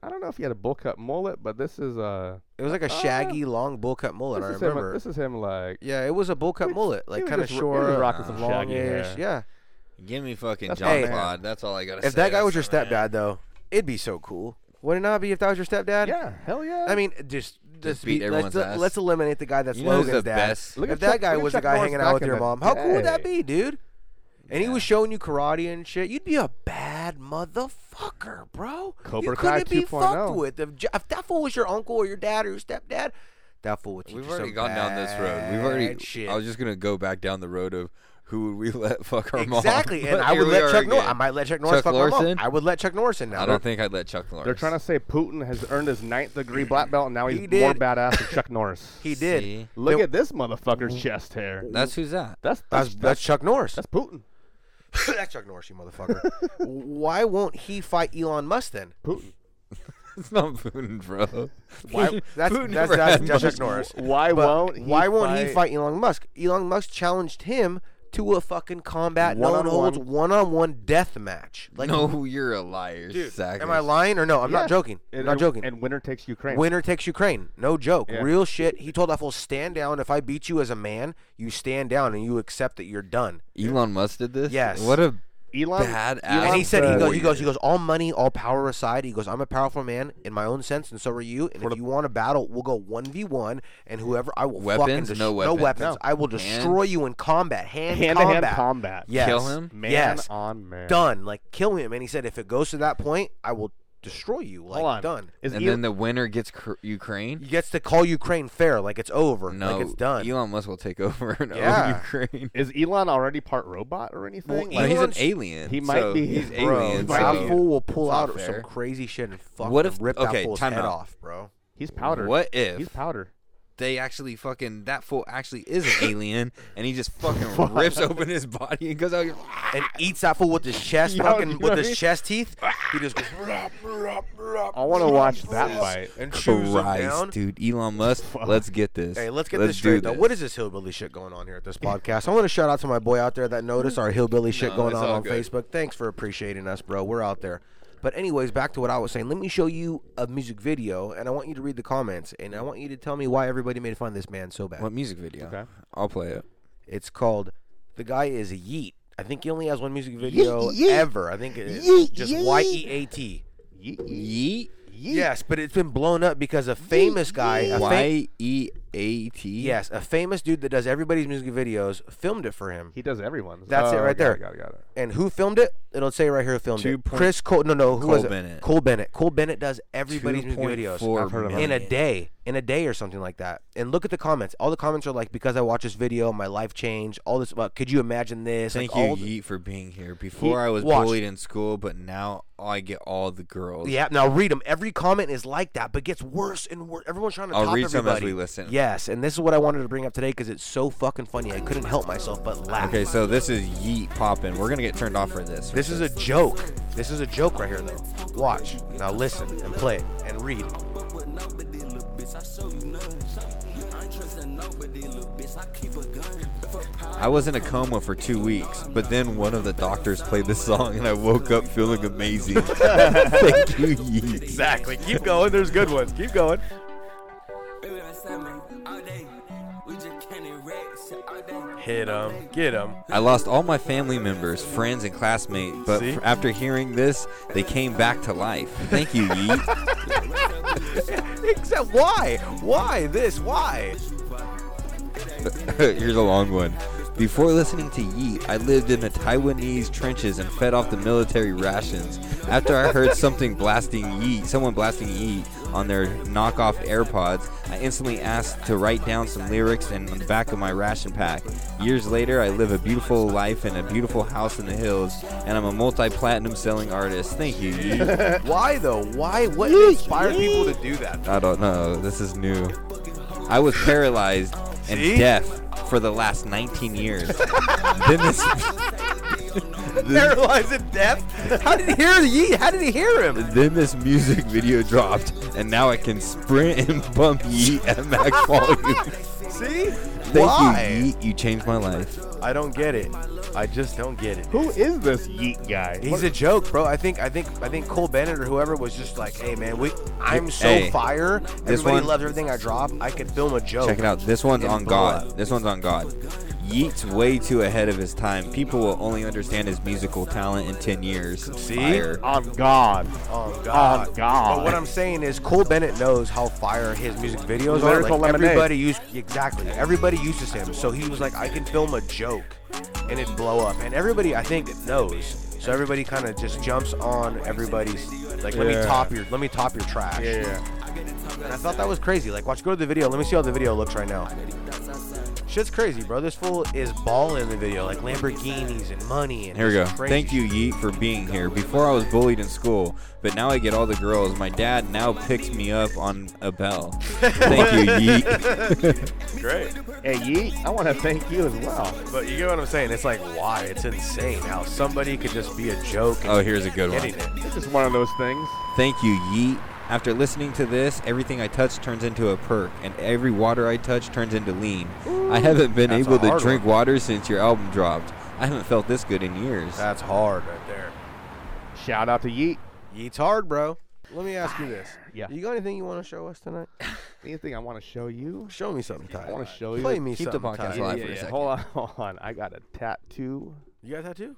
S4: I don't know if he had a bull cut mullet, but this is uh
S9: It was like a shaggy, long bull cut mullet.
S4: This
S9: I
S4: is him-
S9: remember.
S4: this is him like
S9: yeah, it was a bull cut mullet, like
S4: was
S9: kind of
S4: just- he was
S9: short,
S4: rocking some shaggy
S9: longish,
S4: hair.
S9: Yeah.
S8: Give me fucking
S9: That's
S8: John
S9: hey,
S8: Claude. That's all I gotta say.
S9: If that guy was your
S8: That's-
S9: stepdad, though, it'd be so cool. Would it not be if that was your stepdad?
S4: Yeah, hell yeah.
S9: I mean, just
S8: Just
S9: just
S8: beat
S9: be,
S8: everyone's
S9: let's,
S8: ass.
S9: let's eliminate the guy that's
S8: You know who's
S9: Logan's
S8: the
S9: dad.
S8: best? Look
S9: If
S8: at
S9: that
S8: Chuck-
S9: guy
S8: look at
S9: was the
S8: Chuck
S9: guy
S8: Norris
S9: hanging
S8: back
S9: out with
S8: in
S9: your
S8: the
S9: mom, how cool would that
S8: day.
S9: be, dude? And he was showing you karate and shit. You'd be a bad motherfucker, bro.
S4: Cobra
S9: you
S4: Kai
S9: couldn't be
S4: 2.0.
S9: fucked with if, J- if that fool was your uncle or your dad or your stepdad. That fool would teach
S8: We've
S9: you
S8: already
S9: some
S8: gone down this road. We've already.
S9: bad shit.
S8: I was just gonna go back down the road of who would we let fuck our mom?
S9: exactly, and
S8: But
S9: I
S8: here
S9: would
S8: we
S9: let
S8: are
S9: Chuck Norris.
S8: again.
S9: I might let Chuck Norris fuck my mom.
S8: Lorson?
S9: I would let Chuck Norris in now.
S8: I don't think I'd let Chuck Norris.
S4: They're trying to say Putin has earned his ninth degree black belt, and now he's
S9: He
S4: more
S9: did.
S4: badass than Chuck Norris.
S9: He did. See?
S4: Look
S9: They-
S4: at this motherfucker's chest hair.
S8: That's who's that?
S4: That's
S9: That's, that's Chuck Norris.
S4: That's Putin.
S9: that's Chuck Norris, you motherfucker. Why won't he fight Elon Musk then?
S4: Putin.
S8: It's not Putin, bro.
S9: Why, that's that's,
S8: Putin never
S9: that's,
S8: had
S9: that's
S8: much-
S9: Chuck Norris.
S4: Why
S9: But
S4: won't he
S9: why won't he fight Elon Musk? Elon Musk challenged him to a fucking combat no one
S4: One-on-one.
S9: holds one on one death match. Like,
S8: no, you're a liar,
S9: dude,
S8: Zach.
S9: am I lying or no? I'm
S4: Yeah.
S9: not joking. I'm
S4: And-
S9: not
S4: and-
S9: joking.
S4: And winner takes Ukraine.
S9: Winner takes Ukraine. No joke.
S4: Yeah.
S9: Real shit. He told that fool, stand down. If I beat you as a man, you stand down and you accept that you're done.
S8: Elon Musk did this.
S9: Yes.
S8: What a
S4: Elon.
S8: bad ass.
S9: And he said he goes, he
S8: warrior.
S9: goes, he goes. All money, all power aside, he goes. I'm a powerful man in my own sense, and so are you. And if you want to battle, we'll go one v one, and whoever I will fucking
S8: Weapons?
S9: des-
S8: No
S9: no
S8: weapons.
S9: weapons.
S8: No.
S9: I will
S8: Hand-
S9: destroy you in combat, hand
S4: Hand to
S9: combat.
S4: hand combat.
S9: Yes.
S8: Kill him?
S4: Man
S9: yes.
S4: on man.
S9: Done. Like kill him. And he said, if it goes to that point, I will destroy you. Like
S4: Hold on.
S9: done.
S4: Is
S8: and
S4: El-
S8: then the winner gets cr- Ukraine.
S9: He gets to call Ukraine fair. Like it's over.
S8: No,
S9: Like it's done.
S8: Elon Musk will take over and
S9: Yeah.
S8: own Ukraine.
S4: is Elon already part robot or anything?
S8: No, he's an
S9: Elon's-
S8: alien.
S4: He might
S8: so
S4: be-
S8: He's
S4: Bro,
S8: alien.
S4: he might
S9: that
S8: so-
S9: fool will pull
S8: It's not
S9: out
S8: fair.
S9: some crazy shit and fucking
S8: What if-
S9: rip
S8: okay,
S9: that fool's
S8: time
S9: head
S8: out.
S9: off, bro.
S4: he's powder.
S8: What if-
S4: he's powder?
S8: they actually fucking that fool actually is an alien, and he just fucking rips open his body and goes out.
S9: and eats that fool with his chest,
S4: Yo, you
S9: fucking
S4: know
S9: with
S4: what I mean?
S9: his chest teeth. He just goes "Rup, rup, rup,
S4: I want to
S9: rup,"
S4: watch that fight.
S9: and chews him down.
S8: Christ, dude, Elon Musk. Let's get this.
S9: Hey, let's get this
S8: do
S9: straight though. What is this hillbilly shit going on here at this podcast? I want to shout out to my boy out there that noticed our hillbilly shit
S8: No,
S9: going
S8: it's
S9: on
S8: all
S9: on
S8: good.
S9: Facebook. Thanks for appreciating us, bro. We're out there. But anyways, back to what I was saying. Let me show you a music video, and I want you to read the comments, and I want you to tell me why everybody made fun of this man so bad.
S8: What music video?
S4: Okay.
S8: I'll play it.
S9: It's called "The Guy Is Yeet." I think he only has one music video
S8: yeet.
S9: ever. I think it's
S8: Yeet,
S9: just
S8: yeet.
S9: Y E A T.
S8: Yeet.
S9: Yes, but it's been blown up because a famous guy, a fam-
S8: Y e a t.
S9: yes, a famous dude that does everybody's music videos, filmed it for him.
S4: He does everyone's.
S9: That's it
S4: Oh,
S9: right
S4: got
S9: there.
S4: Got it. Got it.
S9: And who filmed it? It'll say right here who filmed
S8: Two
S9: it.
S8: point-
S9: Chris Cole. No, no, who
S8: Cole
S9: was it?
S8: Bennett.
S9: Cole Bennett. Cole Bennett does everybody's music
S8: 2.4
S9: videos
S8: I've heard of
S9: in a
S8: million.
S9: day, in a day or something like that. And look at the comments. All the comments are like, because I watched this video, my life changed. All this about, could you imagine this?
S8: Thank
S9: like, all
S8: you,
S9: the-
S8: Yeet, for being here. Before I was
S9: watch.
S8: bullied in school, but now I get all the girls.
S9: Yeah, now read them. Every comment is like that, but gets worse and worse. Everyone's trying to
S8: I'll
S9: top
S8: read some as
S9: everybody.
S8: we listen.
S9: Yes, and this is what I wanted to bring up today because it's so fucking funny. I couldn't help myself but laugh.
S8: Okay, so this is Yeet popping. We're gonna get turned off for this.
S9: This is a joke. This is a joke right here, though. Watch. Now listen and play it and read.
S8: I was in a coma for two weeks, but then one of the doctors played this song, and I woke up feeling amazing. Thank you, Yeet.
S9: Exactly. Keep going. There's good ones. Keep going.
S14: Baby, I said, man, all day. We just counted racks all day.
S9: Hit him. Get him.
S8: I lost all my family members, friends, and classmates, but
S9: See?
S8: f- after hearing this, they came back to life. Thank you, Yeet.
S9: Except why? Why this? Why?
S8: Here's a long one. Before listening to Yeet, I lived in the Taiwanese trenches and fed off the military rations. After I heard something blasting Yeet, someone blasting Yeet on their knockoff AirPods, I instantly asked to write down some lyrics and on the back of my ration pack. Years later, I live a beautiful life in a beautiful house in the hills, and I'm a multi-platinum selling artist. Thank you, Yeet.
S9: why though? Why? What inspired people to do that?
S8: I don't know. This is new. I was paralyzed and
S9: See?
S8: deaf for the last 19 years. then this.
S9: Paralyzed and deaf? How did he hear the yeet? How did he hear him?
S8: Then this music video dropped, and now I can sprint and bump yeet at max volume.
S9: See?
S8: Thank
S9: why?
S8: you, yeet. You changed my life.
S9: I don't get it. I just don't get it.
S4: Who is this yeet guy?
S9: He's
S4: What-
S9: a joke, bro. I think I think I think Cole Bennett or whoever was just like, "Hey, man, we I'm so
S8: Hey,
S9: fire.
S8: this
S9: Everybody
S8: one-
S9: loves everything I drop. I could film a joke."
S8: Check it out. This one's
S9: and
S8: on
S9: blow
S8: God.
S9: up."
S8: This one's on God. Yeet's way too ahead of his time. People will only understand his musical talent in 10 years.
S9: See?
S8: Fire.
S4: On God.
S9: On God.
S4: On God.
S9: But what I'm saying is, Cole Bennett knows how fire his music videos are.
S4: Lyrical
S9: Like,
S4: Lemonade.
S9: everybody used exactly. Everybody uses him, so he was like, "I can film a joke, and it blow up." And everybody, I think, knows. So everybody kind of just jumps on everybody's like, "Let
S4: Yeah.
S9: me top your, let me top your trash."
S4: Yeah, yeah.
S9: And I thought that was crazy. Like, watch, go to the video. Let me see how the video looks right now. Shit's crazy, bro. This fool is balling in the video, like Lamborghinis and money. And
S8: Here we go.
S9: just Crazy
S8: Thank you, Yeet, for being here. Before I was bullied in school, but now I get all the girls. My dad now picks me up on a bell. Thank you, Yeet.
S9: Great.
S4: Hey, Yeet, I want to thank you as well.
S9: But you get what I'm saying? It's like, why? It's insane how somebody could just be a joke. and
S8: Oh, here's a good one.
S9: getting it.
S4: It's just one of those things.
S8: Thank you, Yeet. After listening to this, everything I touch turns into a perk, and every water I touch turns into lean. I haven't been
S9: That's a
S8: able to
S9: hard
S8: drink
S9: one.
S8: water since your album dropped. I haven't felt this good in years.
S9: That's hard right there.
S4: Shout out to Yeet.
S9: Yeet's hard, bro. Let me ask you this.
S4: Yeah.
S9: You got anything you want to show us tonight?
S4: Anything I want to show you?
S9: Show me something, Ty.
S4: I want to show you.
S9: Play me
S8: Keep the
S9: something.
S8: podcast
S9: Ty.
S8: live for a second.
S4: Hold on, hold on. I got a tattoo.
S9: You got that too?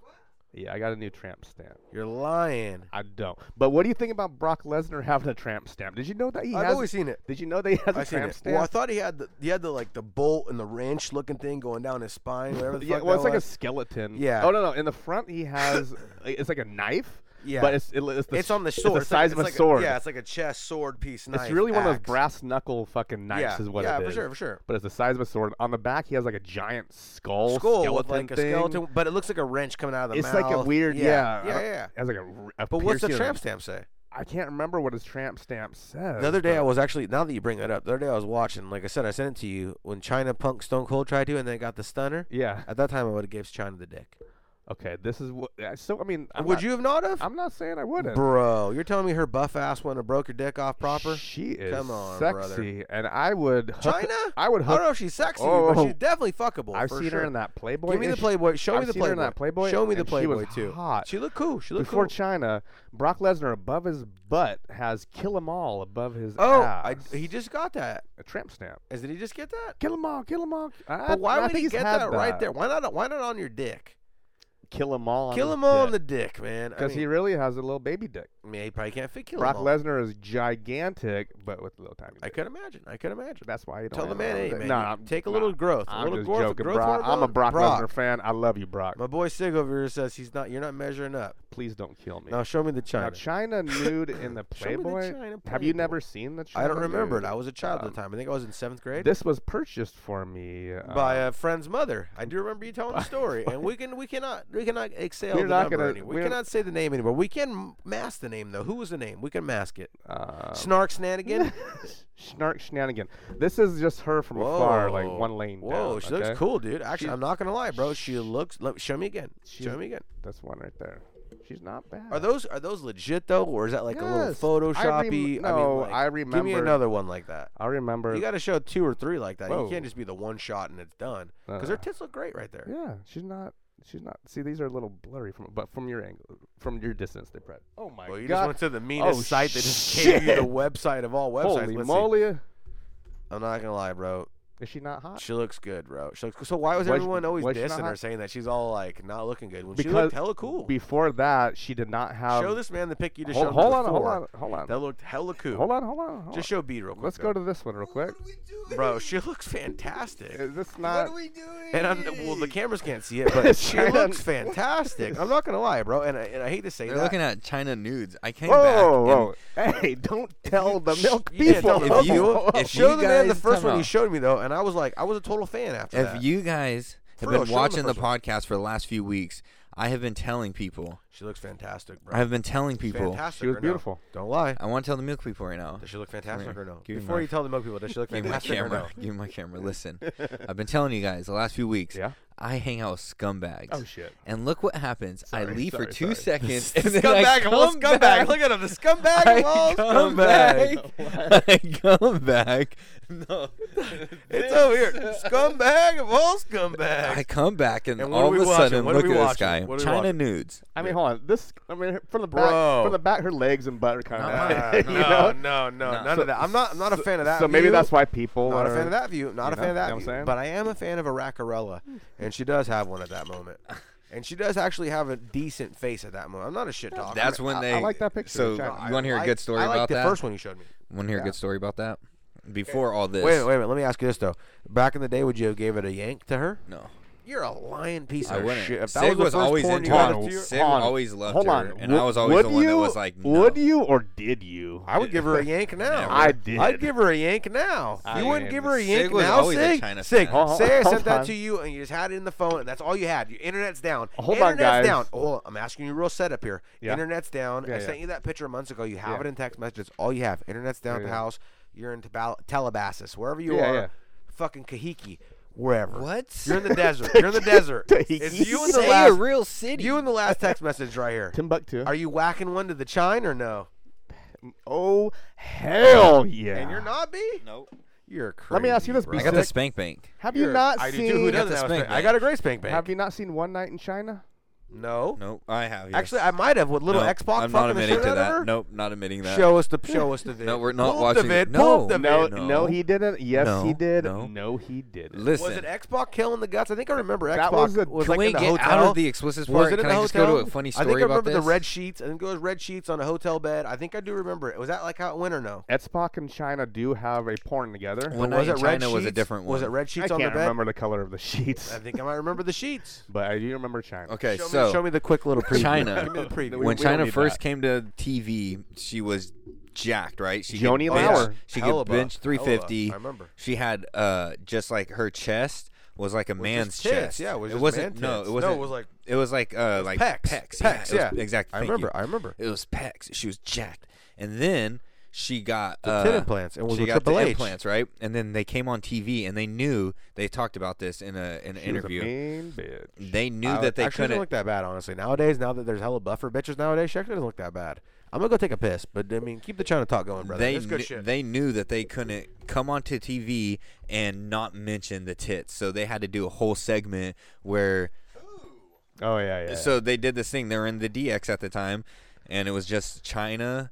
S4: Yeah, I got a new tramp stamp.
S9: You're lying.
S4: I don't. But what do you think about Brock Lesnar having a tramp stamp? Did you know that he
S9: I've
S4: has?
S9: always seen it.
S4: Did you know that he has a
S9: I seen
S4: tramp
S9: it.
S4: stamp?
S9: Well, I thought he had the he had the like the bolt and the wrench looking thing going down his spine, whatever the
S4: yeah,
S9: fuck
S4: well, it's
S9: that
S4: like a
S9: was.
S4: skeleton.
S9: Yeah.
S4: Oh no, no. In the front, he has it's like a knife.
S9: Yeah.
S4: But it's it, it's, the,
S9: It's on the
S4: it's
S9: sword.
S4: the size
S9: like,
S4: of a
S9: it's like
S4: sword.
S9: yeah, it's like a chest sword piece knife.
S4: It's really one of those
S9: axe.
S4: brass knuckle fucking knives,
S9: Yeah,
S4: is what
S9: yeah,
S4: it
S9: for
S4: is.
S9: sure, for sure.
S4: But it's the size of a sword. On the back, he has like a giant skull,
S9: skull
S4: skeleton
S9: with like a
S4: thing.
S9: skeleton, but it looks like a wrench coming out of the
S4: It's
S9: mouth.
S4: like a weird,
S9: yeah,
S4: yeah,
S9: yeah.
S4: I-
S9: yeah.
S4: It has like a, r- a
S9: But what's the
S4: piercing.
S9: tramp stamp say?
S4: I can't remember what his tramp stamp says.
S9: The other day I was actually now that you bring that up, the other day I was watching, like I said, I sent it to you when China Punk Stone Cold tried to and they got the stunner.
S4: Yeah.
S9: At that time I would have gave China the dick.
S4: Okay, this is what. I- So I mean, I'm
S9: would
S4: not-
S9: you have not have?
S4: I'm not saying I wouldn't.
S9: Bro, you're telling me her buff ass wouldn't have broke your dick off proper?
S4: She is
S9: Come on,
S4: sexy,
S9: brother.
S4: and I would. Hook,
S9: China?
S4: I would
S9: I don't know
S4: hook.
S9: if she's sexy, but
S4: Oh.
S9: she's definitely fuckable.
S4: I've
S9: for
S4: seen
S9: sure.
S4: her in that Playboy.
S9: Give me the
S4: ish-
S9: Playboy. Show me
S4: I've
S9: the
S4: seen
S9: Playboy.
S4: her in that Playboy,
S9: Show me the
S4: and she was
S9: Playboy too.
S4: hot.
S9: She looked cool. She looked
S4: Before
S9: cool.
S4: China, Brock Lesnar above his butt has "Kill 'Em All" above his
S9: oh, I,
S4: ass.
S9: he just got that.
S4: a tramp stamp.
S9: Is did he just get that?
S4: Kill 'em all, kill 'em all. I,
S9: But why
S4: I
S9: would
S4: think
S9: he
S4: he's
S9: get
S4: had
S9: that right there? Why not? Why not on your dick?
S4: Kill 'em all.
S9: Kill
S4: his
S9: him all on
S4: dick.
S9: the dick, man. I
S4: Because he
S9: mean,
S4: really has a little baby dick.
S9: I mean, he probably can't fit kill 'em
S4: Brock
S9: all.
S4: Lesnar is gigantic, but with a little tiny.
S9: I
S4: dick.
S9: could imagine. I could imagine.
S4: That's why you don't
S9: Tell the
S4: have
S9: man,
S4: a
S9: hey
S4: little
S9: man, you
S4: dick. Nah, I'm-
S9: take a little
S4: nah,
S9: growth, a
S4: I'm
S9: little
S4: just
S9: growth,
S4: joking,
S9: growth
S4: Brock.
S9: hormone.
S4: I'm a Brock,
S9: Brock.
S4: Lesnar fan. I love you, Brock.
S9: My boy Sig over here says he's not. You're not measuring up.
S4: Please don't kill me.
S9: Now show me the China.
S4: Now, China nude in the
S9: Show me the
S4: Playboy.
S9: China
S4: Have you
S9: Playboy.
S4: never seen the China?
S9: I don't remember it.
S4: nude?
S9: I was a child at
S4: Um,
S9: the time. I think I was in seventh grade.
S4: This was purchased for me uh,
S9: by a friend's mother. I do remember you telling the story, and we can we cannot we cannot exhale
S4: We're
S9: the
S4: not
S9: number
S4: gonna-
S9: anymore. We
S4: we're-
S9: cannot say the name anymore. We can m- mask the name though. Who was the name? We can mask it.
S4: uh,
S9: Snark Snanigan.
S4: Snark Shenanigan. This is just her from afar, like
S9: Whoa.
S4: one lane down.
S9: Whoa, she
S4: okay?
S9: looks cool, dude. Actually,
S4: She's-
S9: I'm not gonna lie, bro. She looks. Let, show me again. Show
S4: She's-
S9: me again.
S4: That's one right there. She's not bad.
S9: Are those are those legit though, or is that like a little
S4: Yes. I rem-
S9: photoshoppy?
S4: no,
S9: like,
S4: I
S9: Give me
S4: remember-
S9: another one like that.
S4: I remember.
S9: You got to show two or three like that. You
S4: Whoa.
S9: can't just be the one shot and it's done. Because
S4: Uh.
S9: her tits look great right there.
S4: yeah, she's not. She's not. See, these are a little blurry from, but from your angle, from your distance, they probably. Oh my
S9: Well, you
S4: god!
S9: just went to the meanest
S4: Oh,
S9: site that just gave you the
S4: shit.
S9: website of all websites.
S4: Holy
S9: Let's see.
S4: moly!
S9: I'm not gonna lie, bro.
S4: Is she not hot?
S9: She looks good, bro. She looks, so why was
S4: Why she-
S9: everyone always
S4: why she not
S9: dissing her,
S4: hot?
S9: saying that she's all like not looking good when she
S4: because
S9: looked hella cool?
S4: Before that, she did not have.
S9: show this man the pic you just
S4: hold,
S9: showed him
S4: Hold on, hold
S9: before.
S4: on, hold on.
S9: That looked hella cool.
S4: Hold on, hold on. hold
S9: Just
S4: on.
S9: show B real quick.
S4: Let's go to this one real quick.
S9: Bro, she looks fantastic.
S4: Is this not?
S9: And I'm, well, the cameras can't see it, but she
S8: China-
S9: looks fantastic. I'm not gonna lie, bro. And I, and I hate to say
S8: They're
S9: that.
S8: looking at China nudes. I came back.
S9: Whoa, whoa.
S8: and-
S4: Hey, don't tell the
S8: Shh,
S4: milk
S8: you can't
S4: people.
S8: tell them. If you-
S4: Whoa, whoa.
S8: if
S9: Show the man the
S8: guys-
S9: first
S8: time
S9: one you
S8: out.
S9: showed me though, and I was like, I was a total fan after
S8: If
S9: that.
S8: you guys
S9: For
S8: have
S9: real,
S8: been
S9: show 'em the
S8: watching the
S9: first one.
S8: podcast for the last few weeks, I have been telling people.
S9: She looks fantastic, bro.
S8: I have been telling people.
S9: Fantastic She was or no? beautiful. Don't lie.
S8: I want to tell the milk people right now.
S9: Does she look fantastic
S8: Come here.
S9: or no?
S8: Give me
S9: Before
S8: my-
S9: you tell the milk people, does she look
S8: give me
S9: fantastic
S8: my
S9: or
S8: camera.
S9: no?
S8: Give me my camera. Listen, I've been telling you guys the last few weeks. Yeah. I hang out with scumbags.
S9: Oh, shit.
S8: And look what happens. I
S9: Sorry,
S8: leave
S9: sorry,
S8: for
S9: sorry.
S8: two seconds.
S9: The
S8: and then I
S9: scumbag, well,
S8: come
S9: scumbag.
S8: back.
S9: Look at him, the scumbag,
S8: I
S9: well, scumbag.
S8: come back. I come back. No,
S9: It's over here. Scumbag of all scumbags.
S8: I come back, and,
S9: And what are
S8: all
S9: we
S8: of a
S9: watching?
S8: sudden,
S9: What are
S8: look at
S9: we
S8: this
S9: watching?
S8: guy.
S9: What are we
S8: China
S9: watching?
S8: nudes.
S4: I mean, hold on. This, I mean, from the back,
S9: Bro.
S4: from the back, her legs and butt are kind
S9: Nah,
S4: of.
S9: Ah, no, no, no, none
S4: So-
S9: of that. I'm not. I'm not a fan of that.
S4: So maybe
S9: view.
S4: that's why people
S9: Not
S4: are-
S9: a fan of that view. Not
S4: you
S9: a fan
S4: know,
S9: of that.
S4: you know what
S9: view.
S4: I'm saying?
S9: But I am a fan of a Racarella, and she does have one at that moment, and she does actually have a decent face at that moment. I'm not a shit talker.
S8: That's when
S9: I-
S8: they.
S9: I, like that picture.
S8: So
S9: of China.
S8: you want to hear
S9: I-
S8: a good story
S9: I like
S8: about
S9: the
S8: that?
S9: first one you showed me.
S8: Want to hear a good story about that? Before all this,
S9: Wait, a minute, wait a minute. Let me ask you this though. Back in the day, would you have gave it a yank to her?
S8: No.
S9: You're a lying piece
S8: I
S9: of
S8: wouldn't.
S9: shit. If that was,
S8: Sig
S9: the
S8: was
S9: first
S8: always
S9: porn
S8: into
S9: you
S8: it.
S9: got
S8: Sig always loved her, and I was always
S4: would
S8: the one that
S4: you-
S8: was like, no.
S4: "Would you or did you?"
S9: I would give her a yank now.
S4: Never. I did.
S9: I'd give her a yank now.
S4: I
S9: you wouldn't
S4: mean,
S9: give her a
S4: Sig
S9: yank
S8: was
S9: now,
S8: always a
S9: Sig.
S8: China
S9: Sig,
S8: fan. Hold-
S9: Sig, I
S4: hold
S9: sent that
S4: on.
S9: to you, and you just had it in the phone, and that's all you had. Your internet's down.
S4: Hold on,
S9: internet's
S4: guys.
S9: down. Oh, I'm asking you a real setup here.
S4: Yeah.
S9: Internet's down.
S4: Yeah,
S9: I
S4: yeah.
S9: sent you that picture months ago. You have
S4: Yeah.
S9: it in text messages. All you have. Internet's down at
S4: Yeah,
S9: the
S4: yeah.
S9: house. You're in Tabal- Calabasas, wherever you
S4: Yeah,
S9: are.
S4: yeah.
S9: Fucking Kahiki. Wherever.
S8: What?
S9: You're in the desert. You're in the desert.
S4: Tahiti.
S9: It's you in the
S8: Say a
S9: last
S8: real city.
S9: You in the last text message right here.
S4: Timbuktu.
S9: Are you whacking one to the chine or no?
S4: Oh hell yeah!
S9: And you're not B.
S8: Nope.
S9: You're crazy.
S4: Let me ask you this,
S9: bro.
S8: I
S4: B-Sick.
S8: got the spank bank.
S4: Have you
S9: You're-
S4: not
S9: I do
S4: seen?
S9: too. Who
S8: got
S9: doesn't
S8: the
S9: have a
S8: spank
S9: spank? I
S8: bank?
S9: got a great spank bank.
S4: Have you not seen One Night in China?
S9: No.
S8: Nope, I have. Yes.
S9: Actually, I might have with little
S8: Nope,
S9: Xbox. fucking
S8: I'm not
S9: the
S8: admitting
S9: shit
S8: to
S9: out of her.
S8: that. Nope, not admitting that.
S9: Show us the show us the vid.
S8: No, we're not
S9: Pull up
S8: watching.
S9: The vid.
S8: No,
S9: Pull up the
S4: No,
S9: vid.
S4: no,
S8: Oh, No.
S4: he didn't. Yes, he
S8: No.
S4: did.
S8: No.
S4: he didn't.
S8: Listen.
S9: Was it Xbox killing the guts? I think I remember Xbox
S4: That was a-
S9: was
S8: Can
S9: like
S8: we
S9: in the
S8: get
S9: hotel.
S8: out of the explicit part?
S9: Was it in
S8: Can
S9: the
S8: I just go to
S9: hotel?
S8: a funny
S9: I think
S8: story
S9: I
S8: about
S9: remember the
S8: this?
S9: red sheets. I think it was red sheets on a hotel bed. I think I do remember it. Was that like how it went or no?
S4: Etzbach and China do have a porn together.
S8: One
S9: But was
S8: night in
S9: it red
S8: China was a
S9: sheets?
S8: different
S9: Was it
S8: one.
S9: red
S4: I
S9: sheets on
S4: can't
S9: the bed?
S4: remember the color of the sheets,
S9: I think I might remember the sheets.
S4: but I do remember China.
S8: Okay,
S9: Show me-
S8: so
S9: show me the quick little preview.
S8: China.
S9: Give me the preview.
S4: We-
S8: when
S4: we don't
S8: China
S4: need
S8: first
S4: that.
S8: came to TV, she was jacked, right? She
S4: Joni
S8: could bench,
S4: Lauer.
S8: She
S9: Hella
S8: could bench
S9: buff.
S8: 350.
S9: Hella, I remember.
S8: She had uh, just like her chest was like a man's
S9: tits,
S8: chest.
S9: yeah, it was just
S8: wasn't.
S9: man
S8: No,
S9: tits.
S8: it
S9: No,
S8: wasn't.
S9: it was like-
S8: it was like uh, like
S9: pecs. Pecs,
S8: it was-
S9: yeah.
S8: exactly.
S9: I
S8: thank
S9: remember,
S8: you.
S9: I remember.
S8: It was pecs. She was jacked, and then. She got uh,
S9: tit implants, and was
S8: she
S9: with
S8: got
S9: Triple
S8: the
S9: H.
S8: implants, right? And then they came on TV, and they knew they talked about this in a
S4: She was
S8: in an
S4: a
S8: interview.
S4: mean bitch.
S8: They knew
S9: I-
S8: that they
S9: actually it doesn't
S8: couldn't
S9: look that bad, honestly. Nowadays, now that there's hella buffer bitches nowadays, she actually doesn't look that bad. I'm gonna go take a piss, but I mean, keep the China talk going, brother.
S8: they
S9: That's good
S8: kn-
S9: shit.
S8: they knew that they couldn't come onto TV and not mention the tits, so they had to do a whole segment where.
S4: Oh yeah, yeah.
S8: So they did this thing. They were in the DX at the time, and it was just China,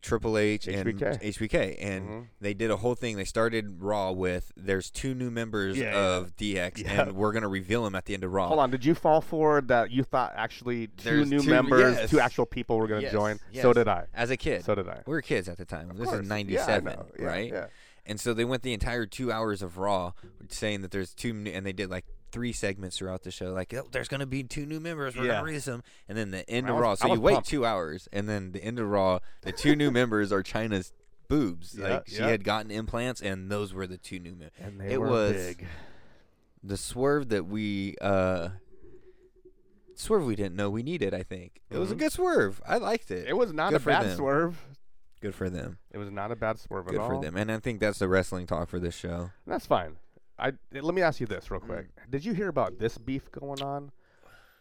S8: Triple H, and
S4: HBK.
S8: HBK, and
S4: Mm-hmm.
S8: they did a whole thing. They started Raw with "There's two new members
S4: Yeah, yeah.
S8: of DX,
S4: Yeah.
S8: and we're gonna reveal them at the end of Raw."
S4: Hold on, did you fall for that? You thought actually two
S8: There's
S4: new
S8: two-
S4: members,
S8: yes.
S4: two actual people were going to
S8: Yes,
S4: join.
S8: yes.
S4: So did I.
S8: As a kid.
S4: So did I.
S8: We were kids at the time. this
S4: course.
S8: is
S4: Yeah, I
S8: 97,
S4: know. Yeah,
S8: right?
S4: yeah.
S8: And so they went the entire two hours of Raw saying that there's two, new, and they did like three segments throughout the show. Like, oh, there's going to be two new members. We're
S4: Yeah.
S8: going to release them. And then the end
S4: I
S8: of
S4: was-
S8: Raw.
S4: I
S8: So you
S4: was
S8: wait
S4: pumped.
S8: two hours, and then the end of Raw, the two new members are China's boobs.
S4: Yeah,
S8: like, she
S4: yeah.
S8: had gotten implants, and those were the two new members.
S4: And they
S8: it
S4: were
S8: was
S4: big.
S8: the swerve that we uh swerve we didn't know we needed. I think it was a good swerve. I liked it.
S4: Mm-hmm. It was not
S8: Good
S4: a
S8: for
S4: bad
S8: them.
S4: swerve.
S8: Good for them.
S4: It was not a bad swerve
S8: Good
S4: at all.
S8: for them. And I think that's the wrestling talk for this show.
S4: That's fine. I let me ask you this real quick.
S9: Mm.
S4: Did you hear about this beef going on?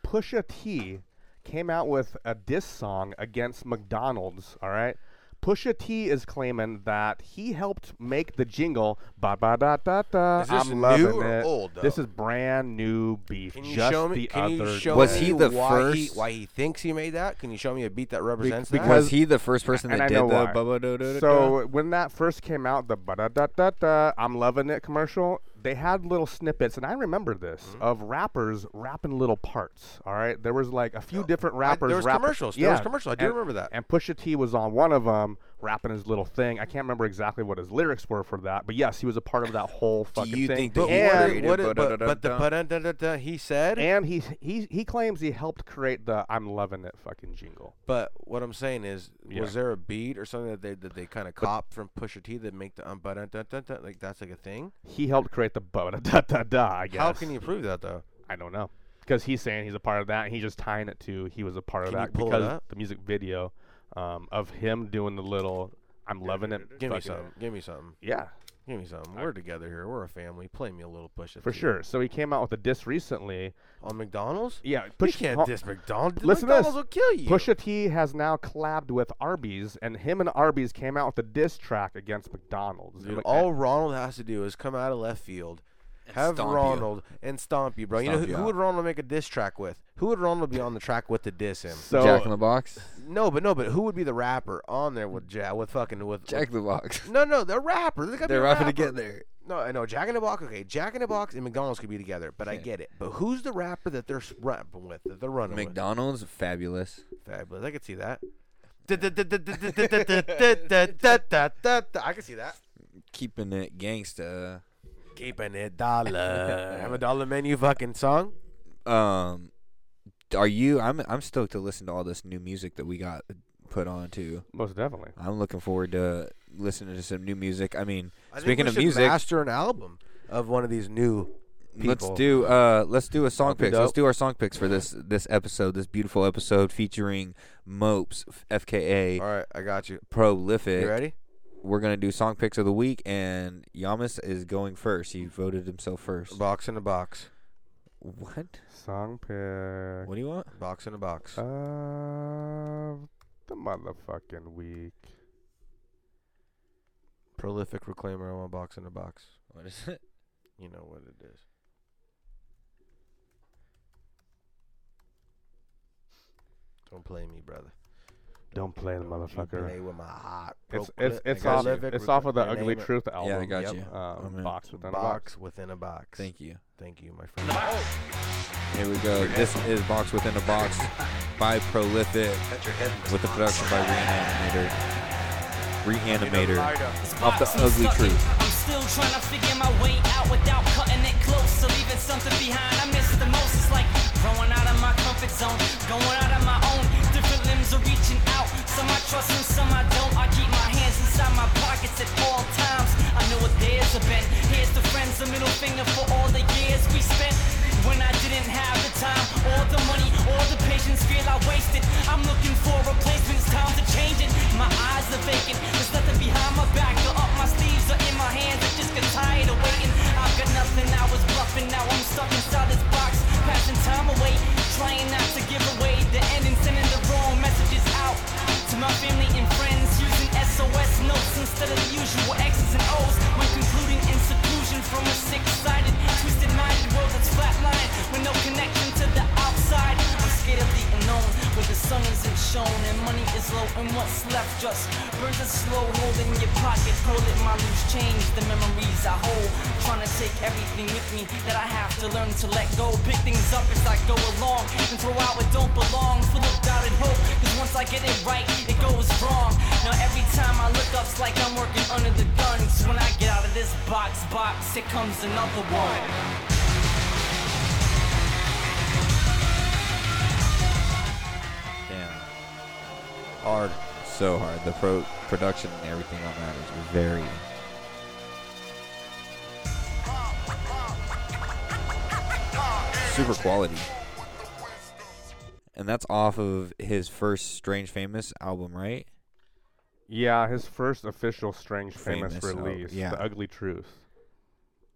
S4: Pusha T came out with a diss song against McDonald's. All right. Pusha T is claiming that he helped make the jingle. Ba ba da da da.
S9: Is this
S4: I'm
S9: new
S4: loving
S9: or
S4: it.
S9: old, though?
S4: This is brand new beef.
S9: Can you
S4: just
S9: show me?
S4: the
S9: Can you
S4: other
S9: show
S8: Was
S9: me
S8: he the
S9: why He,
S8: first-
S9: why he thinks he made that? Can you show me a beat that represents that?
S4: because-
S8: Was he the first person
S4: and
S8: that
S4: I
S8: did
S4: know
S8: the
S4: why.
S8: bubba do do do do?
S4: So when that first came out, the ba da da da da, I'm loving it commercial. they had little snippets, and I remember this
S9: Mm-hmm.
S4: of rappers rapping little parts. All right, there was like a few different rappers.
S9: was
S4: rapping-
S9: commercials. Oh, There
S4: Yeah,
S9: was commercials. I do
S4: and-
S9: remember that.
S4: And Pusha T was on one of them rapping his little thing. I can't remember exactly what his lyrics were for that, but yes, he was a part of that whole fucking
S9: you
S4: thing.
S9: think that he
S4: and
S9: created what it- but- but uh, the ba-dun-dun-dun-dun he said,
S4: and he he he claims he helped create the "I'm loving it" fucking jingle.
S9: But what I'm saying is,
S4: Yeah.
S9: was there a beat or something that they that they kind of cop from Pusha T that make the um, dun, dun, dun, dun, like that's like a thing?
S4: He helped create the ba da da da da. I guess.
S9: How can you prove that though?
S4: I don't know. Because he's saying he's a part of that, and he's just tying it to he was a part
S9: Can you
S4: of that
S9: pull it
S4: because
S9: up?
S4: the music video um, of him doing the little "I'm loving it."
S9: Give me
S4: fucking-
S9: something. Give me something.
S4: Yeah.
S9: Give me something. We're together here. We're a family. Play me a little Pusha
S4: For
S9: T.
S4: sure. So he came out with a diss recently.
S9: On McDonald's?
S4: Yeah.
S9: You can't diss McDonald's.
S4: Listen
S9: McDonald's
S4: to this.
S9: will kill you.
S4: Pusha T has now collabed with Arby's, and him and Arby's came out with a diss track against McDonald's.
S9: Dude,
S4: Like,
S9: all Ronald has to do is come out of left field, have
S4: stomp you.
S9: Ronald, and stomp you, bro. you know
S8: Stomp
S9: who,
S8: you
S9: who
S8: out.
S9: would Ronald make a diss track with? Who would Ronald be on the track with to diss him?
S4: So-
S8: Jack in the Box.
S9: No, but no, but who would be the rapper on there with Jack with fucking with
S8: Jack in the Box.
S9: No, no, the rapper. There's gotta be
S8: They're
S9: a
S8: rapping
S9: rapper.
S8: together.
S9: No, I know Jack in the Box. Okay, Jack in the Box and McDonald's could be together, but I get it. But who's the rapper that they're s- rapping with? That they're running with?
S8: McDonald's, fabulous.
S9: Fabulous. I could see that. I can see that.
S8: Keeping it gangsta.
S9: Keeping it dollar. Have a dollar menu fucking song.
S8: Um, are you? I'm I'm stoked to listen to all this new music that we got put on too.
S4: Most definitely.
S8: I'm looking forward to listening to some new music. I mean,
S9: I think
S8: speaking
S9: we
S8: of
S9: should
S8: music,
S9: master an album of one of these new. People.
S8: Let's do uh let's do a song
S9: That'd be
S8: picks. Let's
S9: dope.
S8: do our song picks for this this episode, this beautiful episode featuring Mopes, FKA. All
S9: right, I got you.
S8: Prolific.
S9: You ready?
S8: We're gonna do song picks of the week, and Yamas is going first. He voted himself first.
S9: Box in a box.
S8: What?
S4: Song pick.
S8: What do you want?
S9: Box in a
S8: Uh.
S9: box.
S4: Of the motherfucking week.
S9: Prolific reclaimer. I want box in a box.
S8: What is it?
S9: You know what it is. Don't play me, brother.
S4: Don't play the
S9: You Play
S4: motherfucker.
S9: with my heart.
S4: It's
S9: Broke
S4: it's
S9: with-
S4: it's
S9: I got
S4: off
S9: you.
S4: it's off of the
S9: Your
S4: Ugly
S9: name-
S4: Truth album.
S8: Yeah, I got
S9: Yep.
S8: you.
S4: Um,
S8: I'm in.
S4: box within a box.
S9: Box within a box.
S8: Thank you.
S9: Thank you, my friend.
S8: Here we go. This is Box Within a Box by Prolific with the production by Reanimator. Reanimator. Off the
S11: I'm
S8: ugly
S11: stuck in-
S8: truth.
S11: I'm still trying to figure my way out without cutting it close. So leaving something behind, I miss the most. It's like growing out of my comfort zone, going out of my own. Different limbs are reaching out. Some I trust and some I don't. I keep my hands inside my pockets at all times. I know what theirs have been. Here's the friends, the middle finger for all the years we spent. When I didn't have the time, or the money, or the patience, feel I wasted. I'm looking for replacements, time to change it. My eyes are vacant, there's nothing behind my back or up my sleeves or in my hands. I just got tired of waiting. I've got nothing, I was bluffing, now I'm stuck inside this box, passing time away, trying not to give away the end and sending the wrong messages out to my family and friends, using SOS notes instead of the usual X's and O's. When concluding in seclusion from a six-sided, twisted-minded world that's flatlined with no connection to the outside. I'm scared of the unknown, where the sun isn't shown and money is low, and what's left just burns a slow hole in your pocket. Hold it, my loose change, the memories I hold. Trying to take everything with me that I have to learn to let go. Pick things up as I go along and throw out what don't belong. Full of doubt and hope, cause once I get it right, it goes wrong. Now every time I look up, it's like I'm working under the gun. 'Cause when I get out of this box, box, here comes another one.
S8: Damn.
S9: Hard.
S8: So hard. The pro- production and everything on that is very. Super quality. And that's off of his first Strange Famous album, right?
S4: Yeah, his first official Strange Famous,
S8: Famous, oh,
S4: release,
S8: yeah.
S4: The Ugly Truth.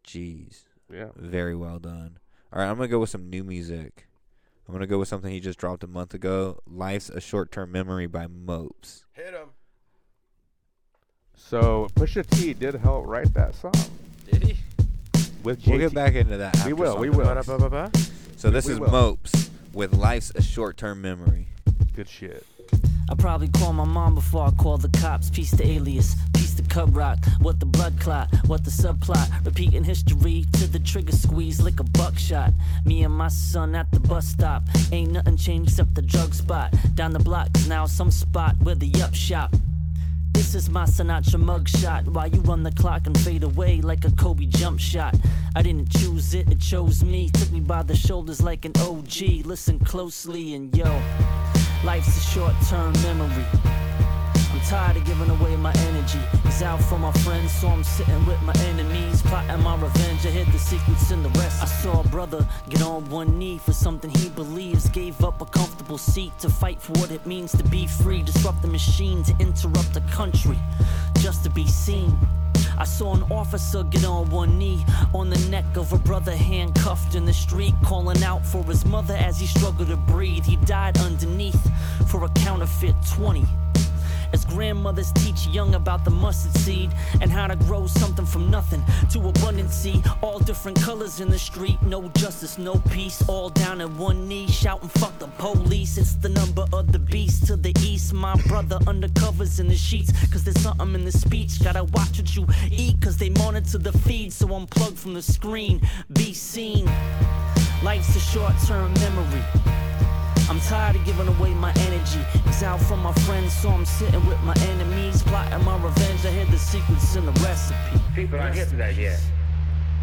S8: Jeez.
S4: Yeah.
S8: Very well done. All right, I'm going to go with some new music. I'm going to go with something he just dropped a month ago Life's a Short Term Memory by Mopes.
S9: Hit him.
S4: So Pusha T did help write that song.
S8: Did he?
S4: With
S8: We'll
S4: JT.
S8: get back into that.
S4: We
S8: after
S4: will. We
S8: something.
S4: will.
S8: So this
S4: We
S8: is
S4: will.
S8: Mopes with Life's a Short Term Memory.
S4: Good shit.
S11: I probably call my mom before I call the cops. Piece the alias, piece the cub rock. What the blood clot, what the subplot. Repeating history to the trigger squeeze like a buckshot. Me and my son at the bus stop. Ain't nothing changed except the drug spot. Down the block is now some spot where the up shop. This is my Sinatra mugshot. While you run the clock and fade away like a Kobe jump shot. I didn't choose it, it chose me. Took me by the shoulders like an OG. Listen closely and yo, life's a short term memory. I'm tired of giving away my energy. He's out for my friends, so I'm sitting with my enemies, plotting my revenge. I hid the secrets in the rest. I saw a brother get on one knee for something he believes. Gave up a comfortable seat to fight for what it means to be free. Disrupt the machine to interrupt the country, just to be seen. I saw an officer get on one knee on the neck of a brother handcuffed in the street, calling out for his mother as he struggled to breathe. He died underneath for a counterfeit 20 as grandmothers teach young about the mustard seed and how to grow something from nothing to abundancy. All different colors in the street, no justice, no peace. All down at one knee, shouting fuck the police. It's the number of the beast to the east. My brother undercovers in the sheets, cause there's something in the speech. Gotta watch what you eat, cause they monitor the feed. So unplug from the screen, be seen. Life's a short term memory. I'm tired of giving away my energy. Exiled from my friends, so I'm sitting with my enemies, plotting my revenge. I hid the secrets in the recipe.
S15: People aren't hypnotized yet.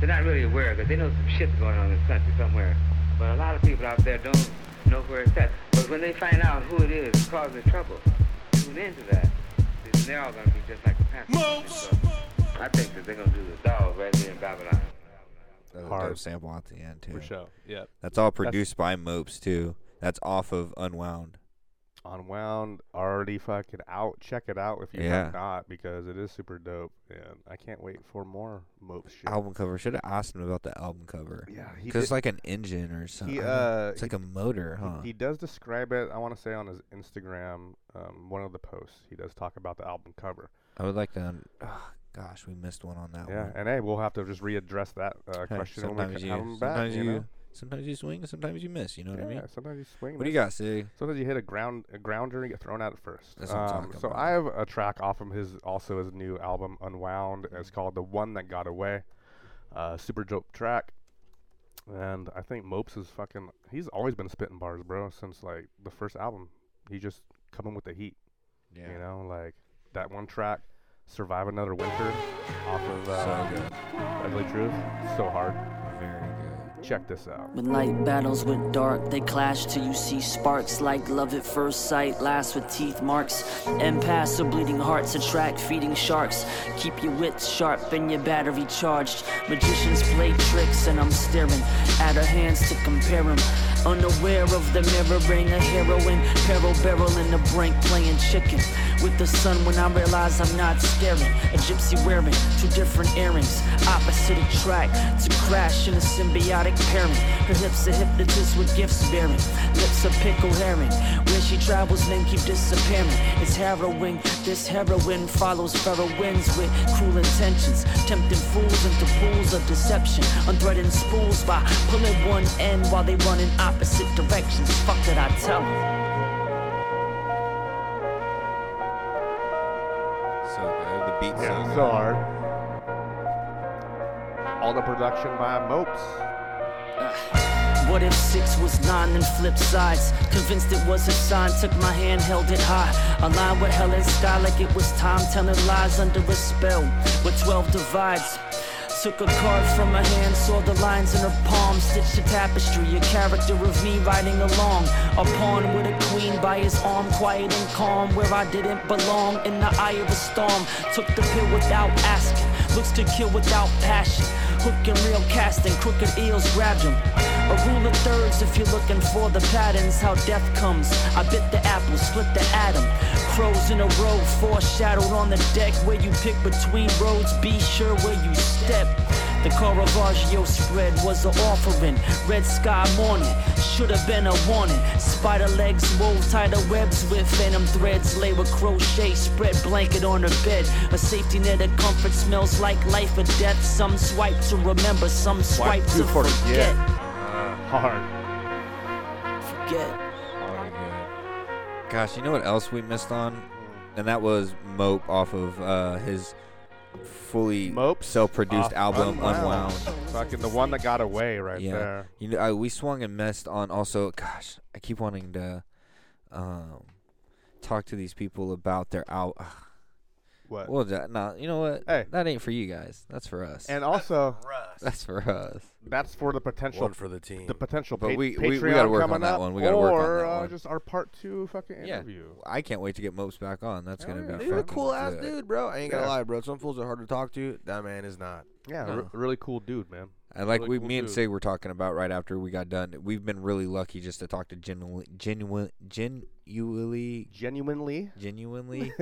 S15: They're not really aware of it. They know some shit's going on in this country somewhere. But a lot of people out there don't know where it's at. But when they find out who it is causing trouble, tune into that. Then They're all going to be just like the past. So I think that they're going to do the dog right there in Babylon.
S8: That was a
S4: Hard.
S8: dope sample at the end too.
S4: For sure, yep.
S8: That's all
S4: That's-
S8: produced by Mopes too. That's off of Unwound.
S4: Unwound, already fucking out. Check it out if you
S8: Yeah.
S4: have not, because it is super dope, and I can't wait for more Mope shit.
S8: Album cover. Should have asked him about the album cover. Yeah,
S4: he
S8: because
S4: did-
S8: it's like an engine or something.
S4: He, uh,
S8: it's like
S4: he-
S8: a motor,
S4: he-
S8: huh?
S4: He, does describe it. I want to say on his Instagram, um, one of the posts, he does talk about the album cover.
S8: I would like to. Un- oh, gosh, we missed one on that
S4: yeah,
S8: one.
S4: and hey, we'll have to just readdress that uh,
S8: Hey,
S4: question when we
S8: Oh, sometimes
S4: c-
S8: you,
S4: have him back.
S8: sometimes
S4: you
S8: you,
S4: know?
S8: sometimes you swing, and sometimes you miss. You know what I
S4: Yeah,
S8: mean?
S4: sometimes you swing.
S8: What do you got,
S4: miss.
S8: Sig?
S4: Sometimes you hit a ground a grounder and you get thrown out at first.
S8: That's what I'm
S4: Um,
S8: talking
S4: so
S8: about.
S4: I have a track off of his also his new album Unwound.
S8: Mm-hmm.
S4: It's called The One That Got Away. Uh, super dope track. And I think Mopes is fucking. He's always been spitting bars, bro. Since like the first album, he just coming with the heat.
S8: Yeah.
S4: You know, like that one track, "Survive Another Winter," off of uh, Ugly Truth. So hard.
S8: Very good.
S4: Check this out.
S11: When light battles with dark, they clash till you see sparks. Like love at first sight, last with teeth marks. Impasse or bleeding hearts attract feeding sharks. Keep your wits sharp and your battery charged. Magicians play tricks, and I'm staring at her hands to compare 'em. Unaware of the mirroring, a heroine, peril barrel in the brink, playing chicken with the sun. When I realize I'm not staring, a gypsy wearing two different earrings, opposite attract to crash in a symbiotic pairing. Her hips a hypnotist with gifts bearing, lips a pickle herring. Where she travels, men keep disappearing. It's harrowing. This heroin follows feral winds with cruel intentions, tempting fools into pools of deception, unthreatened spools by pulling one end while they run in opposite directions. Fuck did I tell 'em?
S8: So good. The beat's
S4: Yeah,
S8: so
S4: so,
S8: good.
S4: hard. All the production by Mopes.
S11: What if six was nine and flipped sides? Convinced it was a sign, took my hand, held it high. Aligned with hell and sky like it was time, telling lies under a spell. With 12 divides. Took a card from her hand, saw the lines in her palm. Stitched a tapestry, a character of me riding along. A pawn with a queen by his arm, quiet and calm. Where I didn't belong, in the eye of a storm. Took the pill without asking. Looks to kill without passion. Hook and reel casting, crooked eels grabbed him. A rule of thirds if you're looking for the patterns, how death comes. I bit the apple, split the atom. Crows in a row, foreshadowed on the deck. Where you pick between roads, be sure where you step. The Caravaggio spread was an offering. Red sky morning, should have been a warning. Spider legs wove tighter webs with phantom threads. Lay with crochet, spread blanket on her bed. A safety net of comfort smells like life or death. Some swipe to remember, some swipe, to forget.
S4: Hard.
S11: Forget.
S8: Very good. Gosh, you know what else we missed on? And that was Mope off of uh, his fully self-produced
S4: Off
S8: album Unwound.
S4: Fucking the one that got away right
S8: yeah,
S4: there.
S8: you know, I, we swung and missed on also. Gosh, I keep wanting to um, talk to these people about their out.
S4: What?
S8: Well, that, nah, you know what? Hey. that ain't for you guys. That's for us.
S4: And also,
S8: That's for us.
S4: that's for the potential
S8: One
S16: for the team.
S4: The potential,
S8: But
S4: pa-
S8: we-
S4: Patreon
S8: we- we gotta work on
S4: coming
S8: that
S4: up,
S8: one. We gotta work on
S4: or,
S8: that
S4: uh,
S8: one.
S4: Just our part two fucking interview.
S8: I can't wait to get Mopes back on. That's gonna be
S9: He's a
S8: fucking
S9: cool ass
S8: good.
S9: dude, bro. I ain't gonna
S8: Yeah.
S9: lie, bro. Some fools are hard to talk to. That man is not.
S4: Yeah,
S8: No.
S4: re- really cool dude, man.
S8: And like
S4: Really
S8: we,
S4: cool
S8: me and
S4: dude.
S8: Sig were talking about right after we got done, we've been really lucky just to talk to genuinely, genuine, genuinely,
S4: genuinely,
S8: genuinely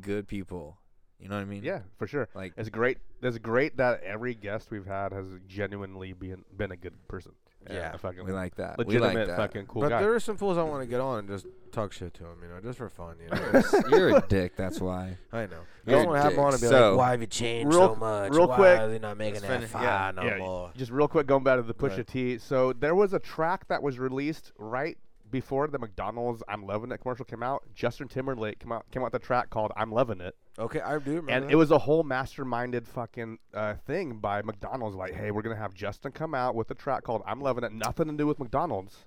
S8: good people. You know what I mean?
S4: Yeah, for sure.
S8: Like
S4: It's great. It's great that every guest we've had has genuinely been been a good person. and
S9: Yeah.
S4: a fucking
S8: We like that. We like
S4: Legitimate
S8: that.
S4: fucking cool
S9: but
S4: guy.
S9: there are some fools I want to get on and just talk shit to them, you know, just for fun. You know,
S8: You're a dick. That's why.
S9: I know.
S8: You're
S9: I
S8: a
S9: don't want to have
S8: dick.
S9: them on and be
S8: So-
S9: like, "Why have you changed so much?
S4: Real
S9: Why
S4: quick,
S9: are they not making
S4: Let's
S9: that
S4: finish-
S9: fire
S4: yeah,
S9: no
S4: yeah,
S9: more?"
S4: Just real quick, going back to the Pusha
S9: Right.
S4: T. So there was a track that was released right before the McDonald's "I'm Loving It" commercial came out. Justin Timberlake came out came out with a track called "I'm Loving It."
S9: Okay, I do remember.
S4: and
S9: that.
S4: it was a whole masterminded fucking uh, thing by McDonald's. Like, hey, we're gonna have Justin come out with a track called "I'm Loving It," nothing to do with McDonald's,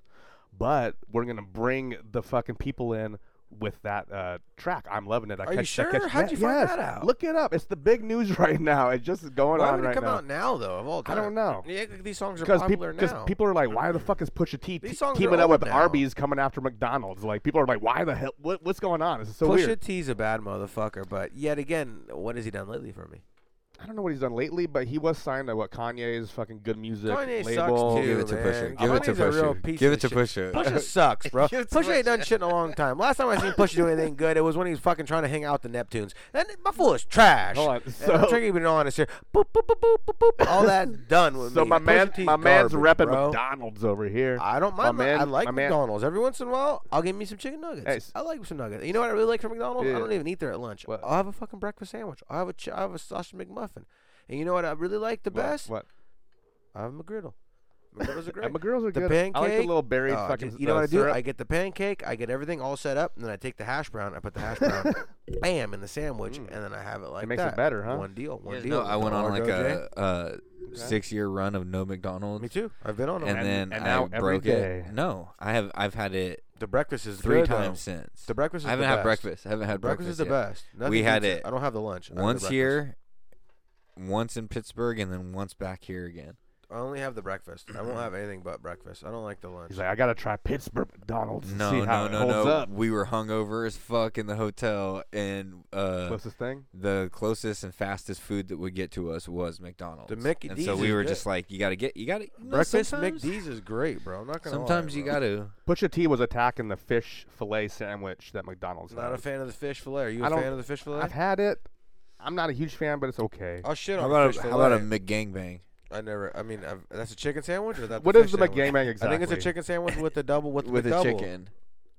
S4: but we're gonna bring the fucking people in with that uh, track. "I'm Loving It." I
S9: Are you
S4: catch, I
S9: sure?
S4: catch-
S9: How'd you find
S4: yes.
S9: that out?
S4: Look it up. It's the big news right now. It's just going
S9: Why
S4: on
S9: would
S4: right
S9: it come
S4: now.
S9: out now though? Of all
S4: I
S9: time,
S4: don't know.
S9: Yeah, like, these songs are
S4: Because
S9: popular now.
S4: people are like, why the fuck is Pusha T
S9: These
S4: te-
S9: songs are
S4: teaming up
S9: old
S4: with
S9: now.
S4: Arby's coming after McDonald's? Like, people are like, why the hell? What, what's going on? This is so
S9: Pusha
S4: weird.
S9: T's a bad motherfucker, but yet again, what has he done lately for me?
S4: I don't know what he's done lately, but he was signed to what Kanye's fucking good music
S9: Kanye
S4: label.
S9: sucks too.
S8: Give it to
S9: man.
S8: Pusha. Give it to
S9: Kanye's a real
S8: Pusha.
S9: piece
S8: Give
S9: of
S8: it to
S9: shit.
S8: Pusha.
S9: Pusha sucks, bro.
S8: Give it to
S9: Pusha
S8: Pusha.
S9: ain't done shit in a long time. Last time I seen Pusha do anything good, it was when he was fucking trying to hang out with the Neptunes. And my fool is trash.
S4: Hold on,
S9: And
S4: so-
S9: I'm trying to be honest here. Boop boop boop boop boop boop. All that done with
S4: So
S9: me.
S4: my
S9: Pusha
S4: man,
S9: T's
S4: my man's
S9: garbage,
S4: repping
S9: bro.
S4: McDonald's over here.
S9: I don't mind.
S4: My
S9: My
S4: man,
S9: I like
S4: my man-
S9: McDonald's. Every once in a while, I'll give me some chicken nuggets.
S4: Hey, s-
S9: I like some nuggets. You know what I really like from McDonald's?
S4: Yeah.
S9: I don't even eat there at lunch. I'll have a fucking breakfast sandwich. I'll have a ch- I'll have a sausage McMuffin. And you know what I really like the
S4: What?
S9: best?
S4: What?
S9: I have a McGriddle. McGriddles are great.
S4: And McGriddles are
S9: the
S4: good. I like
S9: Pancake,
S4: the little berry
S9: oh,
S4: fucking,
S9: just- you know
S4: uh,
S9: what I do?
S4: syrup.
S9: I get the pancake. I get everything all set up, and then I take the hash brown. I put the hash brown, bam, in the sandwich,
S4: Mm.
S9: and then I have it like
S4: makes it
S9: that.
S4: better, huh?
S9: One deal. One
S4: Yeah,
S9: deal.
S8: No, I went on
S9: Dollar
S8: like
S9: Dough
S8: a, a six-year run of no McDonald's. Me
S9: too. I've been on 'em.
S8: and,
S9: And-
S8: then
S9: and
S8: I
S9: now every
S8: broke
S9: day.
S8: it. No, I have. I've had it.
S9: The breakfast is
S8: three
S9: good, though.
S8: times since.
S9: The breakfast is
S8: I haven't
S9: the
S8: had
S9: best.
S8: breakfast. I haven't had
S9: Breakfast is
S8: breakfast.
S9: the
S8: yet.
S9: best. Nothing
S8: we had
S9: beats
S8: it.
S9: it. I don't have the lunch. I have the
S8: Once
S9: breakfast.
S8: here, once in Pittsburgh, and then once back here again.
S9: day. I only have the breakfast. I won't have anything but breakfast. I don't like the lunch.
S4: He's like, I gotta try Pittsburgh McDonald's. and
S8: No,
S4: see
S8: no,
S4: how it
S8: no,
S4: holds
S8: no.
S4: up.
S8: We were hungover as fuck in the hotel, and uh,
S4: Closest thing?
S8: the closest and fastest food that would get to us was McDonald's.
S9: The Mickey
S8: and
S9: D's
S8: so we
S9: is
S8: were
S9: good.
S8: just like, you gotta get, you gotta you know,
S9: breakfast
S8: sometimes-
S9: McD's is great, bro. I'm not gonna.
S8: Sometimes
S9: lie,
S8: you
S9: bro.
S8: gotta.
S4: Pusha T was attacking the fish fillet sandwich that McDonald's
S9: Not a
S4: has.
S9: fan of the fish fillet. Are you
S4: I
S9: a
S4: don't-
S9: fan of the fish fillet?
S4: I've had it. I'm not a huge fan, but it's okay.
S9: Oh shit!
S8: How
S9: on
S8: about
S9: the
S8: a,
S9: fish
S8: how about a
S9: fillet.
S8: McGangbang?
S9: I never. I mean, I've, that's a chicken sandwich or is that.
S4: What
S9: the fish
S4: is the
S9: sandwich?
S4: McGangbang
S9: I think it's a
S4: exactly?
S9: chicken sandwich with the double with,
S8: With
S9: the
S8: a
S9: double.
S8: chicken.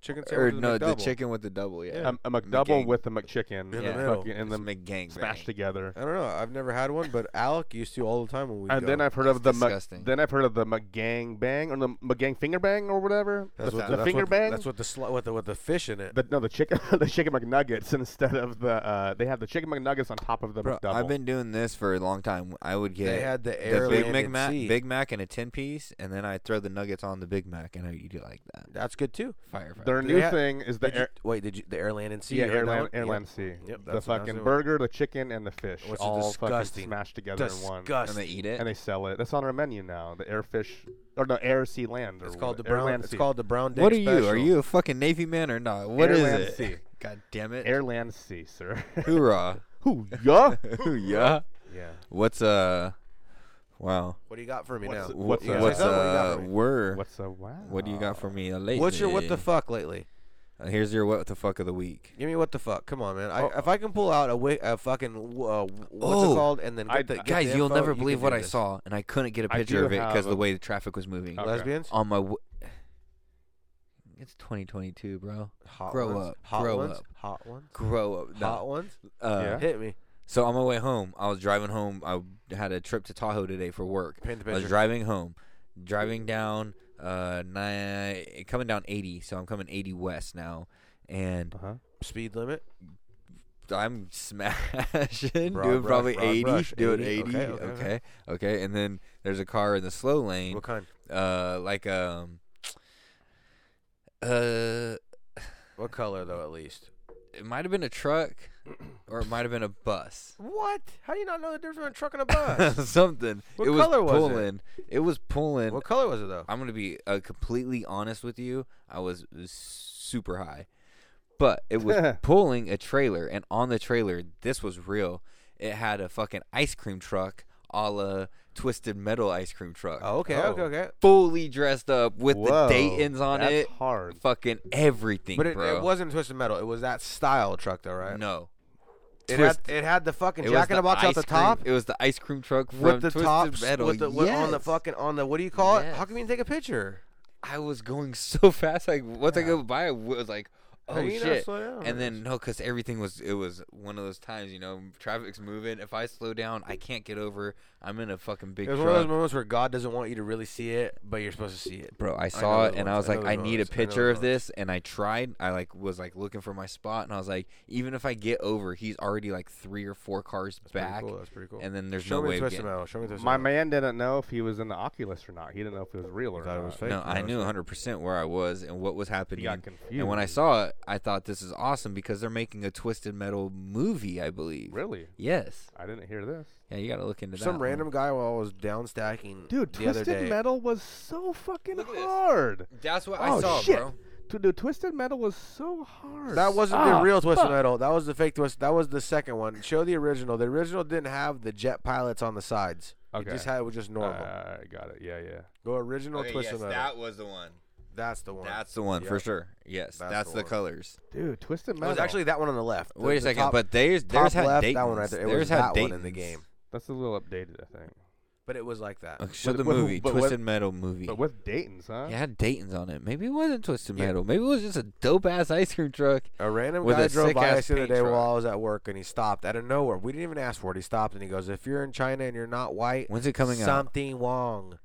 S9: Chicken
S8: Or
S9: sandwich. with
S8: no,
S9: the,
S8: the
S9: McDouble.
S8: chicken with the double. Yeah,
S4: A, a McDouble
S8: McGang-
S4: with a McChicken.
S9: In the
S4: Yeah.
S9: middle.
S4: Fucking- and
S8: It's
S4: then
S8: McGangbang.
S4: smashed together.
S9: I don't know. I've never had one, but Alec used to all the time when we.
S4: And
S9: go.
S4: then I've heard of the Mc,
S9: disgusting.
S4: then I've heard of the McGang bang or the McGang finger bang or whatever.
S9: That's
S4: the
S9: what
S4: the
S9: that's
S4: finger
S9: what,
S4: bang.
S9: That's what the sl- with the with the fish in it.
S4: The, no, the chicken, the chicken McNuggets instead of the. Uh, they have the chicken McNuggets on top of the
S8: Bro,
S4: McDouble.
S8: I've been doing this for a long time. I would get
S9: had the air
S8: Big
S9: landed
S8: Mac, Mac-
S9: seat.
S8: Big Mac, and a ten piece, and then I throw the nuggets on the Big Mac, and I eat it like that.
S9: That's good too.
S8: Fire, fire.
S4: Their
S9: They
S4: new
S9: had-
S4: thing is the
S9: did you-
S4: air,
S9: wait, did you the airland and sea?
S4: yeah
S9: you heard that
S4: airline
S9: one?
S4: airline
S9: Yep.
S4: sea.
S9: Yep,
S4: the
S9: that's what I was
S4: fucking
S9: doing.
S4: burger, the chicken, and the fish
S9: Which is
S4: all
S9: disgusting.
S4: fucking smashed together in one.
S9: Disgusting. And they
S8: eat it?
S4: and they sell it. That's on our menu now. The air fish or no air sea land. Or
S9: It's called
S4: what-
S9: the
S4: air,
S9: brown-
S4: land,
S9: it's
S4: sea.
S9: called the brown
S8: What are you? Are you a fucking Navy man or not? What is
S4: Airland
S8: it?
S4: Sea.
S8: God damn it!
S4: Airland sea, sir.
S8: Hoorah!
S4: Who ya?
S8: Who ya?
S4: Yeah.
S8: What's uh? Wow.
S9: What do you got for me
S4: What's
S9: now?
S4: a- what's
S9: You
S4: a-
S9: got
S8: What's
S9: something? What do you got
S8: uh?
S9: for me? Uh,
S8: Word.
S4: What's a wow?
S8: What do you got for me lately?
S9: What's your what the fuck lately?
S8: Uh, here's your what the fuck of the week.
S9: Give me what the fuck. Come on, man. I, if I can pull out a, wi- a fucking uh, what's
S8: Oh,
S9: it called, and then get the, get the
S8: guys, you'll
S9: info,
S8: never
S9: you can
S8: believe
S9: do
S8: what I
S9: this.
S8: saw, and I couldn't get a
S4: I
S8: picture
S4: do
S8: of it because
S4: have
S8: of
S4: a-
S8: the way the traffic was moving.
S4: Okay.
S9: Lesbians?
S8: on my. W- it's 2022, bro.
S9: Hot
S8: Grow
S9: ones?
S8: up.
S9: Hot
S8: grow
S9: ones?
S8: up.
S9: Hot ones?
S8: Grow up. No.
S9: Hot ones?
S8: Uh,
S9: Yeah. Hit me.
S8: So on my way home, I was driving home. I had a trip to Tahoe today for work.
S9: Paint the
S8: I was
S9: picture.
S8: driving home, driving down uh nine, coming down 80. So I'm coming 80 west now, and
S9: speed limit.
S8: I'm smashing,
S9: Broad
S8: doing
S9: rush,
S8: probably
S9: broad
S8: 80,
S9: rush,
S8: doing
S9: 80,
S8: 80.
S9: okay,
S8: Okay
S9: okay,
S8: okay,
S9: okay.
S8: And then there's a car in the slow lane. What
S9: kind?
S8: Uh, like um, uh,
S9: what color though? At least
S8: it might have been a truck, or it might have been a bus.
S9: What? How do you not know the difference between a truck and a bus?
S8: something.
S9: What
S8: it
S9: color
S8: was
S9: was it?
S8: pulling. It? was pulling. What
S9: color was it though?
S8: I'm gonna be uh, completely honest with you. I was super high, but it was pulling a trailer, and on the trailer, this was real. It had a fucking ice cream truck, a la Twisted Metal ice cream truck. Oh,
S9: okay, okay, okay.
S8: Fully dressed up with
S9: Whoa,
S8: the Dayton's on
S9: that's
S8: it.
S4: Hard.
S8: Fucking everything,
S9: but it,
S8: bro.
S9: it wasn't twisted metal. It was that style truck though, right?
S8: No.
S9: It
S8: Twist-
S9: had it had the fucking
S8: It was
S9: jack in the box out
S8: ice
S9: the
S8: cream-
S9: top.
S8: It was the ice cream truck from
S9: with the
S8: Twisted
S9: tops,
S8: Metal.
S9: with the with, on the
S8: Yes.
S9: fucking on the what do you call it?
S8: Yes.
S9: How come you didn't take a picture?
S8: I was going so fast. Like once I go by, I was like,
S9: How
S8: "Oh
S9: you not
S8: shit!"
S9: slow down?
S8: And then no, because everything was it was one of those times. You know, traffic's moving. If I slow down, I can't get over. I'm in a fucking big
S9: it was
S8: truck.
S9: one of those moments where God doesn't want you to really see it, but you're supposed to see it.
S8: Bro, I
S9: know
S8: saw it
S9: those
S8: and I
S9: ones.
S8: was like,
S9: know
S8: I
S9: those
S8: need a
S9: ones. I know
S8: picture
S9: those
S8: of this. And I tried. I like was like looking for my spot, and I was like, even if I get over, he's already like three or four cars
S9: pretty
S8: back.
S9: cool, that's pretty cool.
S8: And then there's
S9: Show
S8: no
S9: me
S8: way. of
S9: Twisted
S8: getting-
S9: Metal, show me Twisted
S4: My man didn't know if he was in the Oculus or not. He didn't know if it was real or not.
S8: No, I knew 100% where I was and what was happening. And when I
S4: confused.
S8: saw it, I thought this is awesome because they're making a Twisted Metal movie, I believe.
S4: Really?
S8: Yes.
S4: I didn't hear this.
S8: Yeah, you got to look into that.
S9: Some
S8: one.
S9: random guy while I was down stacking
S4: Dude,
S9: the other
S4: Twisted
S9: day.
S4: Metal was so fucking hard.
S8: That's what
S9: I
S4: oh,
S9: saw,
S4: shit.
S9: bro.
S4: Dude, dude, Twisted Metal was so hard.
S9: That wasn't
S4: Ah,
S9: the real Twisted
S4: fuck.
S9: Metal. That was the fake twist. That was the second one. Show the original. The original didn't have the jet pilots on the sides.
S4: Okay.
S9: It just had it was just normal.
S4: Ah,
S8: Uh,
S4: I got it. Yeah, yeah.
S9: Go original
S8: Okay,
S9: Twisted
S8: yes,
S9: Metal.
S8: that was the one.
S9: That's the one.
S8: That's the one for
S9: Yep.
S8: sure. Yes, that's, the,
S9: one.
S8: colors.
S4: Dude, Twisted
S9: It
S4: Metal.
S9: was actually that one on the left. The-
S8: Wait a
S9: the
S8: second,
S9: top-
S8: but there's
S9: top
S8: there's had
S9: left,
S8: Dayton's.
S9: that one right there. It
S8: there's
S9: was
S8: had
S9: that one in the
S8: Dayton's.
S9: game.
S4: That's a little updated, I think.
S9: But it was like that.
S8: Look, show
S4: With-
S8: the
S4: with-
S8: movie,
S4: but with-
S8: Twisted Metal movie.
S4: But with Dayton's, huh?
S8: Yeah, it had Dayton's on it. Maybe it wasn't Twisted Metal. Maybe it was just a dope ass ice cream truck.
S9: A random
S8: with
S9: guy
S8: a
S9: drove
S8: sick
S9: by
S8: ass
S9: us the other
S8: paint
S9: day
S8: truck.
S9: while I was at work, and he stopped out of nowhere. We didn't even ask for it. He stopped and he goes, "If you're in China and you're not white,
S8: When's it coming out?
S9: something wrong."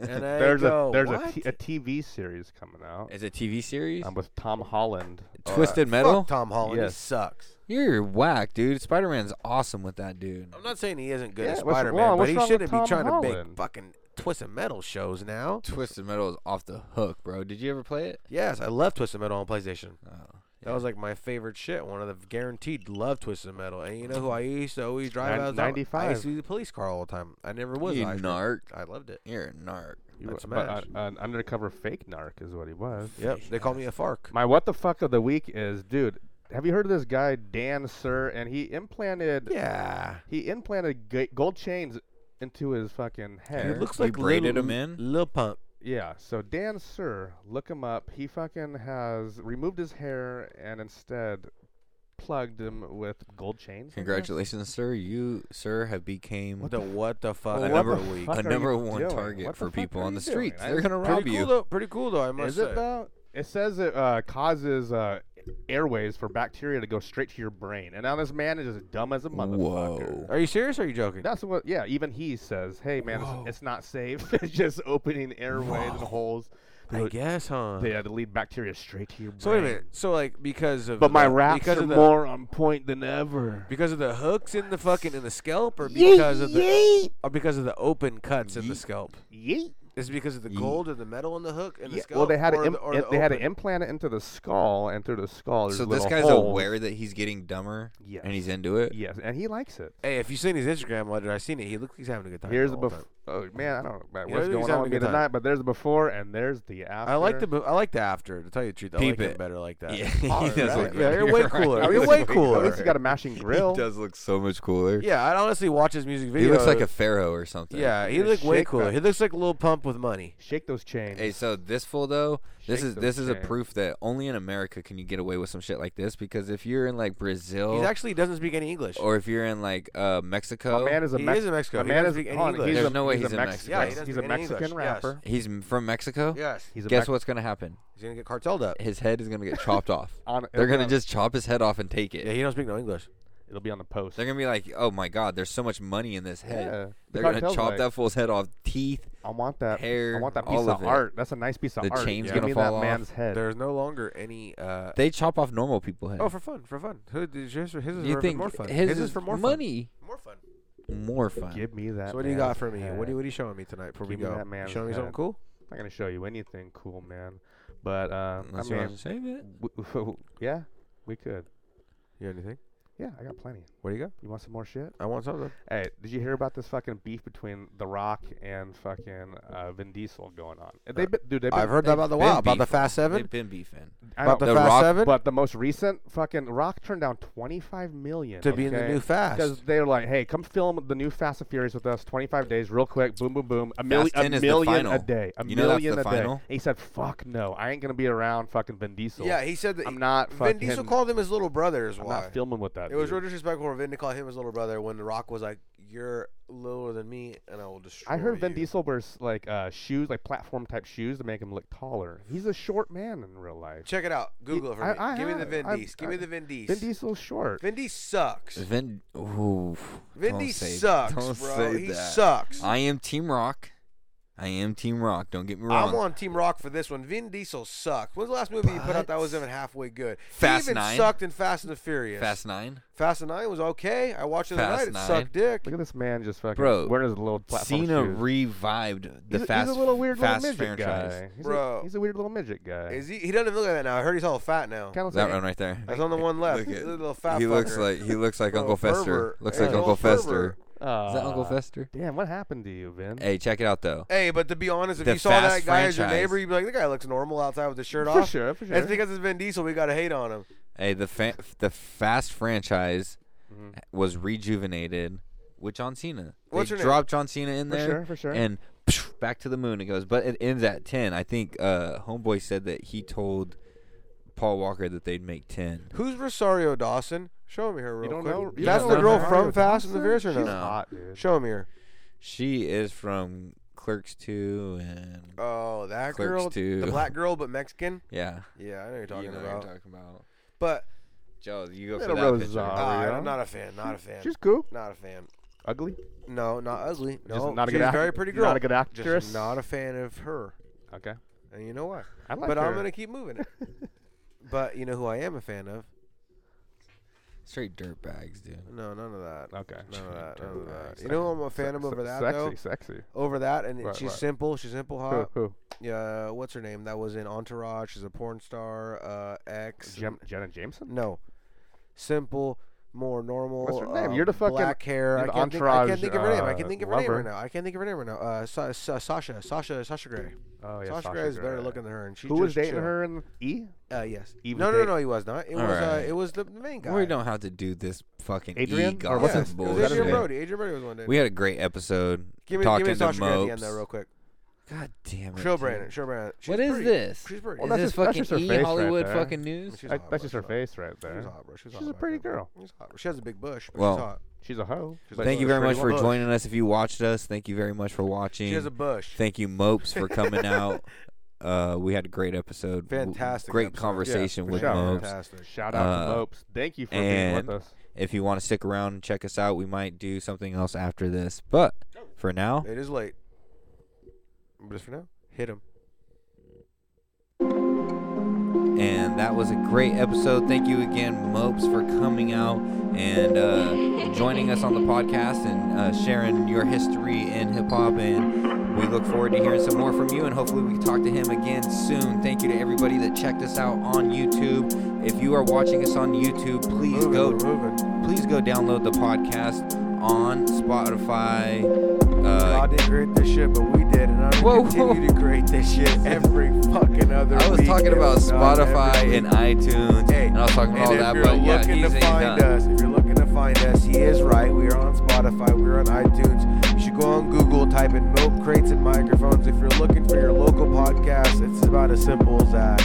S9: and I
S4: there's
S9: go,
S4: a there's
S9: "What?"
S4: a, t- a TV series coming out.
S8: Is it TV series?
S4: Um, with Tom Holland.
S8: Twisted
S9: Fuck
S8: Metal.
S9: Tom Holland. He
S4: Yes.
S9: sucks.
S8: You're whack, dude. Spider Man's awesome with that dude.
S9: I'm not saying he isn't good
S4: Yeah,
S9: at
S4: what's
S9: Spider
S4: wrong-
S9: Man, but
S4: what's
S9: he
S4: wrong with
S9: shouldn't be
S4: Tom
S9: trying to make
S4: Holland?
S9: fucking Twisted Metal shows now.
S8: Twisted Metal is off the hook, bro. Did you ever play it?
S9: Yes, I love Twisted Metal on PlayStation.
S8: yeah.
S9: That was like my favorite shit. One of the guaranteed love Twisted Metal. And you know who I used to always drive?
S4: Nin-
S9: I was out- I
S4: 95.
S9: used to be the police car all the time. I never was.
S8: you
S9: an Irishman.
S8: narc.
S9: I loved it.
S8: You're a narc.
S4: You
S9: That's
S4: were- but
S9: Smash.
S4: a- an undercover fake narc is what he was.
S9: Yep, they call me a FARC.
S4: My what the fuck of the week is, dude. Have you heard of this guy Dan Sir? And he implanted.
S9: Yeah.
S4: He implanted ga- gold chains into his fucking head.
S9: It looks like
S8: braided
S9: little,
S8: him in?
S9: Lil Pump.
S4: Yeah. So Dan Sir, look him up. He fucking has removed his hair and instead plugged him with gold chains. I guess?
S8: Congratulations, sir. You, sir, have became
S9: the what the fuck?
S8: a
S4: What
S8: number,
S4: the fuck
S8: a
S4: are
S8: number
S4: you
S8: one
S4: doing?
S8: target
S4: What the
S8: for
S4: fuck
S8: people
S4: are
S8: on
S4: you
S8: the
S4: doing?
S8: streets.
S4: I-
S8: They're gonna
S9: Pretty
S8: rob
S9: cool
S8: you.
S9: though. Pretty cool though. I must
S4: Is
S9: say.
S4: it though? It says it uh, causes uh, airways for bacteria to go straight to your brain, and now this man is as dumb as a motherfucker.
S8: Whoa.
S9: Are you serious? or Are you joking?
S4: That's what. Yeah, even he says, "Hey man, it's, it's not safe. it's just opening airways and holes."
S9: I guess, huh?
S4: They had to lead bacteria straight to your
S9: So wait
S4: brain.
S9: a minute. So like because of
S4: But my
S9: the-
S4: raps
S9: because
S4: are
S9: of the,
S4: more on point than ever.
S9: because of the hooks in the fucking in the scalp, or
S4: Yeet,
S9: because of the
S4: yeet.
S9: or because of the open cuts in the scalp.
S4: Yeet.
S9: It's because of the gold or the metal in the hook and the
S4: Yeah,
S9: scalp.
S4: well, they had to
S9: or
S4: im-
S9: the, or
S4: it-
S9: the
S4: they had to
S9: open.
S4: implant it into the skull, and through the skull, there's
S8: So this
S4: little
S8: guy's
S4: holes.
S8: aware that he's getting dumber,
S4: Yes.
S8: and he's into it.
S4: Yes, and he likes it.
S9: Hey, if you seen his Instagram letter, I seen it. He looked like he's having a good time.
S4: Here's
S9: the
S4: the
S9: whole
S4: bef-
S9: time.
S4: oh, man, I don't know about
S9: Yeah,
S4: what's
S9: he's
S4: going
S9: having
S4: on
S9: a
S4: with me
S9: good time.
S4: tonight, but there's the before and there's the after.
S9: I like the be- I like the after. To tell you the truth, I
S8: Peep
S9: like him
S8: it.
S9: better like that.
S8: Yeah, he
S9: Alright,
S8: does
S9: right?
S8: look
S9: yeah, you're
S8: better.
S9: way
S8: You're
S9: cooler.
S8: right.
S9: You're way
S4: At least
S9: cooler.
S4: you got a mashing grill.
S8: He does look so much cooler.
S9: Yeah, I'd honestly watch his music
S8: He
S9: video.
S8: looks like a pharaoh or something.
S9: Yeah, he
S4: Just
S9: looked way
S4: shake
S9: cooler.
S4: that-
S9: He looks like a little pump with money.
S4: Shake those chains.
S8: Hey, so this fool though, this
S4: Shake
S8: is
S4: those
S8: this is a
S4: chains.
S8: proof that only in America can you get away with some shit like this. Because if you're in like Brazil,
S9: He actually doesn't speak any English.
S8: Oh. or if you're in like uh, Mexico,
S4: A man is a
S9: He
S4: Mex-
S9: is in Mexico.
S4: A
S9: He
S4: man
S9: doesn't
S4: is
S9: speak any
S4: hold on,
S9: English.
S4: He's a,
S8: There's no way
S4: he's
S8: he's
S4: a
S8: in
S4: Mexico.
S8: Mexico. Yeah, he
S9: doesn't
S4: he's
S9: speak
S4: a
S9: any
S4: Mexican
S9: English, yes.
S4: rapper.
S8: he's m- from Mexico.
S9: Yes.
S4: He's a
S8: Guess
S4: Mex-
S8: what's gonna happen?
S9: He's gonna get cartelled up.
S8: His head is gonna get chopped off.
S4: On-
S8: They're gonna
S4: yeah.
S8: just chop his head off and take it.
S9: Yeah, he don't speak no English.
S4: It'll be on the post.
S8: They're gonna be like, oh my god, there's so much money in this head.
S4: Yeah. The
S8: They're gonna
S4: cartel's
S8: chop
S4: like-
S8: that fool's head off, teeth.
S4: I want that
S8: hair.
S4: I want that piece
S8: all
S4: of,
S8: of it.
S4: art. That's a nice piece of
S8: the
S4: art.
S8: chain's
S4: Give
S8: gonna
S4: me
S8: fall
S4: that
S8: off.
S4: man's head.
S9: There's no longer any. Uh,
S8: They chop off normal people head.
S9: oh, for fun, for fun. His, his, his is
S8: You
S9: for
S8: think
S9: more fun.
S8: his
S9: is
S8: is
S9: for more
S8: money. Uh,
S9: Fun. More fun.
S8: More fun.
S4: Give me that.
S9: So what do you got
S4: man's
S9: for me?
S4: head.
S9: What do you, what are you showing me tonight before
S4: Give
S9: we
S4: me
S9: go?
S4: that man's
S9: you showing me something
S4: head.
S9: cool?
S4: I'm not gonna show you anything cool, man. But um,
S8: Unless
S4: I
S8: you
S4: mean,
S8: wanna save
S4: it. yeah, we could.
S9: You got anything?
S4: Yeah, I got plenty.
S9: What do you got?
S4: You want some more shit?
S9: I want something.
S4: Hey, did you hear about this fucking beef between The Rock and fucking uh, Vin Diesel going on? They been, dude, they've been,
S9: Uh, I've heard that about the
S4: they've
S9: Wild,
S4: been
S9: about the
S4: beefing.
S9: Fast Seven.
S8: They've been beefing.
S4: I
S9: About
S4: know,
S9: the Fast
S4: Rock,
S9: Seven?
S4: but the most recent fucking Rock turned down twenty five million
S9: To be in the new Fast.
S4: because they were like, "Hey, come film the new Fast and Furious with us, twenty five days, real quick, boom, boom, boom, a, milli-
S8: 10
S4: a
S8: is the
S4: million a
S8: final.
S4: day, a
S8: You know that's
S4: million
S8: the
S4: a
S8: final?
S4: day." And he said, "Fuck no, I ain't gonna be around fucking Vin Diesel."
S9: Yeah, he said that
S4: I'm not.
S9: Vin
S4: fucking,
S9: Diesel called him his little brother. Is
S4: I'm
S9: why
S4: not filming with that.
S9: It was
S4: dude.
S9: real disrespectful for Vin to call him his little brother when The Rock was like, "You're littler than me, and I will destroy."
S4: I heard
S9: you."
S4: Vin Diesel wears like uh, shoes, like platform type shoes, to make him look taller. He's a short man in real life.
S9: Check it out. Google it for
S4: I-
S9: me.
S4: I
S9: Give me the
S4: have-
S9: Vin
S4: I-
S9: Diesel. Give me
S4: I-
S9: the Vin Diesel.
S4: Vin Diesel's short.
S9: Vin Diesel sucks.
S8: Vin, ooh,
S9: Vin
S8: don't
S9: D
S8: say-
S9: sucks,
S8: don't
S9: bro.
S8: say
S9: He
S8: that.
S9: sucks.
S8: I am Team Rock. I am Team Rock. Don't get me wrong.
S9: I'm on Team Rock for this one. Vin Diesel sucked. When's the last movie he put out that was even halfway good?
S8: Fast
S9: he even
S8: Nine?
S9: sucked in Fast and the Furious.
S8: Fast Nine.
S9: Fast and Nine was okay. I watched it the
S8: Fast
S9: night. It
S8: Nine.
S9: sucked dick.
S4: Look at this man just fucking
S8: Bro,
S4: wearing his little platform
S8: Cena
S4: shoes.
S8: revived the
S4: he's, a-
S8: Fast
S4: he's a little weird
S8: Fast
S4: little midget
S8: franchise.
S4: guy. He's
S9: Bro.
S4: a, he's a weird little midget guy.
S9: Is he? He doesn't even look like that now. I heard he's all fat now.
S4: Kinda looks
S8: That
S4: like-
S8: one right there.
S9: That's on the one left. He's a little fat.
S8: he looks
S9: fucker.
S8: like he looks like
S9: Bro,
S8: Uncle Fester.
S9: pervert.
S8: Looks
S9: Yeah,
S8: like
S9: he's
S8: Uncle
S9: all pervert.
S8: Fester. Is that Uncle
S4: Ah.
S8: Fester?
S4: Damn, what happened to you, Vin?
S8: Hey, check it out though.
S9: Hey, but to be honest, if
S8: The
S9: you saw that
S8: Fast
S9: guy as your
S8: franchise.
S9: neighbor, you'd be like, "The guy looks normal outside with his shirt
S4: For
S9: off."
S4: sure, for
S9: It's
S4: sure.
S9: because it's Vin Diesel. We gotta hate on him.
S8: Hey, the fa- the Fast franchise
S4: Mm-hmm.
S8: was rejuvenated with John Cena.
S9: What's
S8: they
S9: her name?
S8: dropped John Cena in
S4: For
S8: there,
S4: sure, for sure.
S8: and psh, back to the moon it goes. But it ends at ten. I think uh, Homeboy said that he told Paul Walker that they'd make ten.
S9: Who's Rosario Dawson? Show me her real
S4: You don't
S9: quick.
S4: know- you
S9: That's
S8: don't
S9: the
S8: know
S9: girl
S8: her?
S9: from Fast and the Furious or
S4: She's
S9: no?
S4: hot, dude.
S9: Show me her.
S8: She is from Clerks Two and
S9: Oh, that
S8: Clerks
S9: girl,
S8: too.
S9: the black girl but Mexican.
S8: yeah.
S9: Yeah, I know who you're talking
S8: you know
S9: about.
S8: What you're talking about.
S9: But
S8: Joe, you go
S4: Little
S8: for that
S4: Rosario.
S8: picture.
S9: uh,
S4: yeah?
S9: I'm not a fan. Not a fan.
S4: She's cool.
S9: not a fan.
S4: Ugly.
S9: No, not ugly. No,
S4: not a
S9: she's
S4: good act-
S9: very pretty girl.
S4: not a good actress?
S9: Just not a fan of her.
S4: Okay.
S9: And you know what?
S4: I like
S9: but I'm
S4: her.
S9: gonna keep moving it. but you know who I am a fan of?
S8: Straight dirt bags, dude.
S9: No, none of that.
S4: Okay.
S9: None of that. None of that.
S8: Dirtbags.
S9: You know who I'm a fan
S4: Se-
S9: of
S4: se-
S9: over that
S4: sexy,
S9: though.
S4: sexy.
S9: Over that, and
S4: Right,
S9: she's
S4: right.
S9: simple. She's simple
S4: Who,
S9: hot.
S4: who?
S9: Yeah, what's her name? That was in Entourage. She's a porn star. Uh, ex.
S4: Jem- Jenna Jameson.
S9: No, simple, more normal.
S4: What's her name?
S9: uh,
S4: You're the fucking-
S9: black hair.
S4: you're
S9: I
S4: the
S9: can't, think, I can't
S4: Entourage,
S9: think of her name. I
S4: uh,
S9: can think of her name
S4: lover.
S9: right now. I can't think of her name right now. Uh, Sa- Sa- Sasha, Sasha, Sasha Gray.
S4: Oh yeah.
S9: Sasha,
S4: Sasha
S9: Gray is better
S4: Grey.
S9: looking than her, and she
S4: Who was
S9: just
S4: dating
S9: chill.
S4: her in E?
S9: Uh, yes.
S4: Eve
S9: no,
S4: was
S9: no, no,
S4: dating-
S9: He was not. It
S8: All
S9: was. Uh,
S8: right.
S9: it was the main guy.
S8: We don't have to do this fucking
S4: Adrian?
S8: e
S4: Or what's
S9: Yes,
S4: his-
S9: it was
S8: bullshit.
S9: Adrian Brody. Adrian Brody was one day.
S8: We had a great episode
S9: give me,
S8: talking
S9: give me
S8: to
S9: Sasha Gray at the
S8: Mopes.
S9: end there, real quick.
S8: God damn it.
S9: Show
S8: dude.
S9: Brandon. Show Brandon. She's
S8: What is
S9: pretty.
S8: this?
S9: She's pretty.
S4: Well,
S8: is
S4: that's
S8: this
S4: just- that's
S8: fucking
S4: just her
S8: e
S4: face right
S8: Hollywood
S4: there.
S8: fucking news?
S9: She's
S4: That-
S9: hot, bro.
S4: that's just her
S9: She's hot.
S4: face right there.
S9: She's hot, bro. She's, hot,
S4: She's a
S9: bro.
S4: pretty girl.
S9: She's hot. bro. She has a big bush. But
S8: Well,
S9: she's hot.
S4: She's a hoe.
S9: She's
S4: but
S8: Thank you
S4: she's
S8: very
S4: pretty
S8: much for
S4: well-
S9: bush.
S8: joining us. If you watched us, thank you very much for watching.
S9: She has a bush.
S8: Thank you, Mopes, for coming out. Uh, we had a great episode. W-
S9: Fantastic.
S8: Great
S9: episode.
S8: conversation
S4: for
S8: with
S4: sure.
S8: Mopes.
S9: Fantastic.
S4: Shout out to
S8: Uh,
S4: Lopes. Thank you for being with
S8: And
S4: us.
S8: if you want to stick around and check us out, we might do something else after this. But for now,
S9: It is late. But for now, hit him.
S8: and that was a great episode. Thank you again, Mopes, for coming out and uh, joining us on the podcast and uh, sharing your history in hip hop. And we look forward to hearing some more from you, and hopefully we can talk to him again soon. Thank you to everybody that checked us out on YouTube. If you are watching us on YouTube, please
S9: Moving,
S8: go
S9: we're moving.
S8: please go download the podcast on Spotify.
S9: I
S8: Uh,
S9: didn't create this shit, but we did, and I
S8: Whoa,
S9: will continue to create this shit every fucking other.
S8: I was
S9: week,
S8: talking
S9: if
S8: about
S9: not every
S8: Spotify
S9: week.
S8: and iTunes,
S9: Hey,
S8: and I was talking about all
S9: and
S8: that,
S9: if
S8: but
S9: you're
S8: yeah,
S9: looking
S8: he's
S9: to
S8: ain't
S9: find
S8: done.
S9: us, if you're looking to find us, he is right. We are on Spotify. We are on iTunes. You should go on Google, type in milk crates and microphones. If you're looking for your local podcast, it's about as simple as that.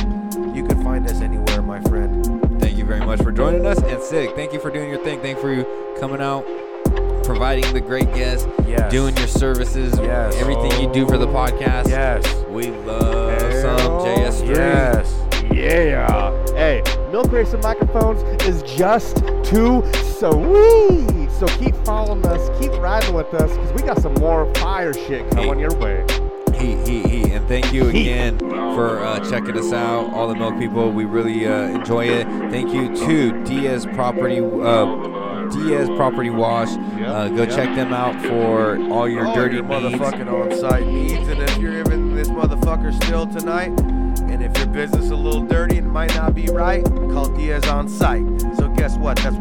S9: You can find us anywhere, my friend.
S8: Thank you very much for joining us, and Sig, thank you for doing your thing. Thank you for you coming out, providing the great guests,
S9: Yes.
S8: doing your services,
S9: Yes.
S8: everything you do for the podcast.
S9: Yes.
S8: We love some JS3.
S9: Yes.
S4: Yeah. Hey, Milk Race and Microphones is just too sweet. So keep following us, keep riding with us, because we got some more fire shit coming your way.
S8: He, he, he. And thank you again for uh, checking us out, all the milk people. We really uh, enjoy it. Thank you to Diaz Property, uh, Diaz Property Wash. Uh, go check them out for all your
S9: All
S8: dirty
S9: your
S8: needs.
S9: motherfucking on-site needs. And if you're in this motherfucker still tonight, and if your business a little dirty and might not be right, call Diaz on site. So guess what? That's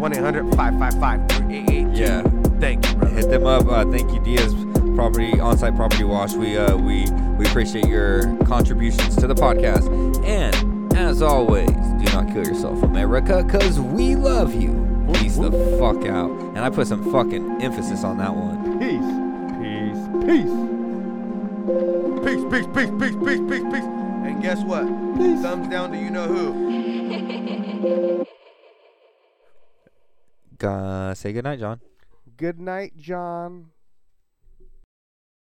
S9: 1-800-555-3882.
S8: Yeah.
S9: Thank you, brother.
S8: Hit them up. Uh, thank you, Diaz Property On-Site Property Wash. We uh, we we appreciate your contributions to the podcast. And as always, do not kill yourself, America, because we love you. Peace the fuck out. And I put some fucking emphasis on that one.
S4: Peace. Peace. Peace.
S9: Peace, peace, peace, peace, peace, peace, peace. And guess what? Thumbs down to you know who.
S8: Uh, say goodnight, John.
S4: Good night, John.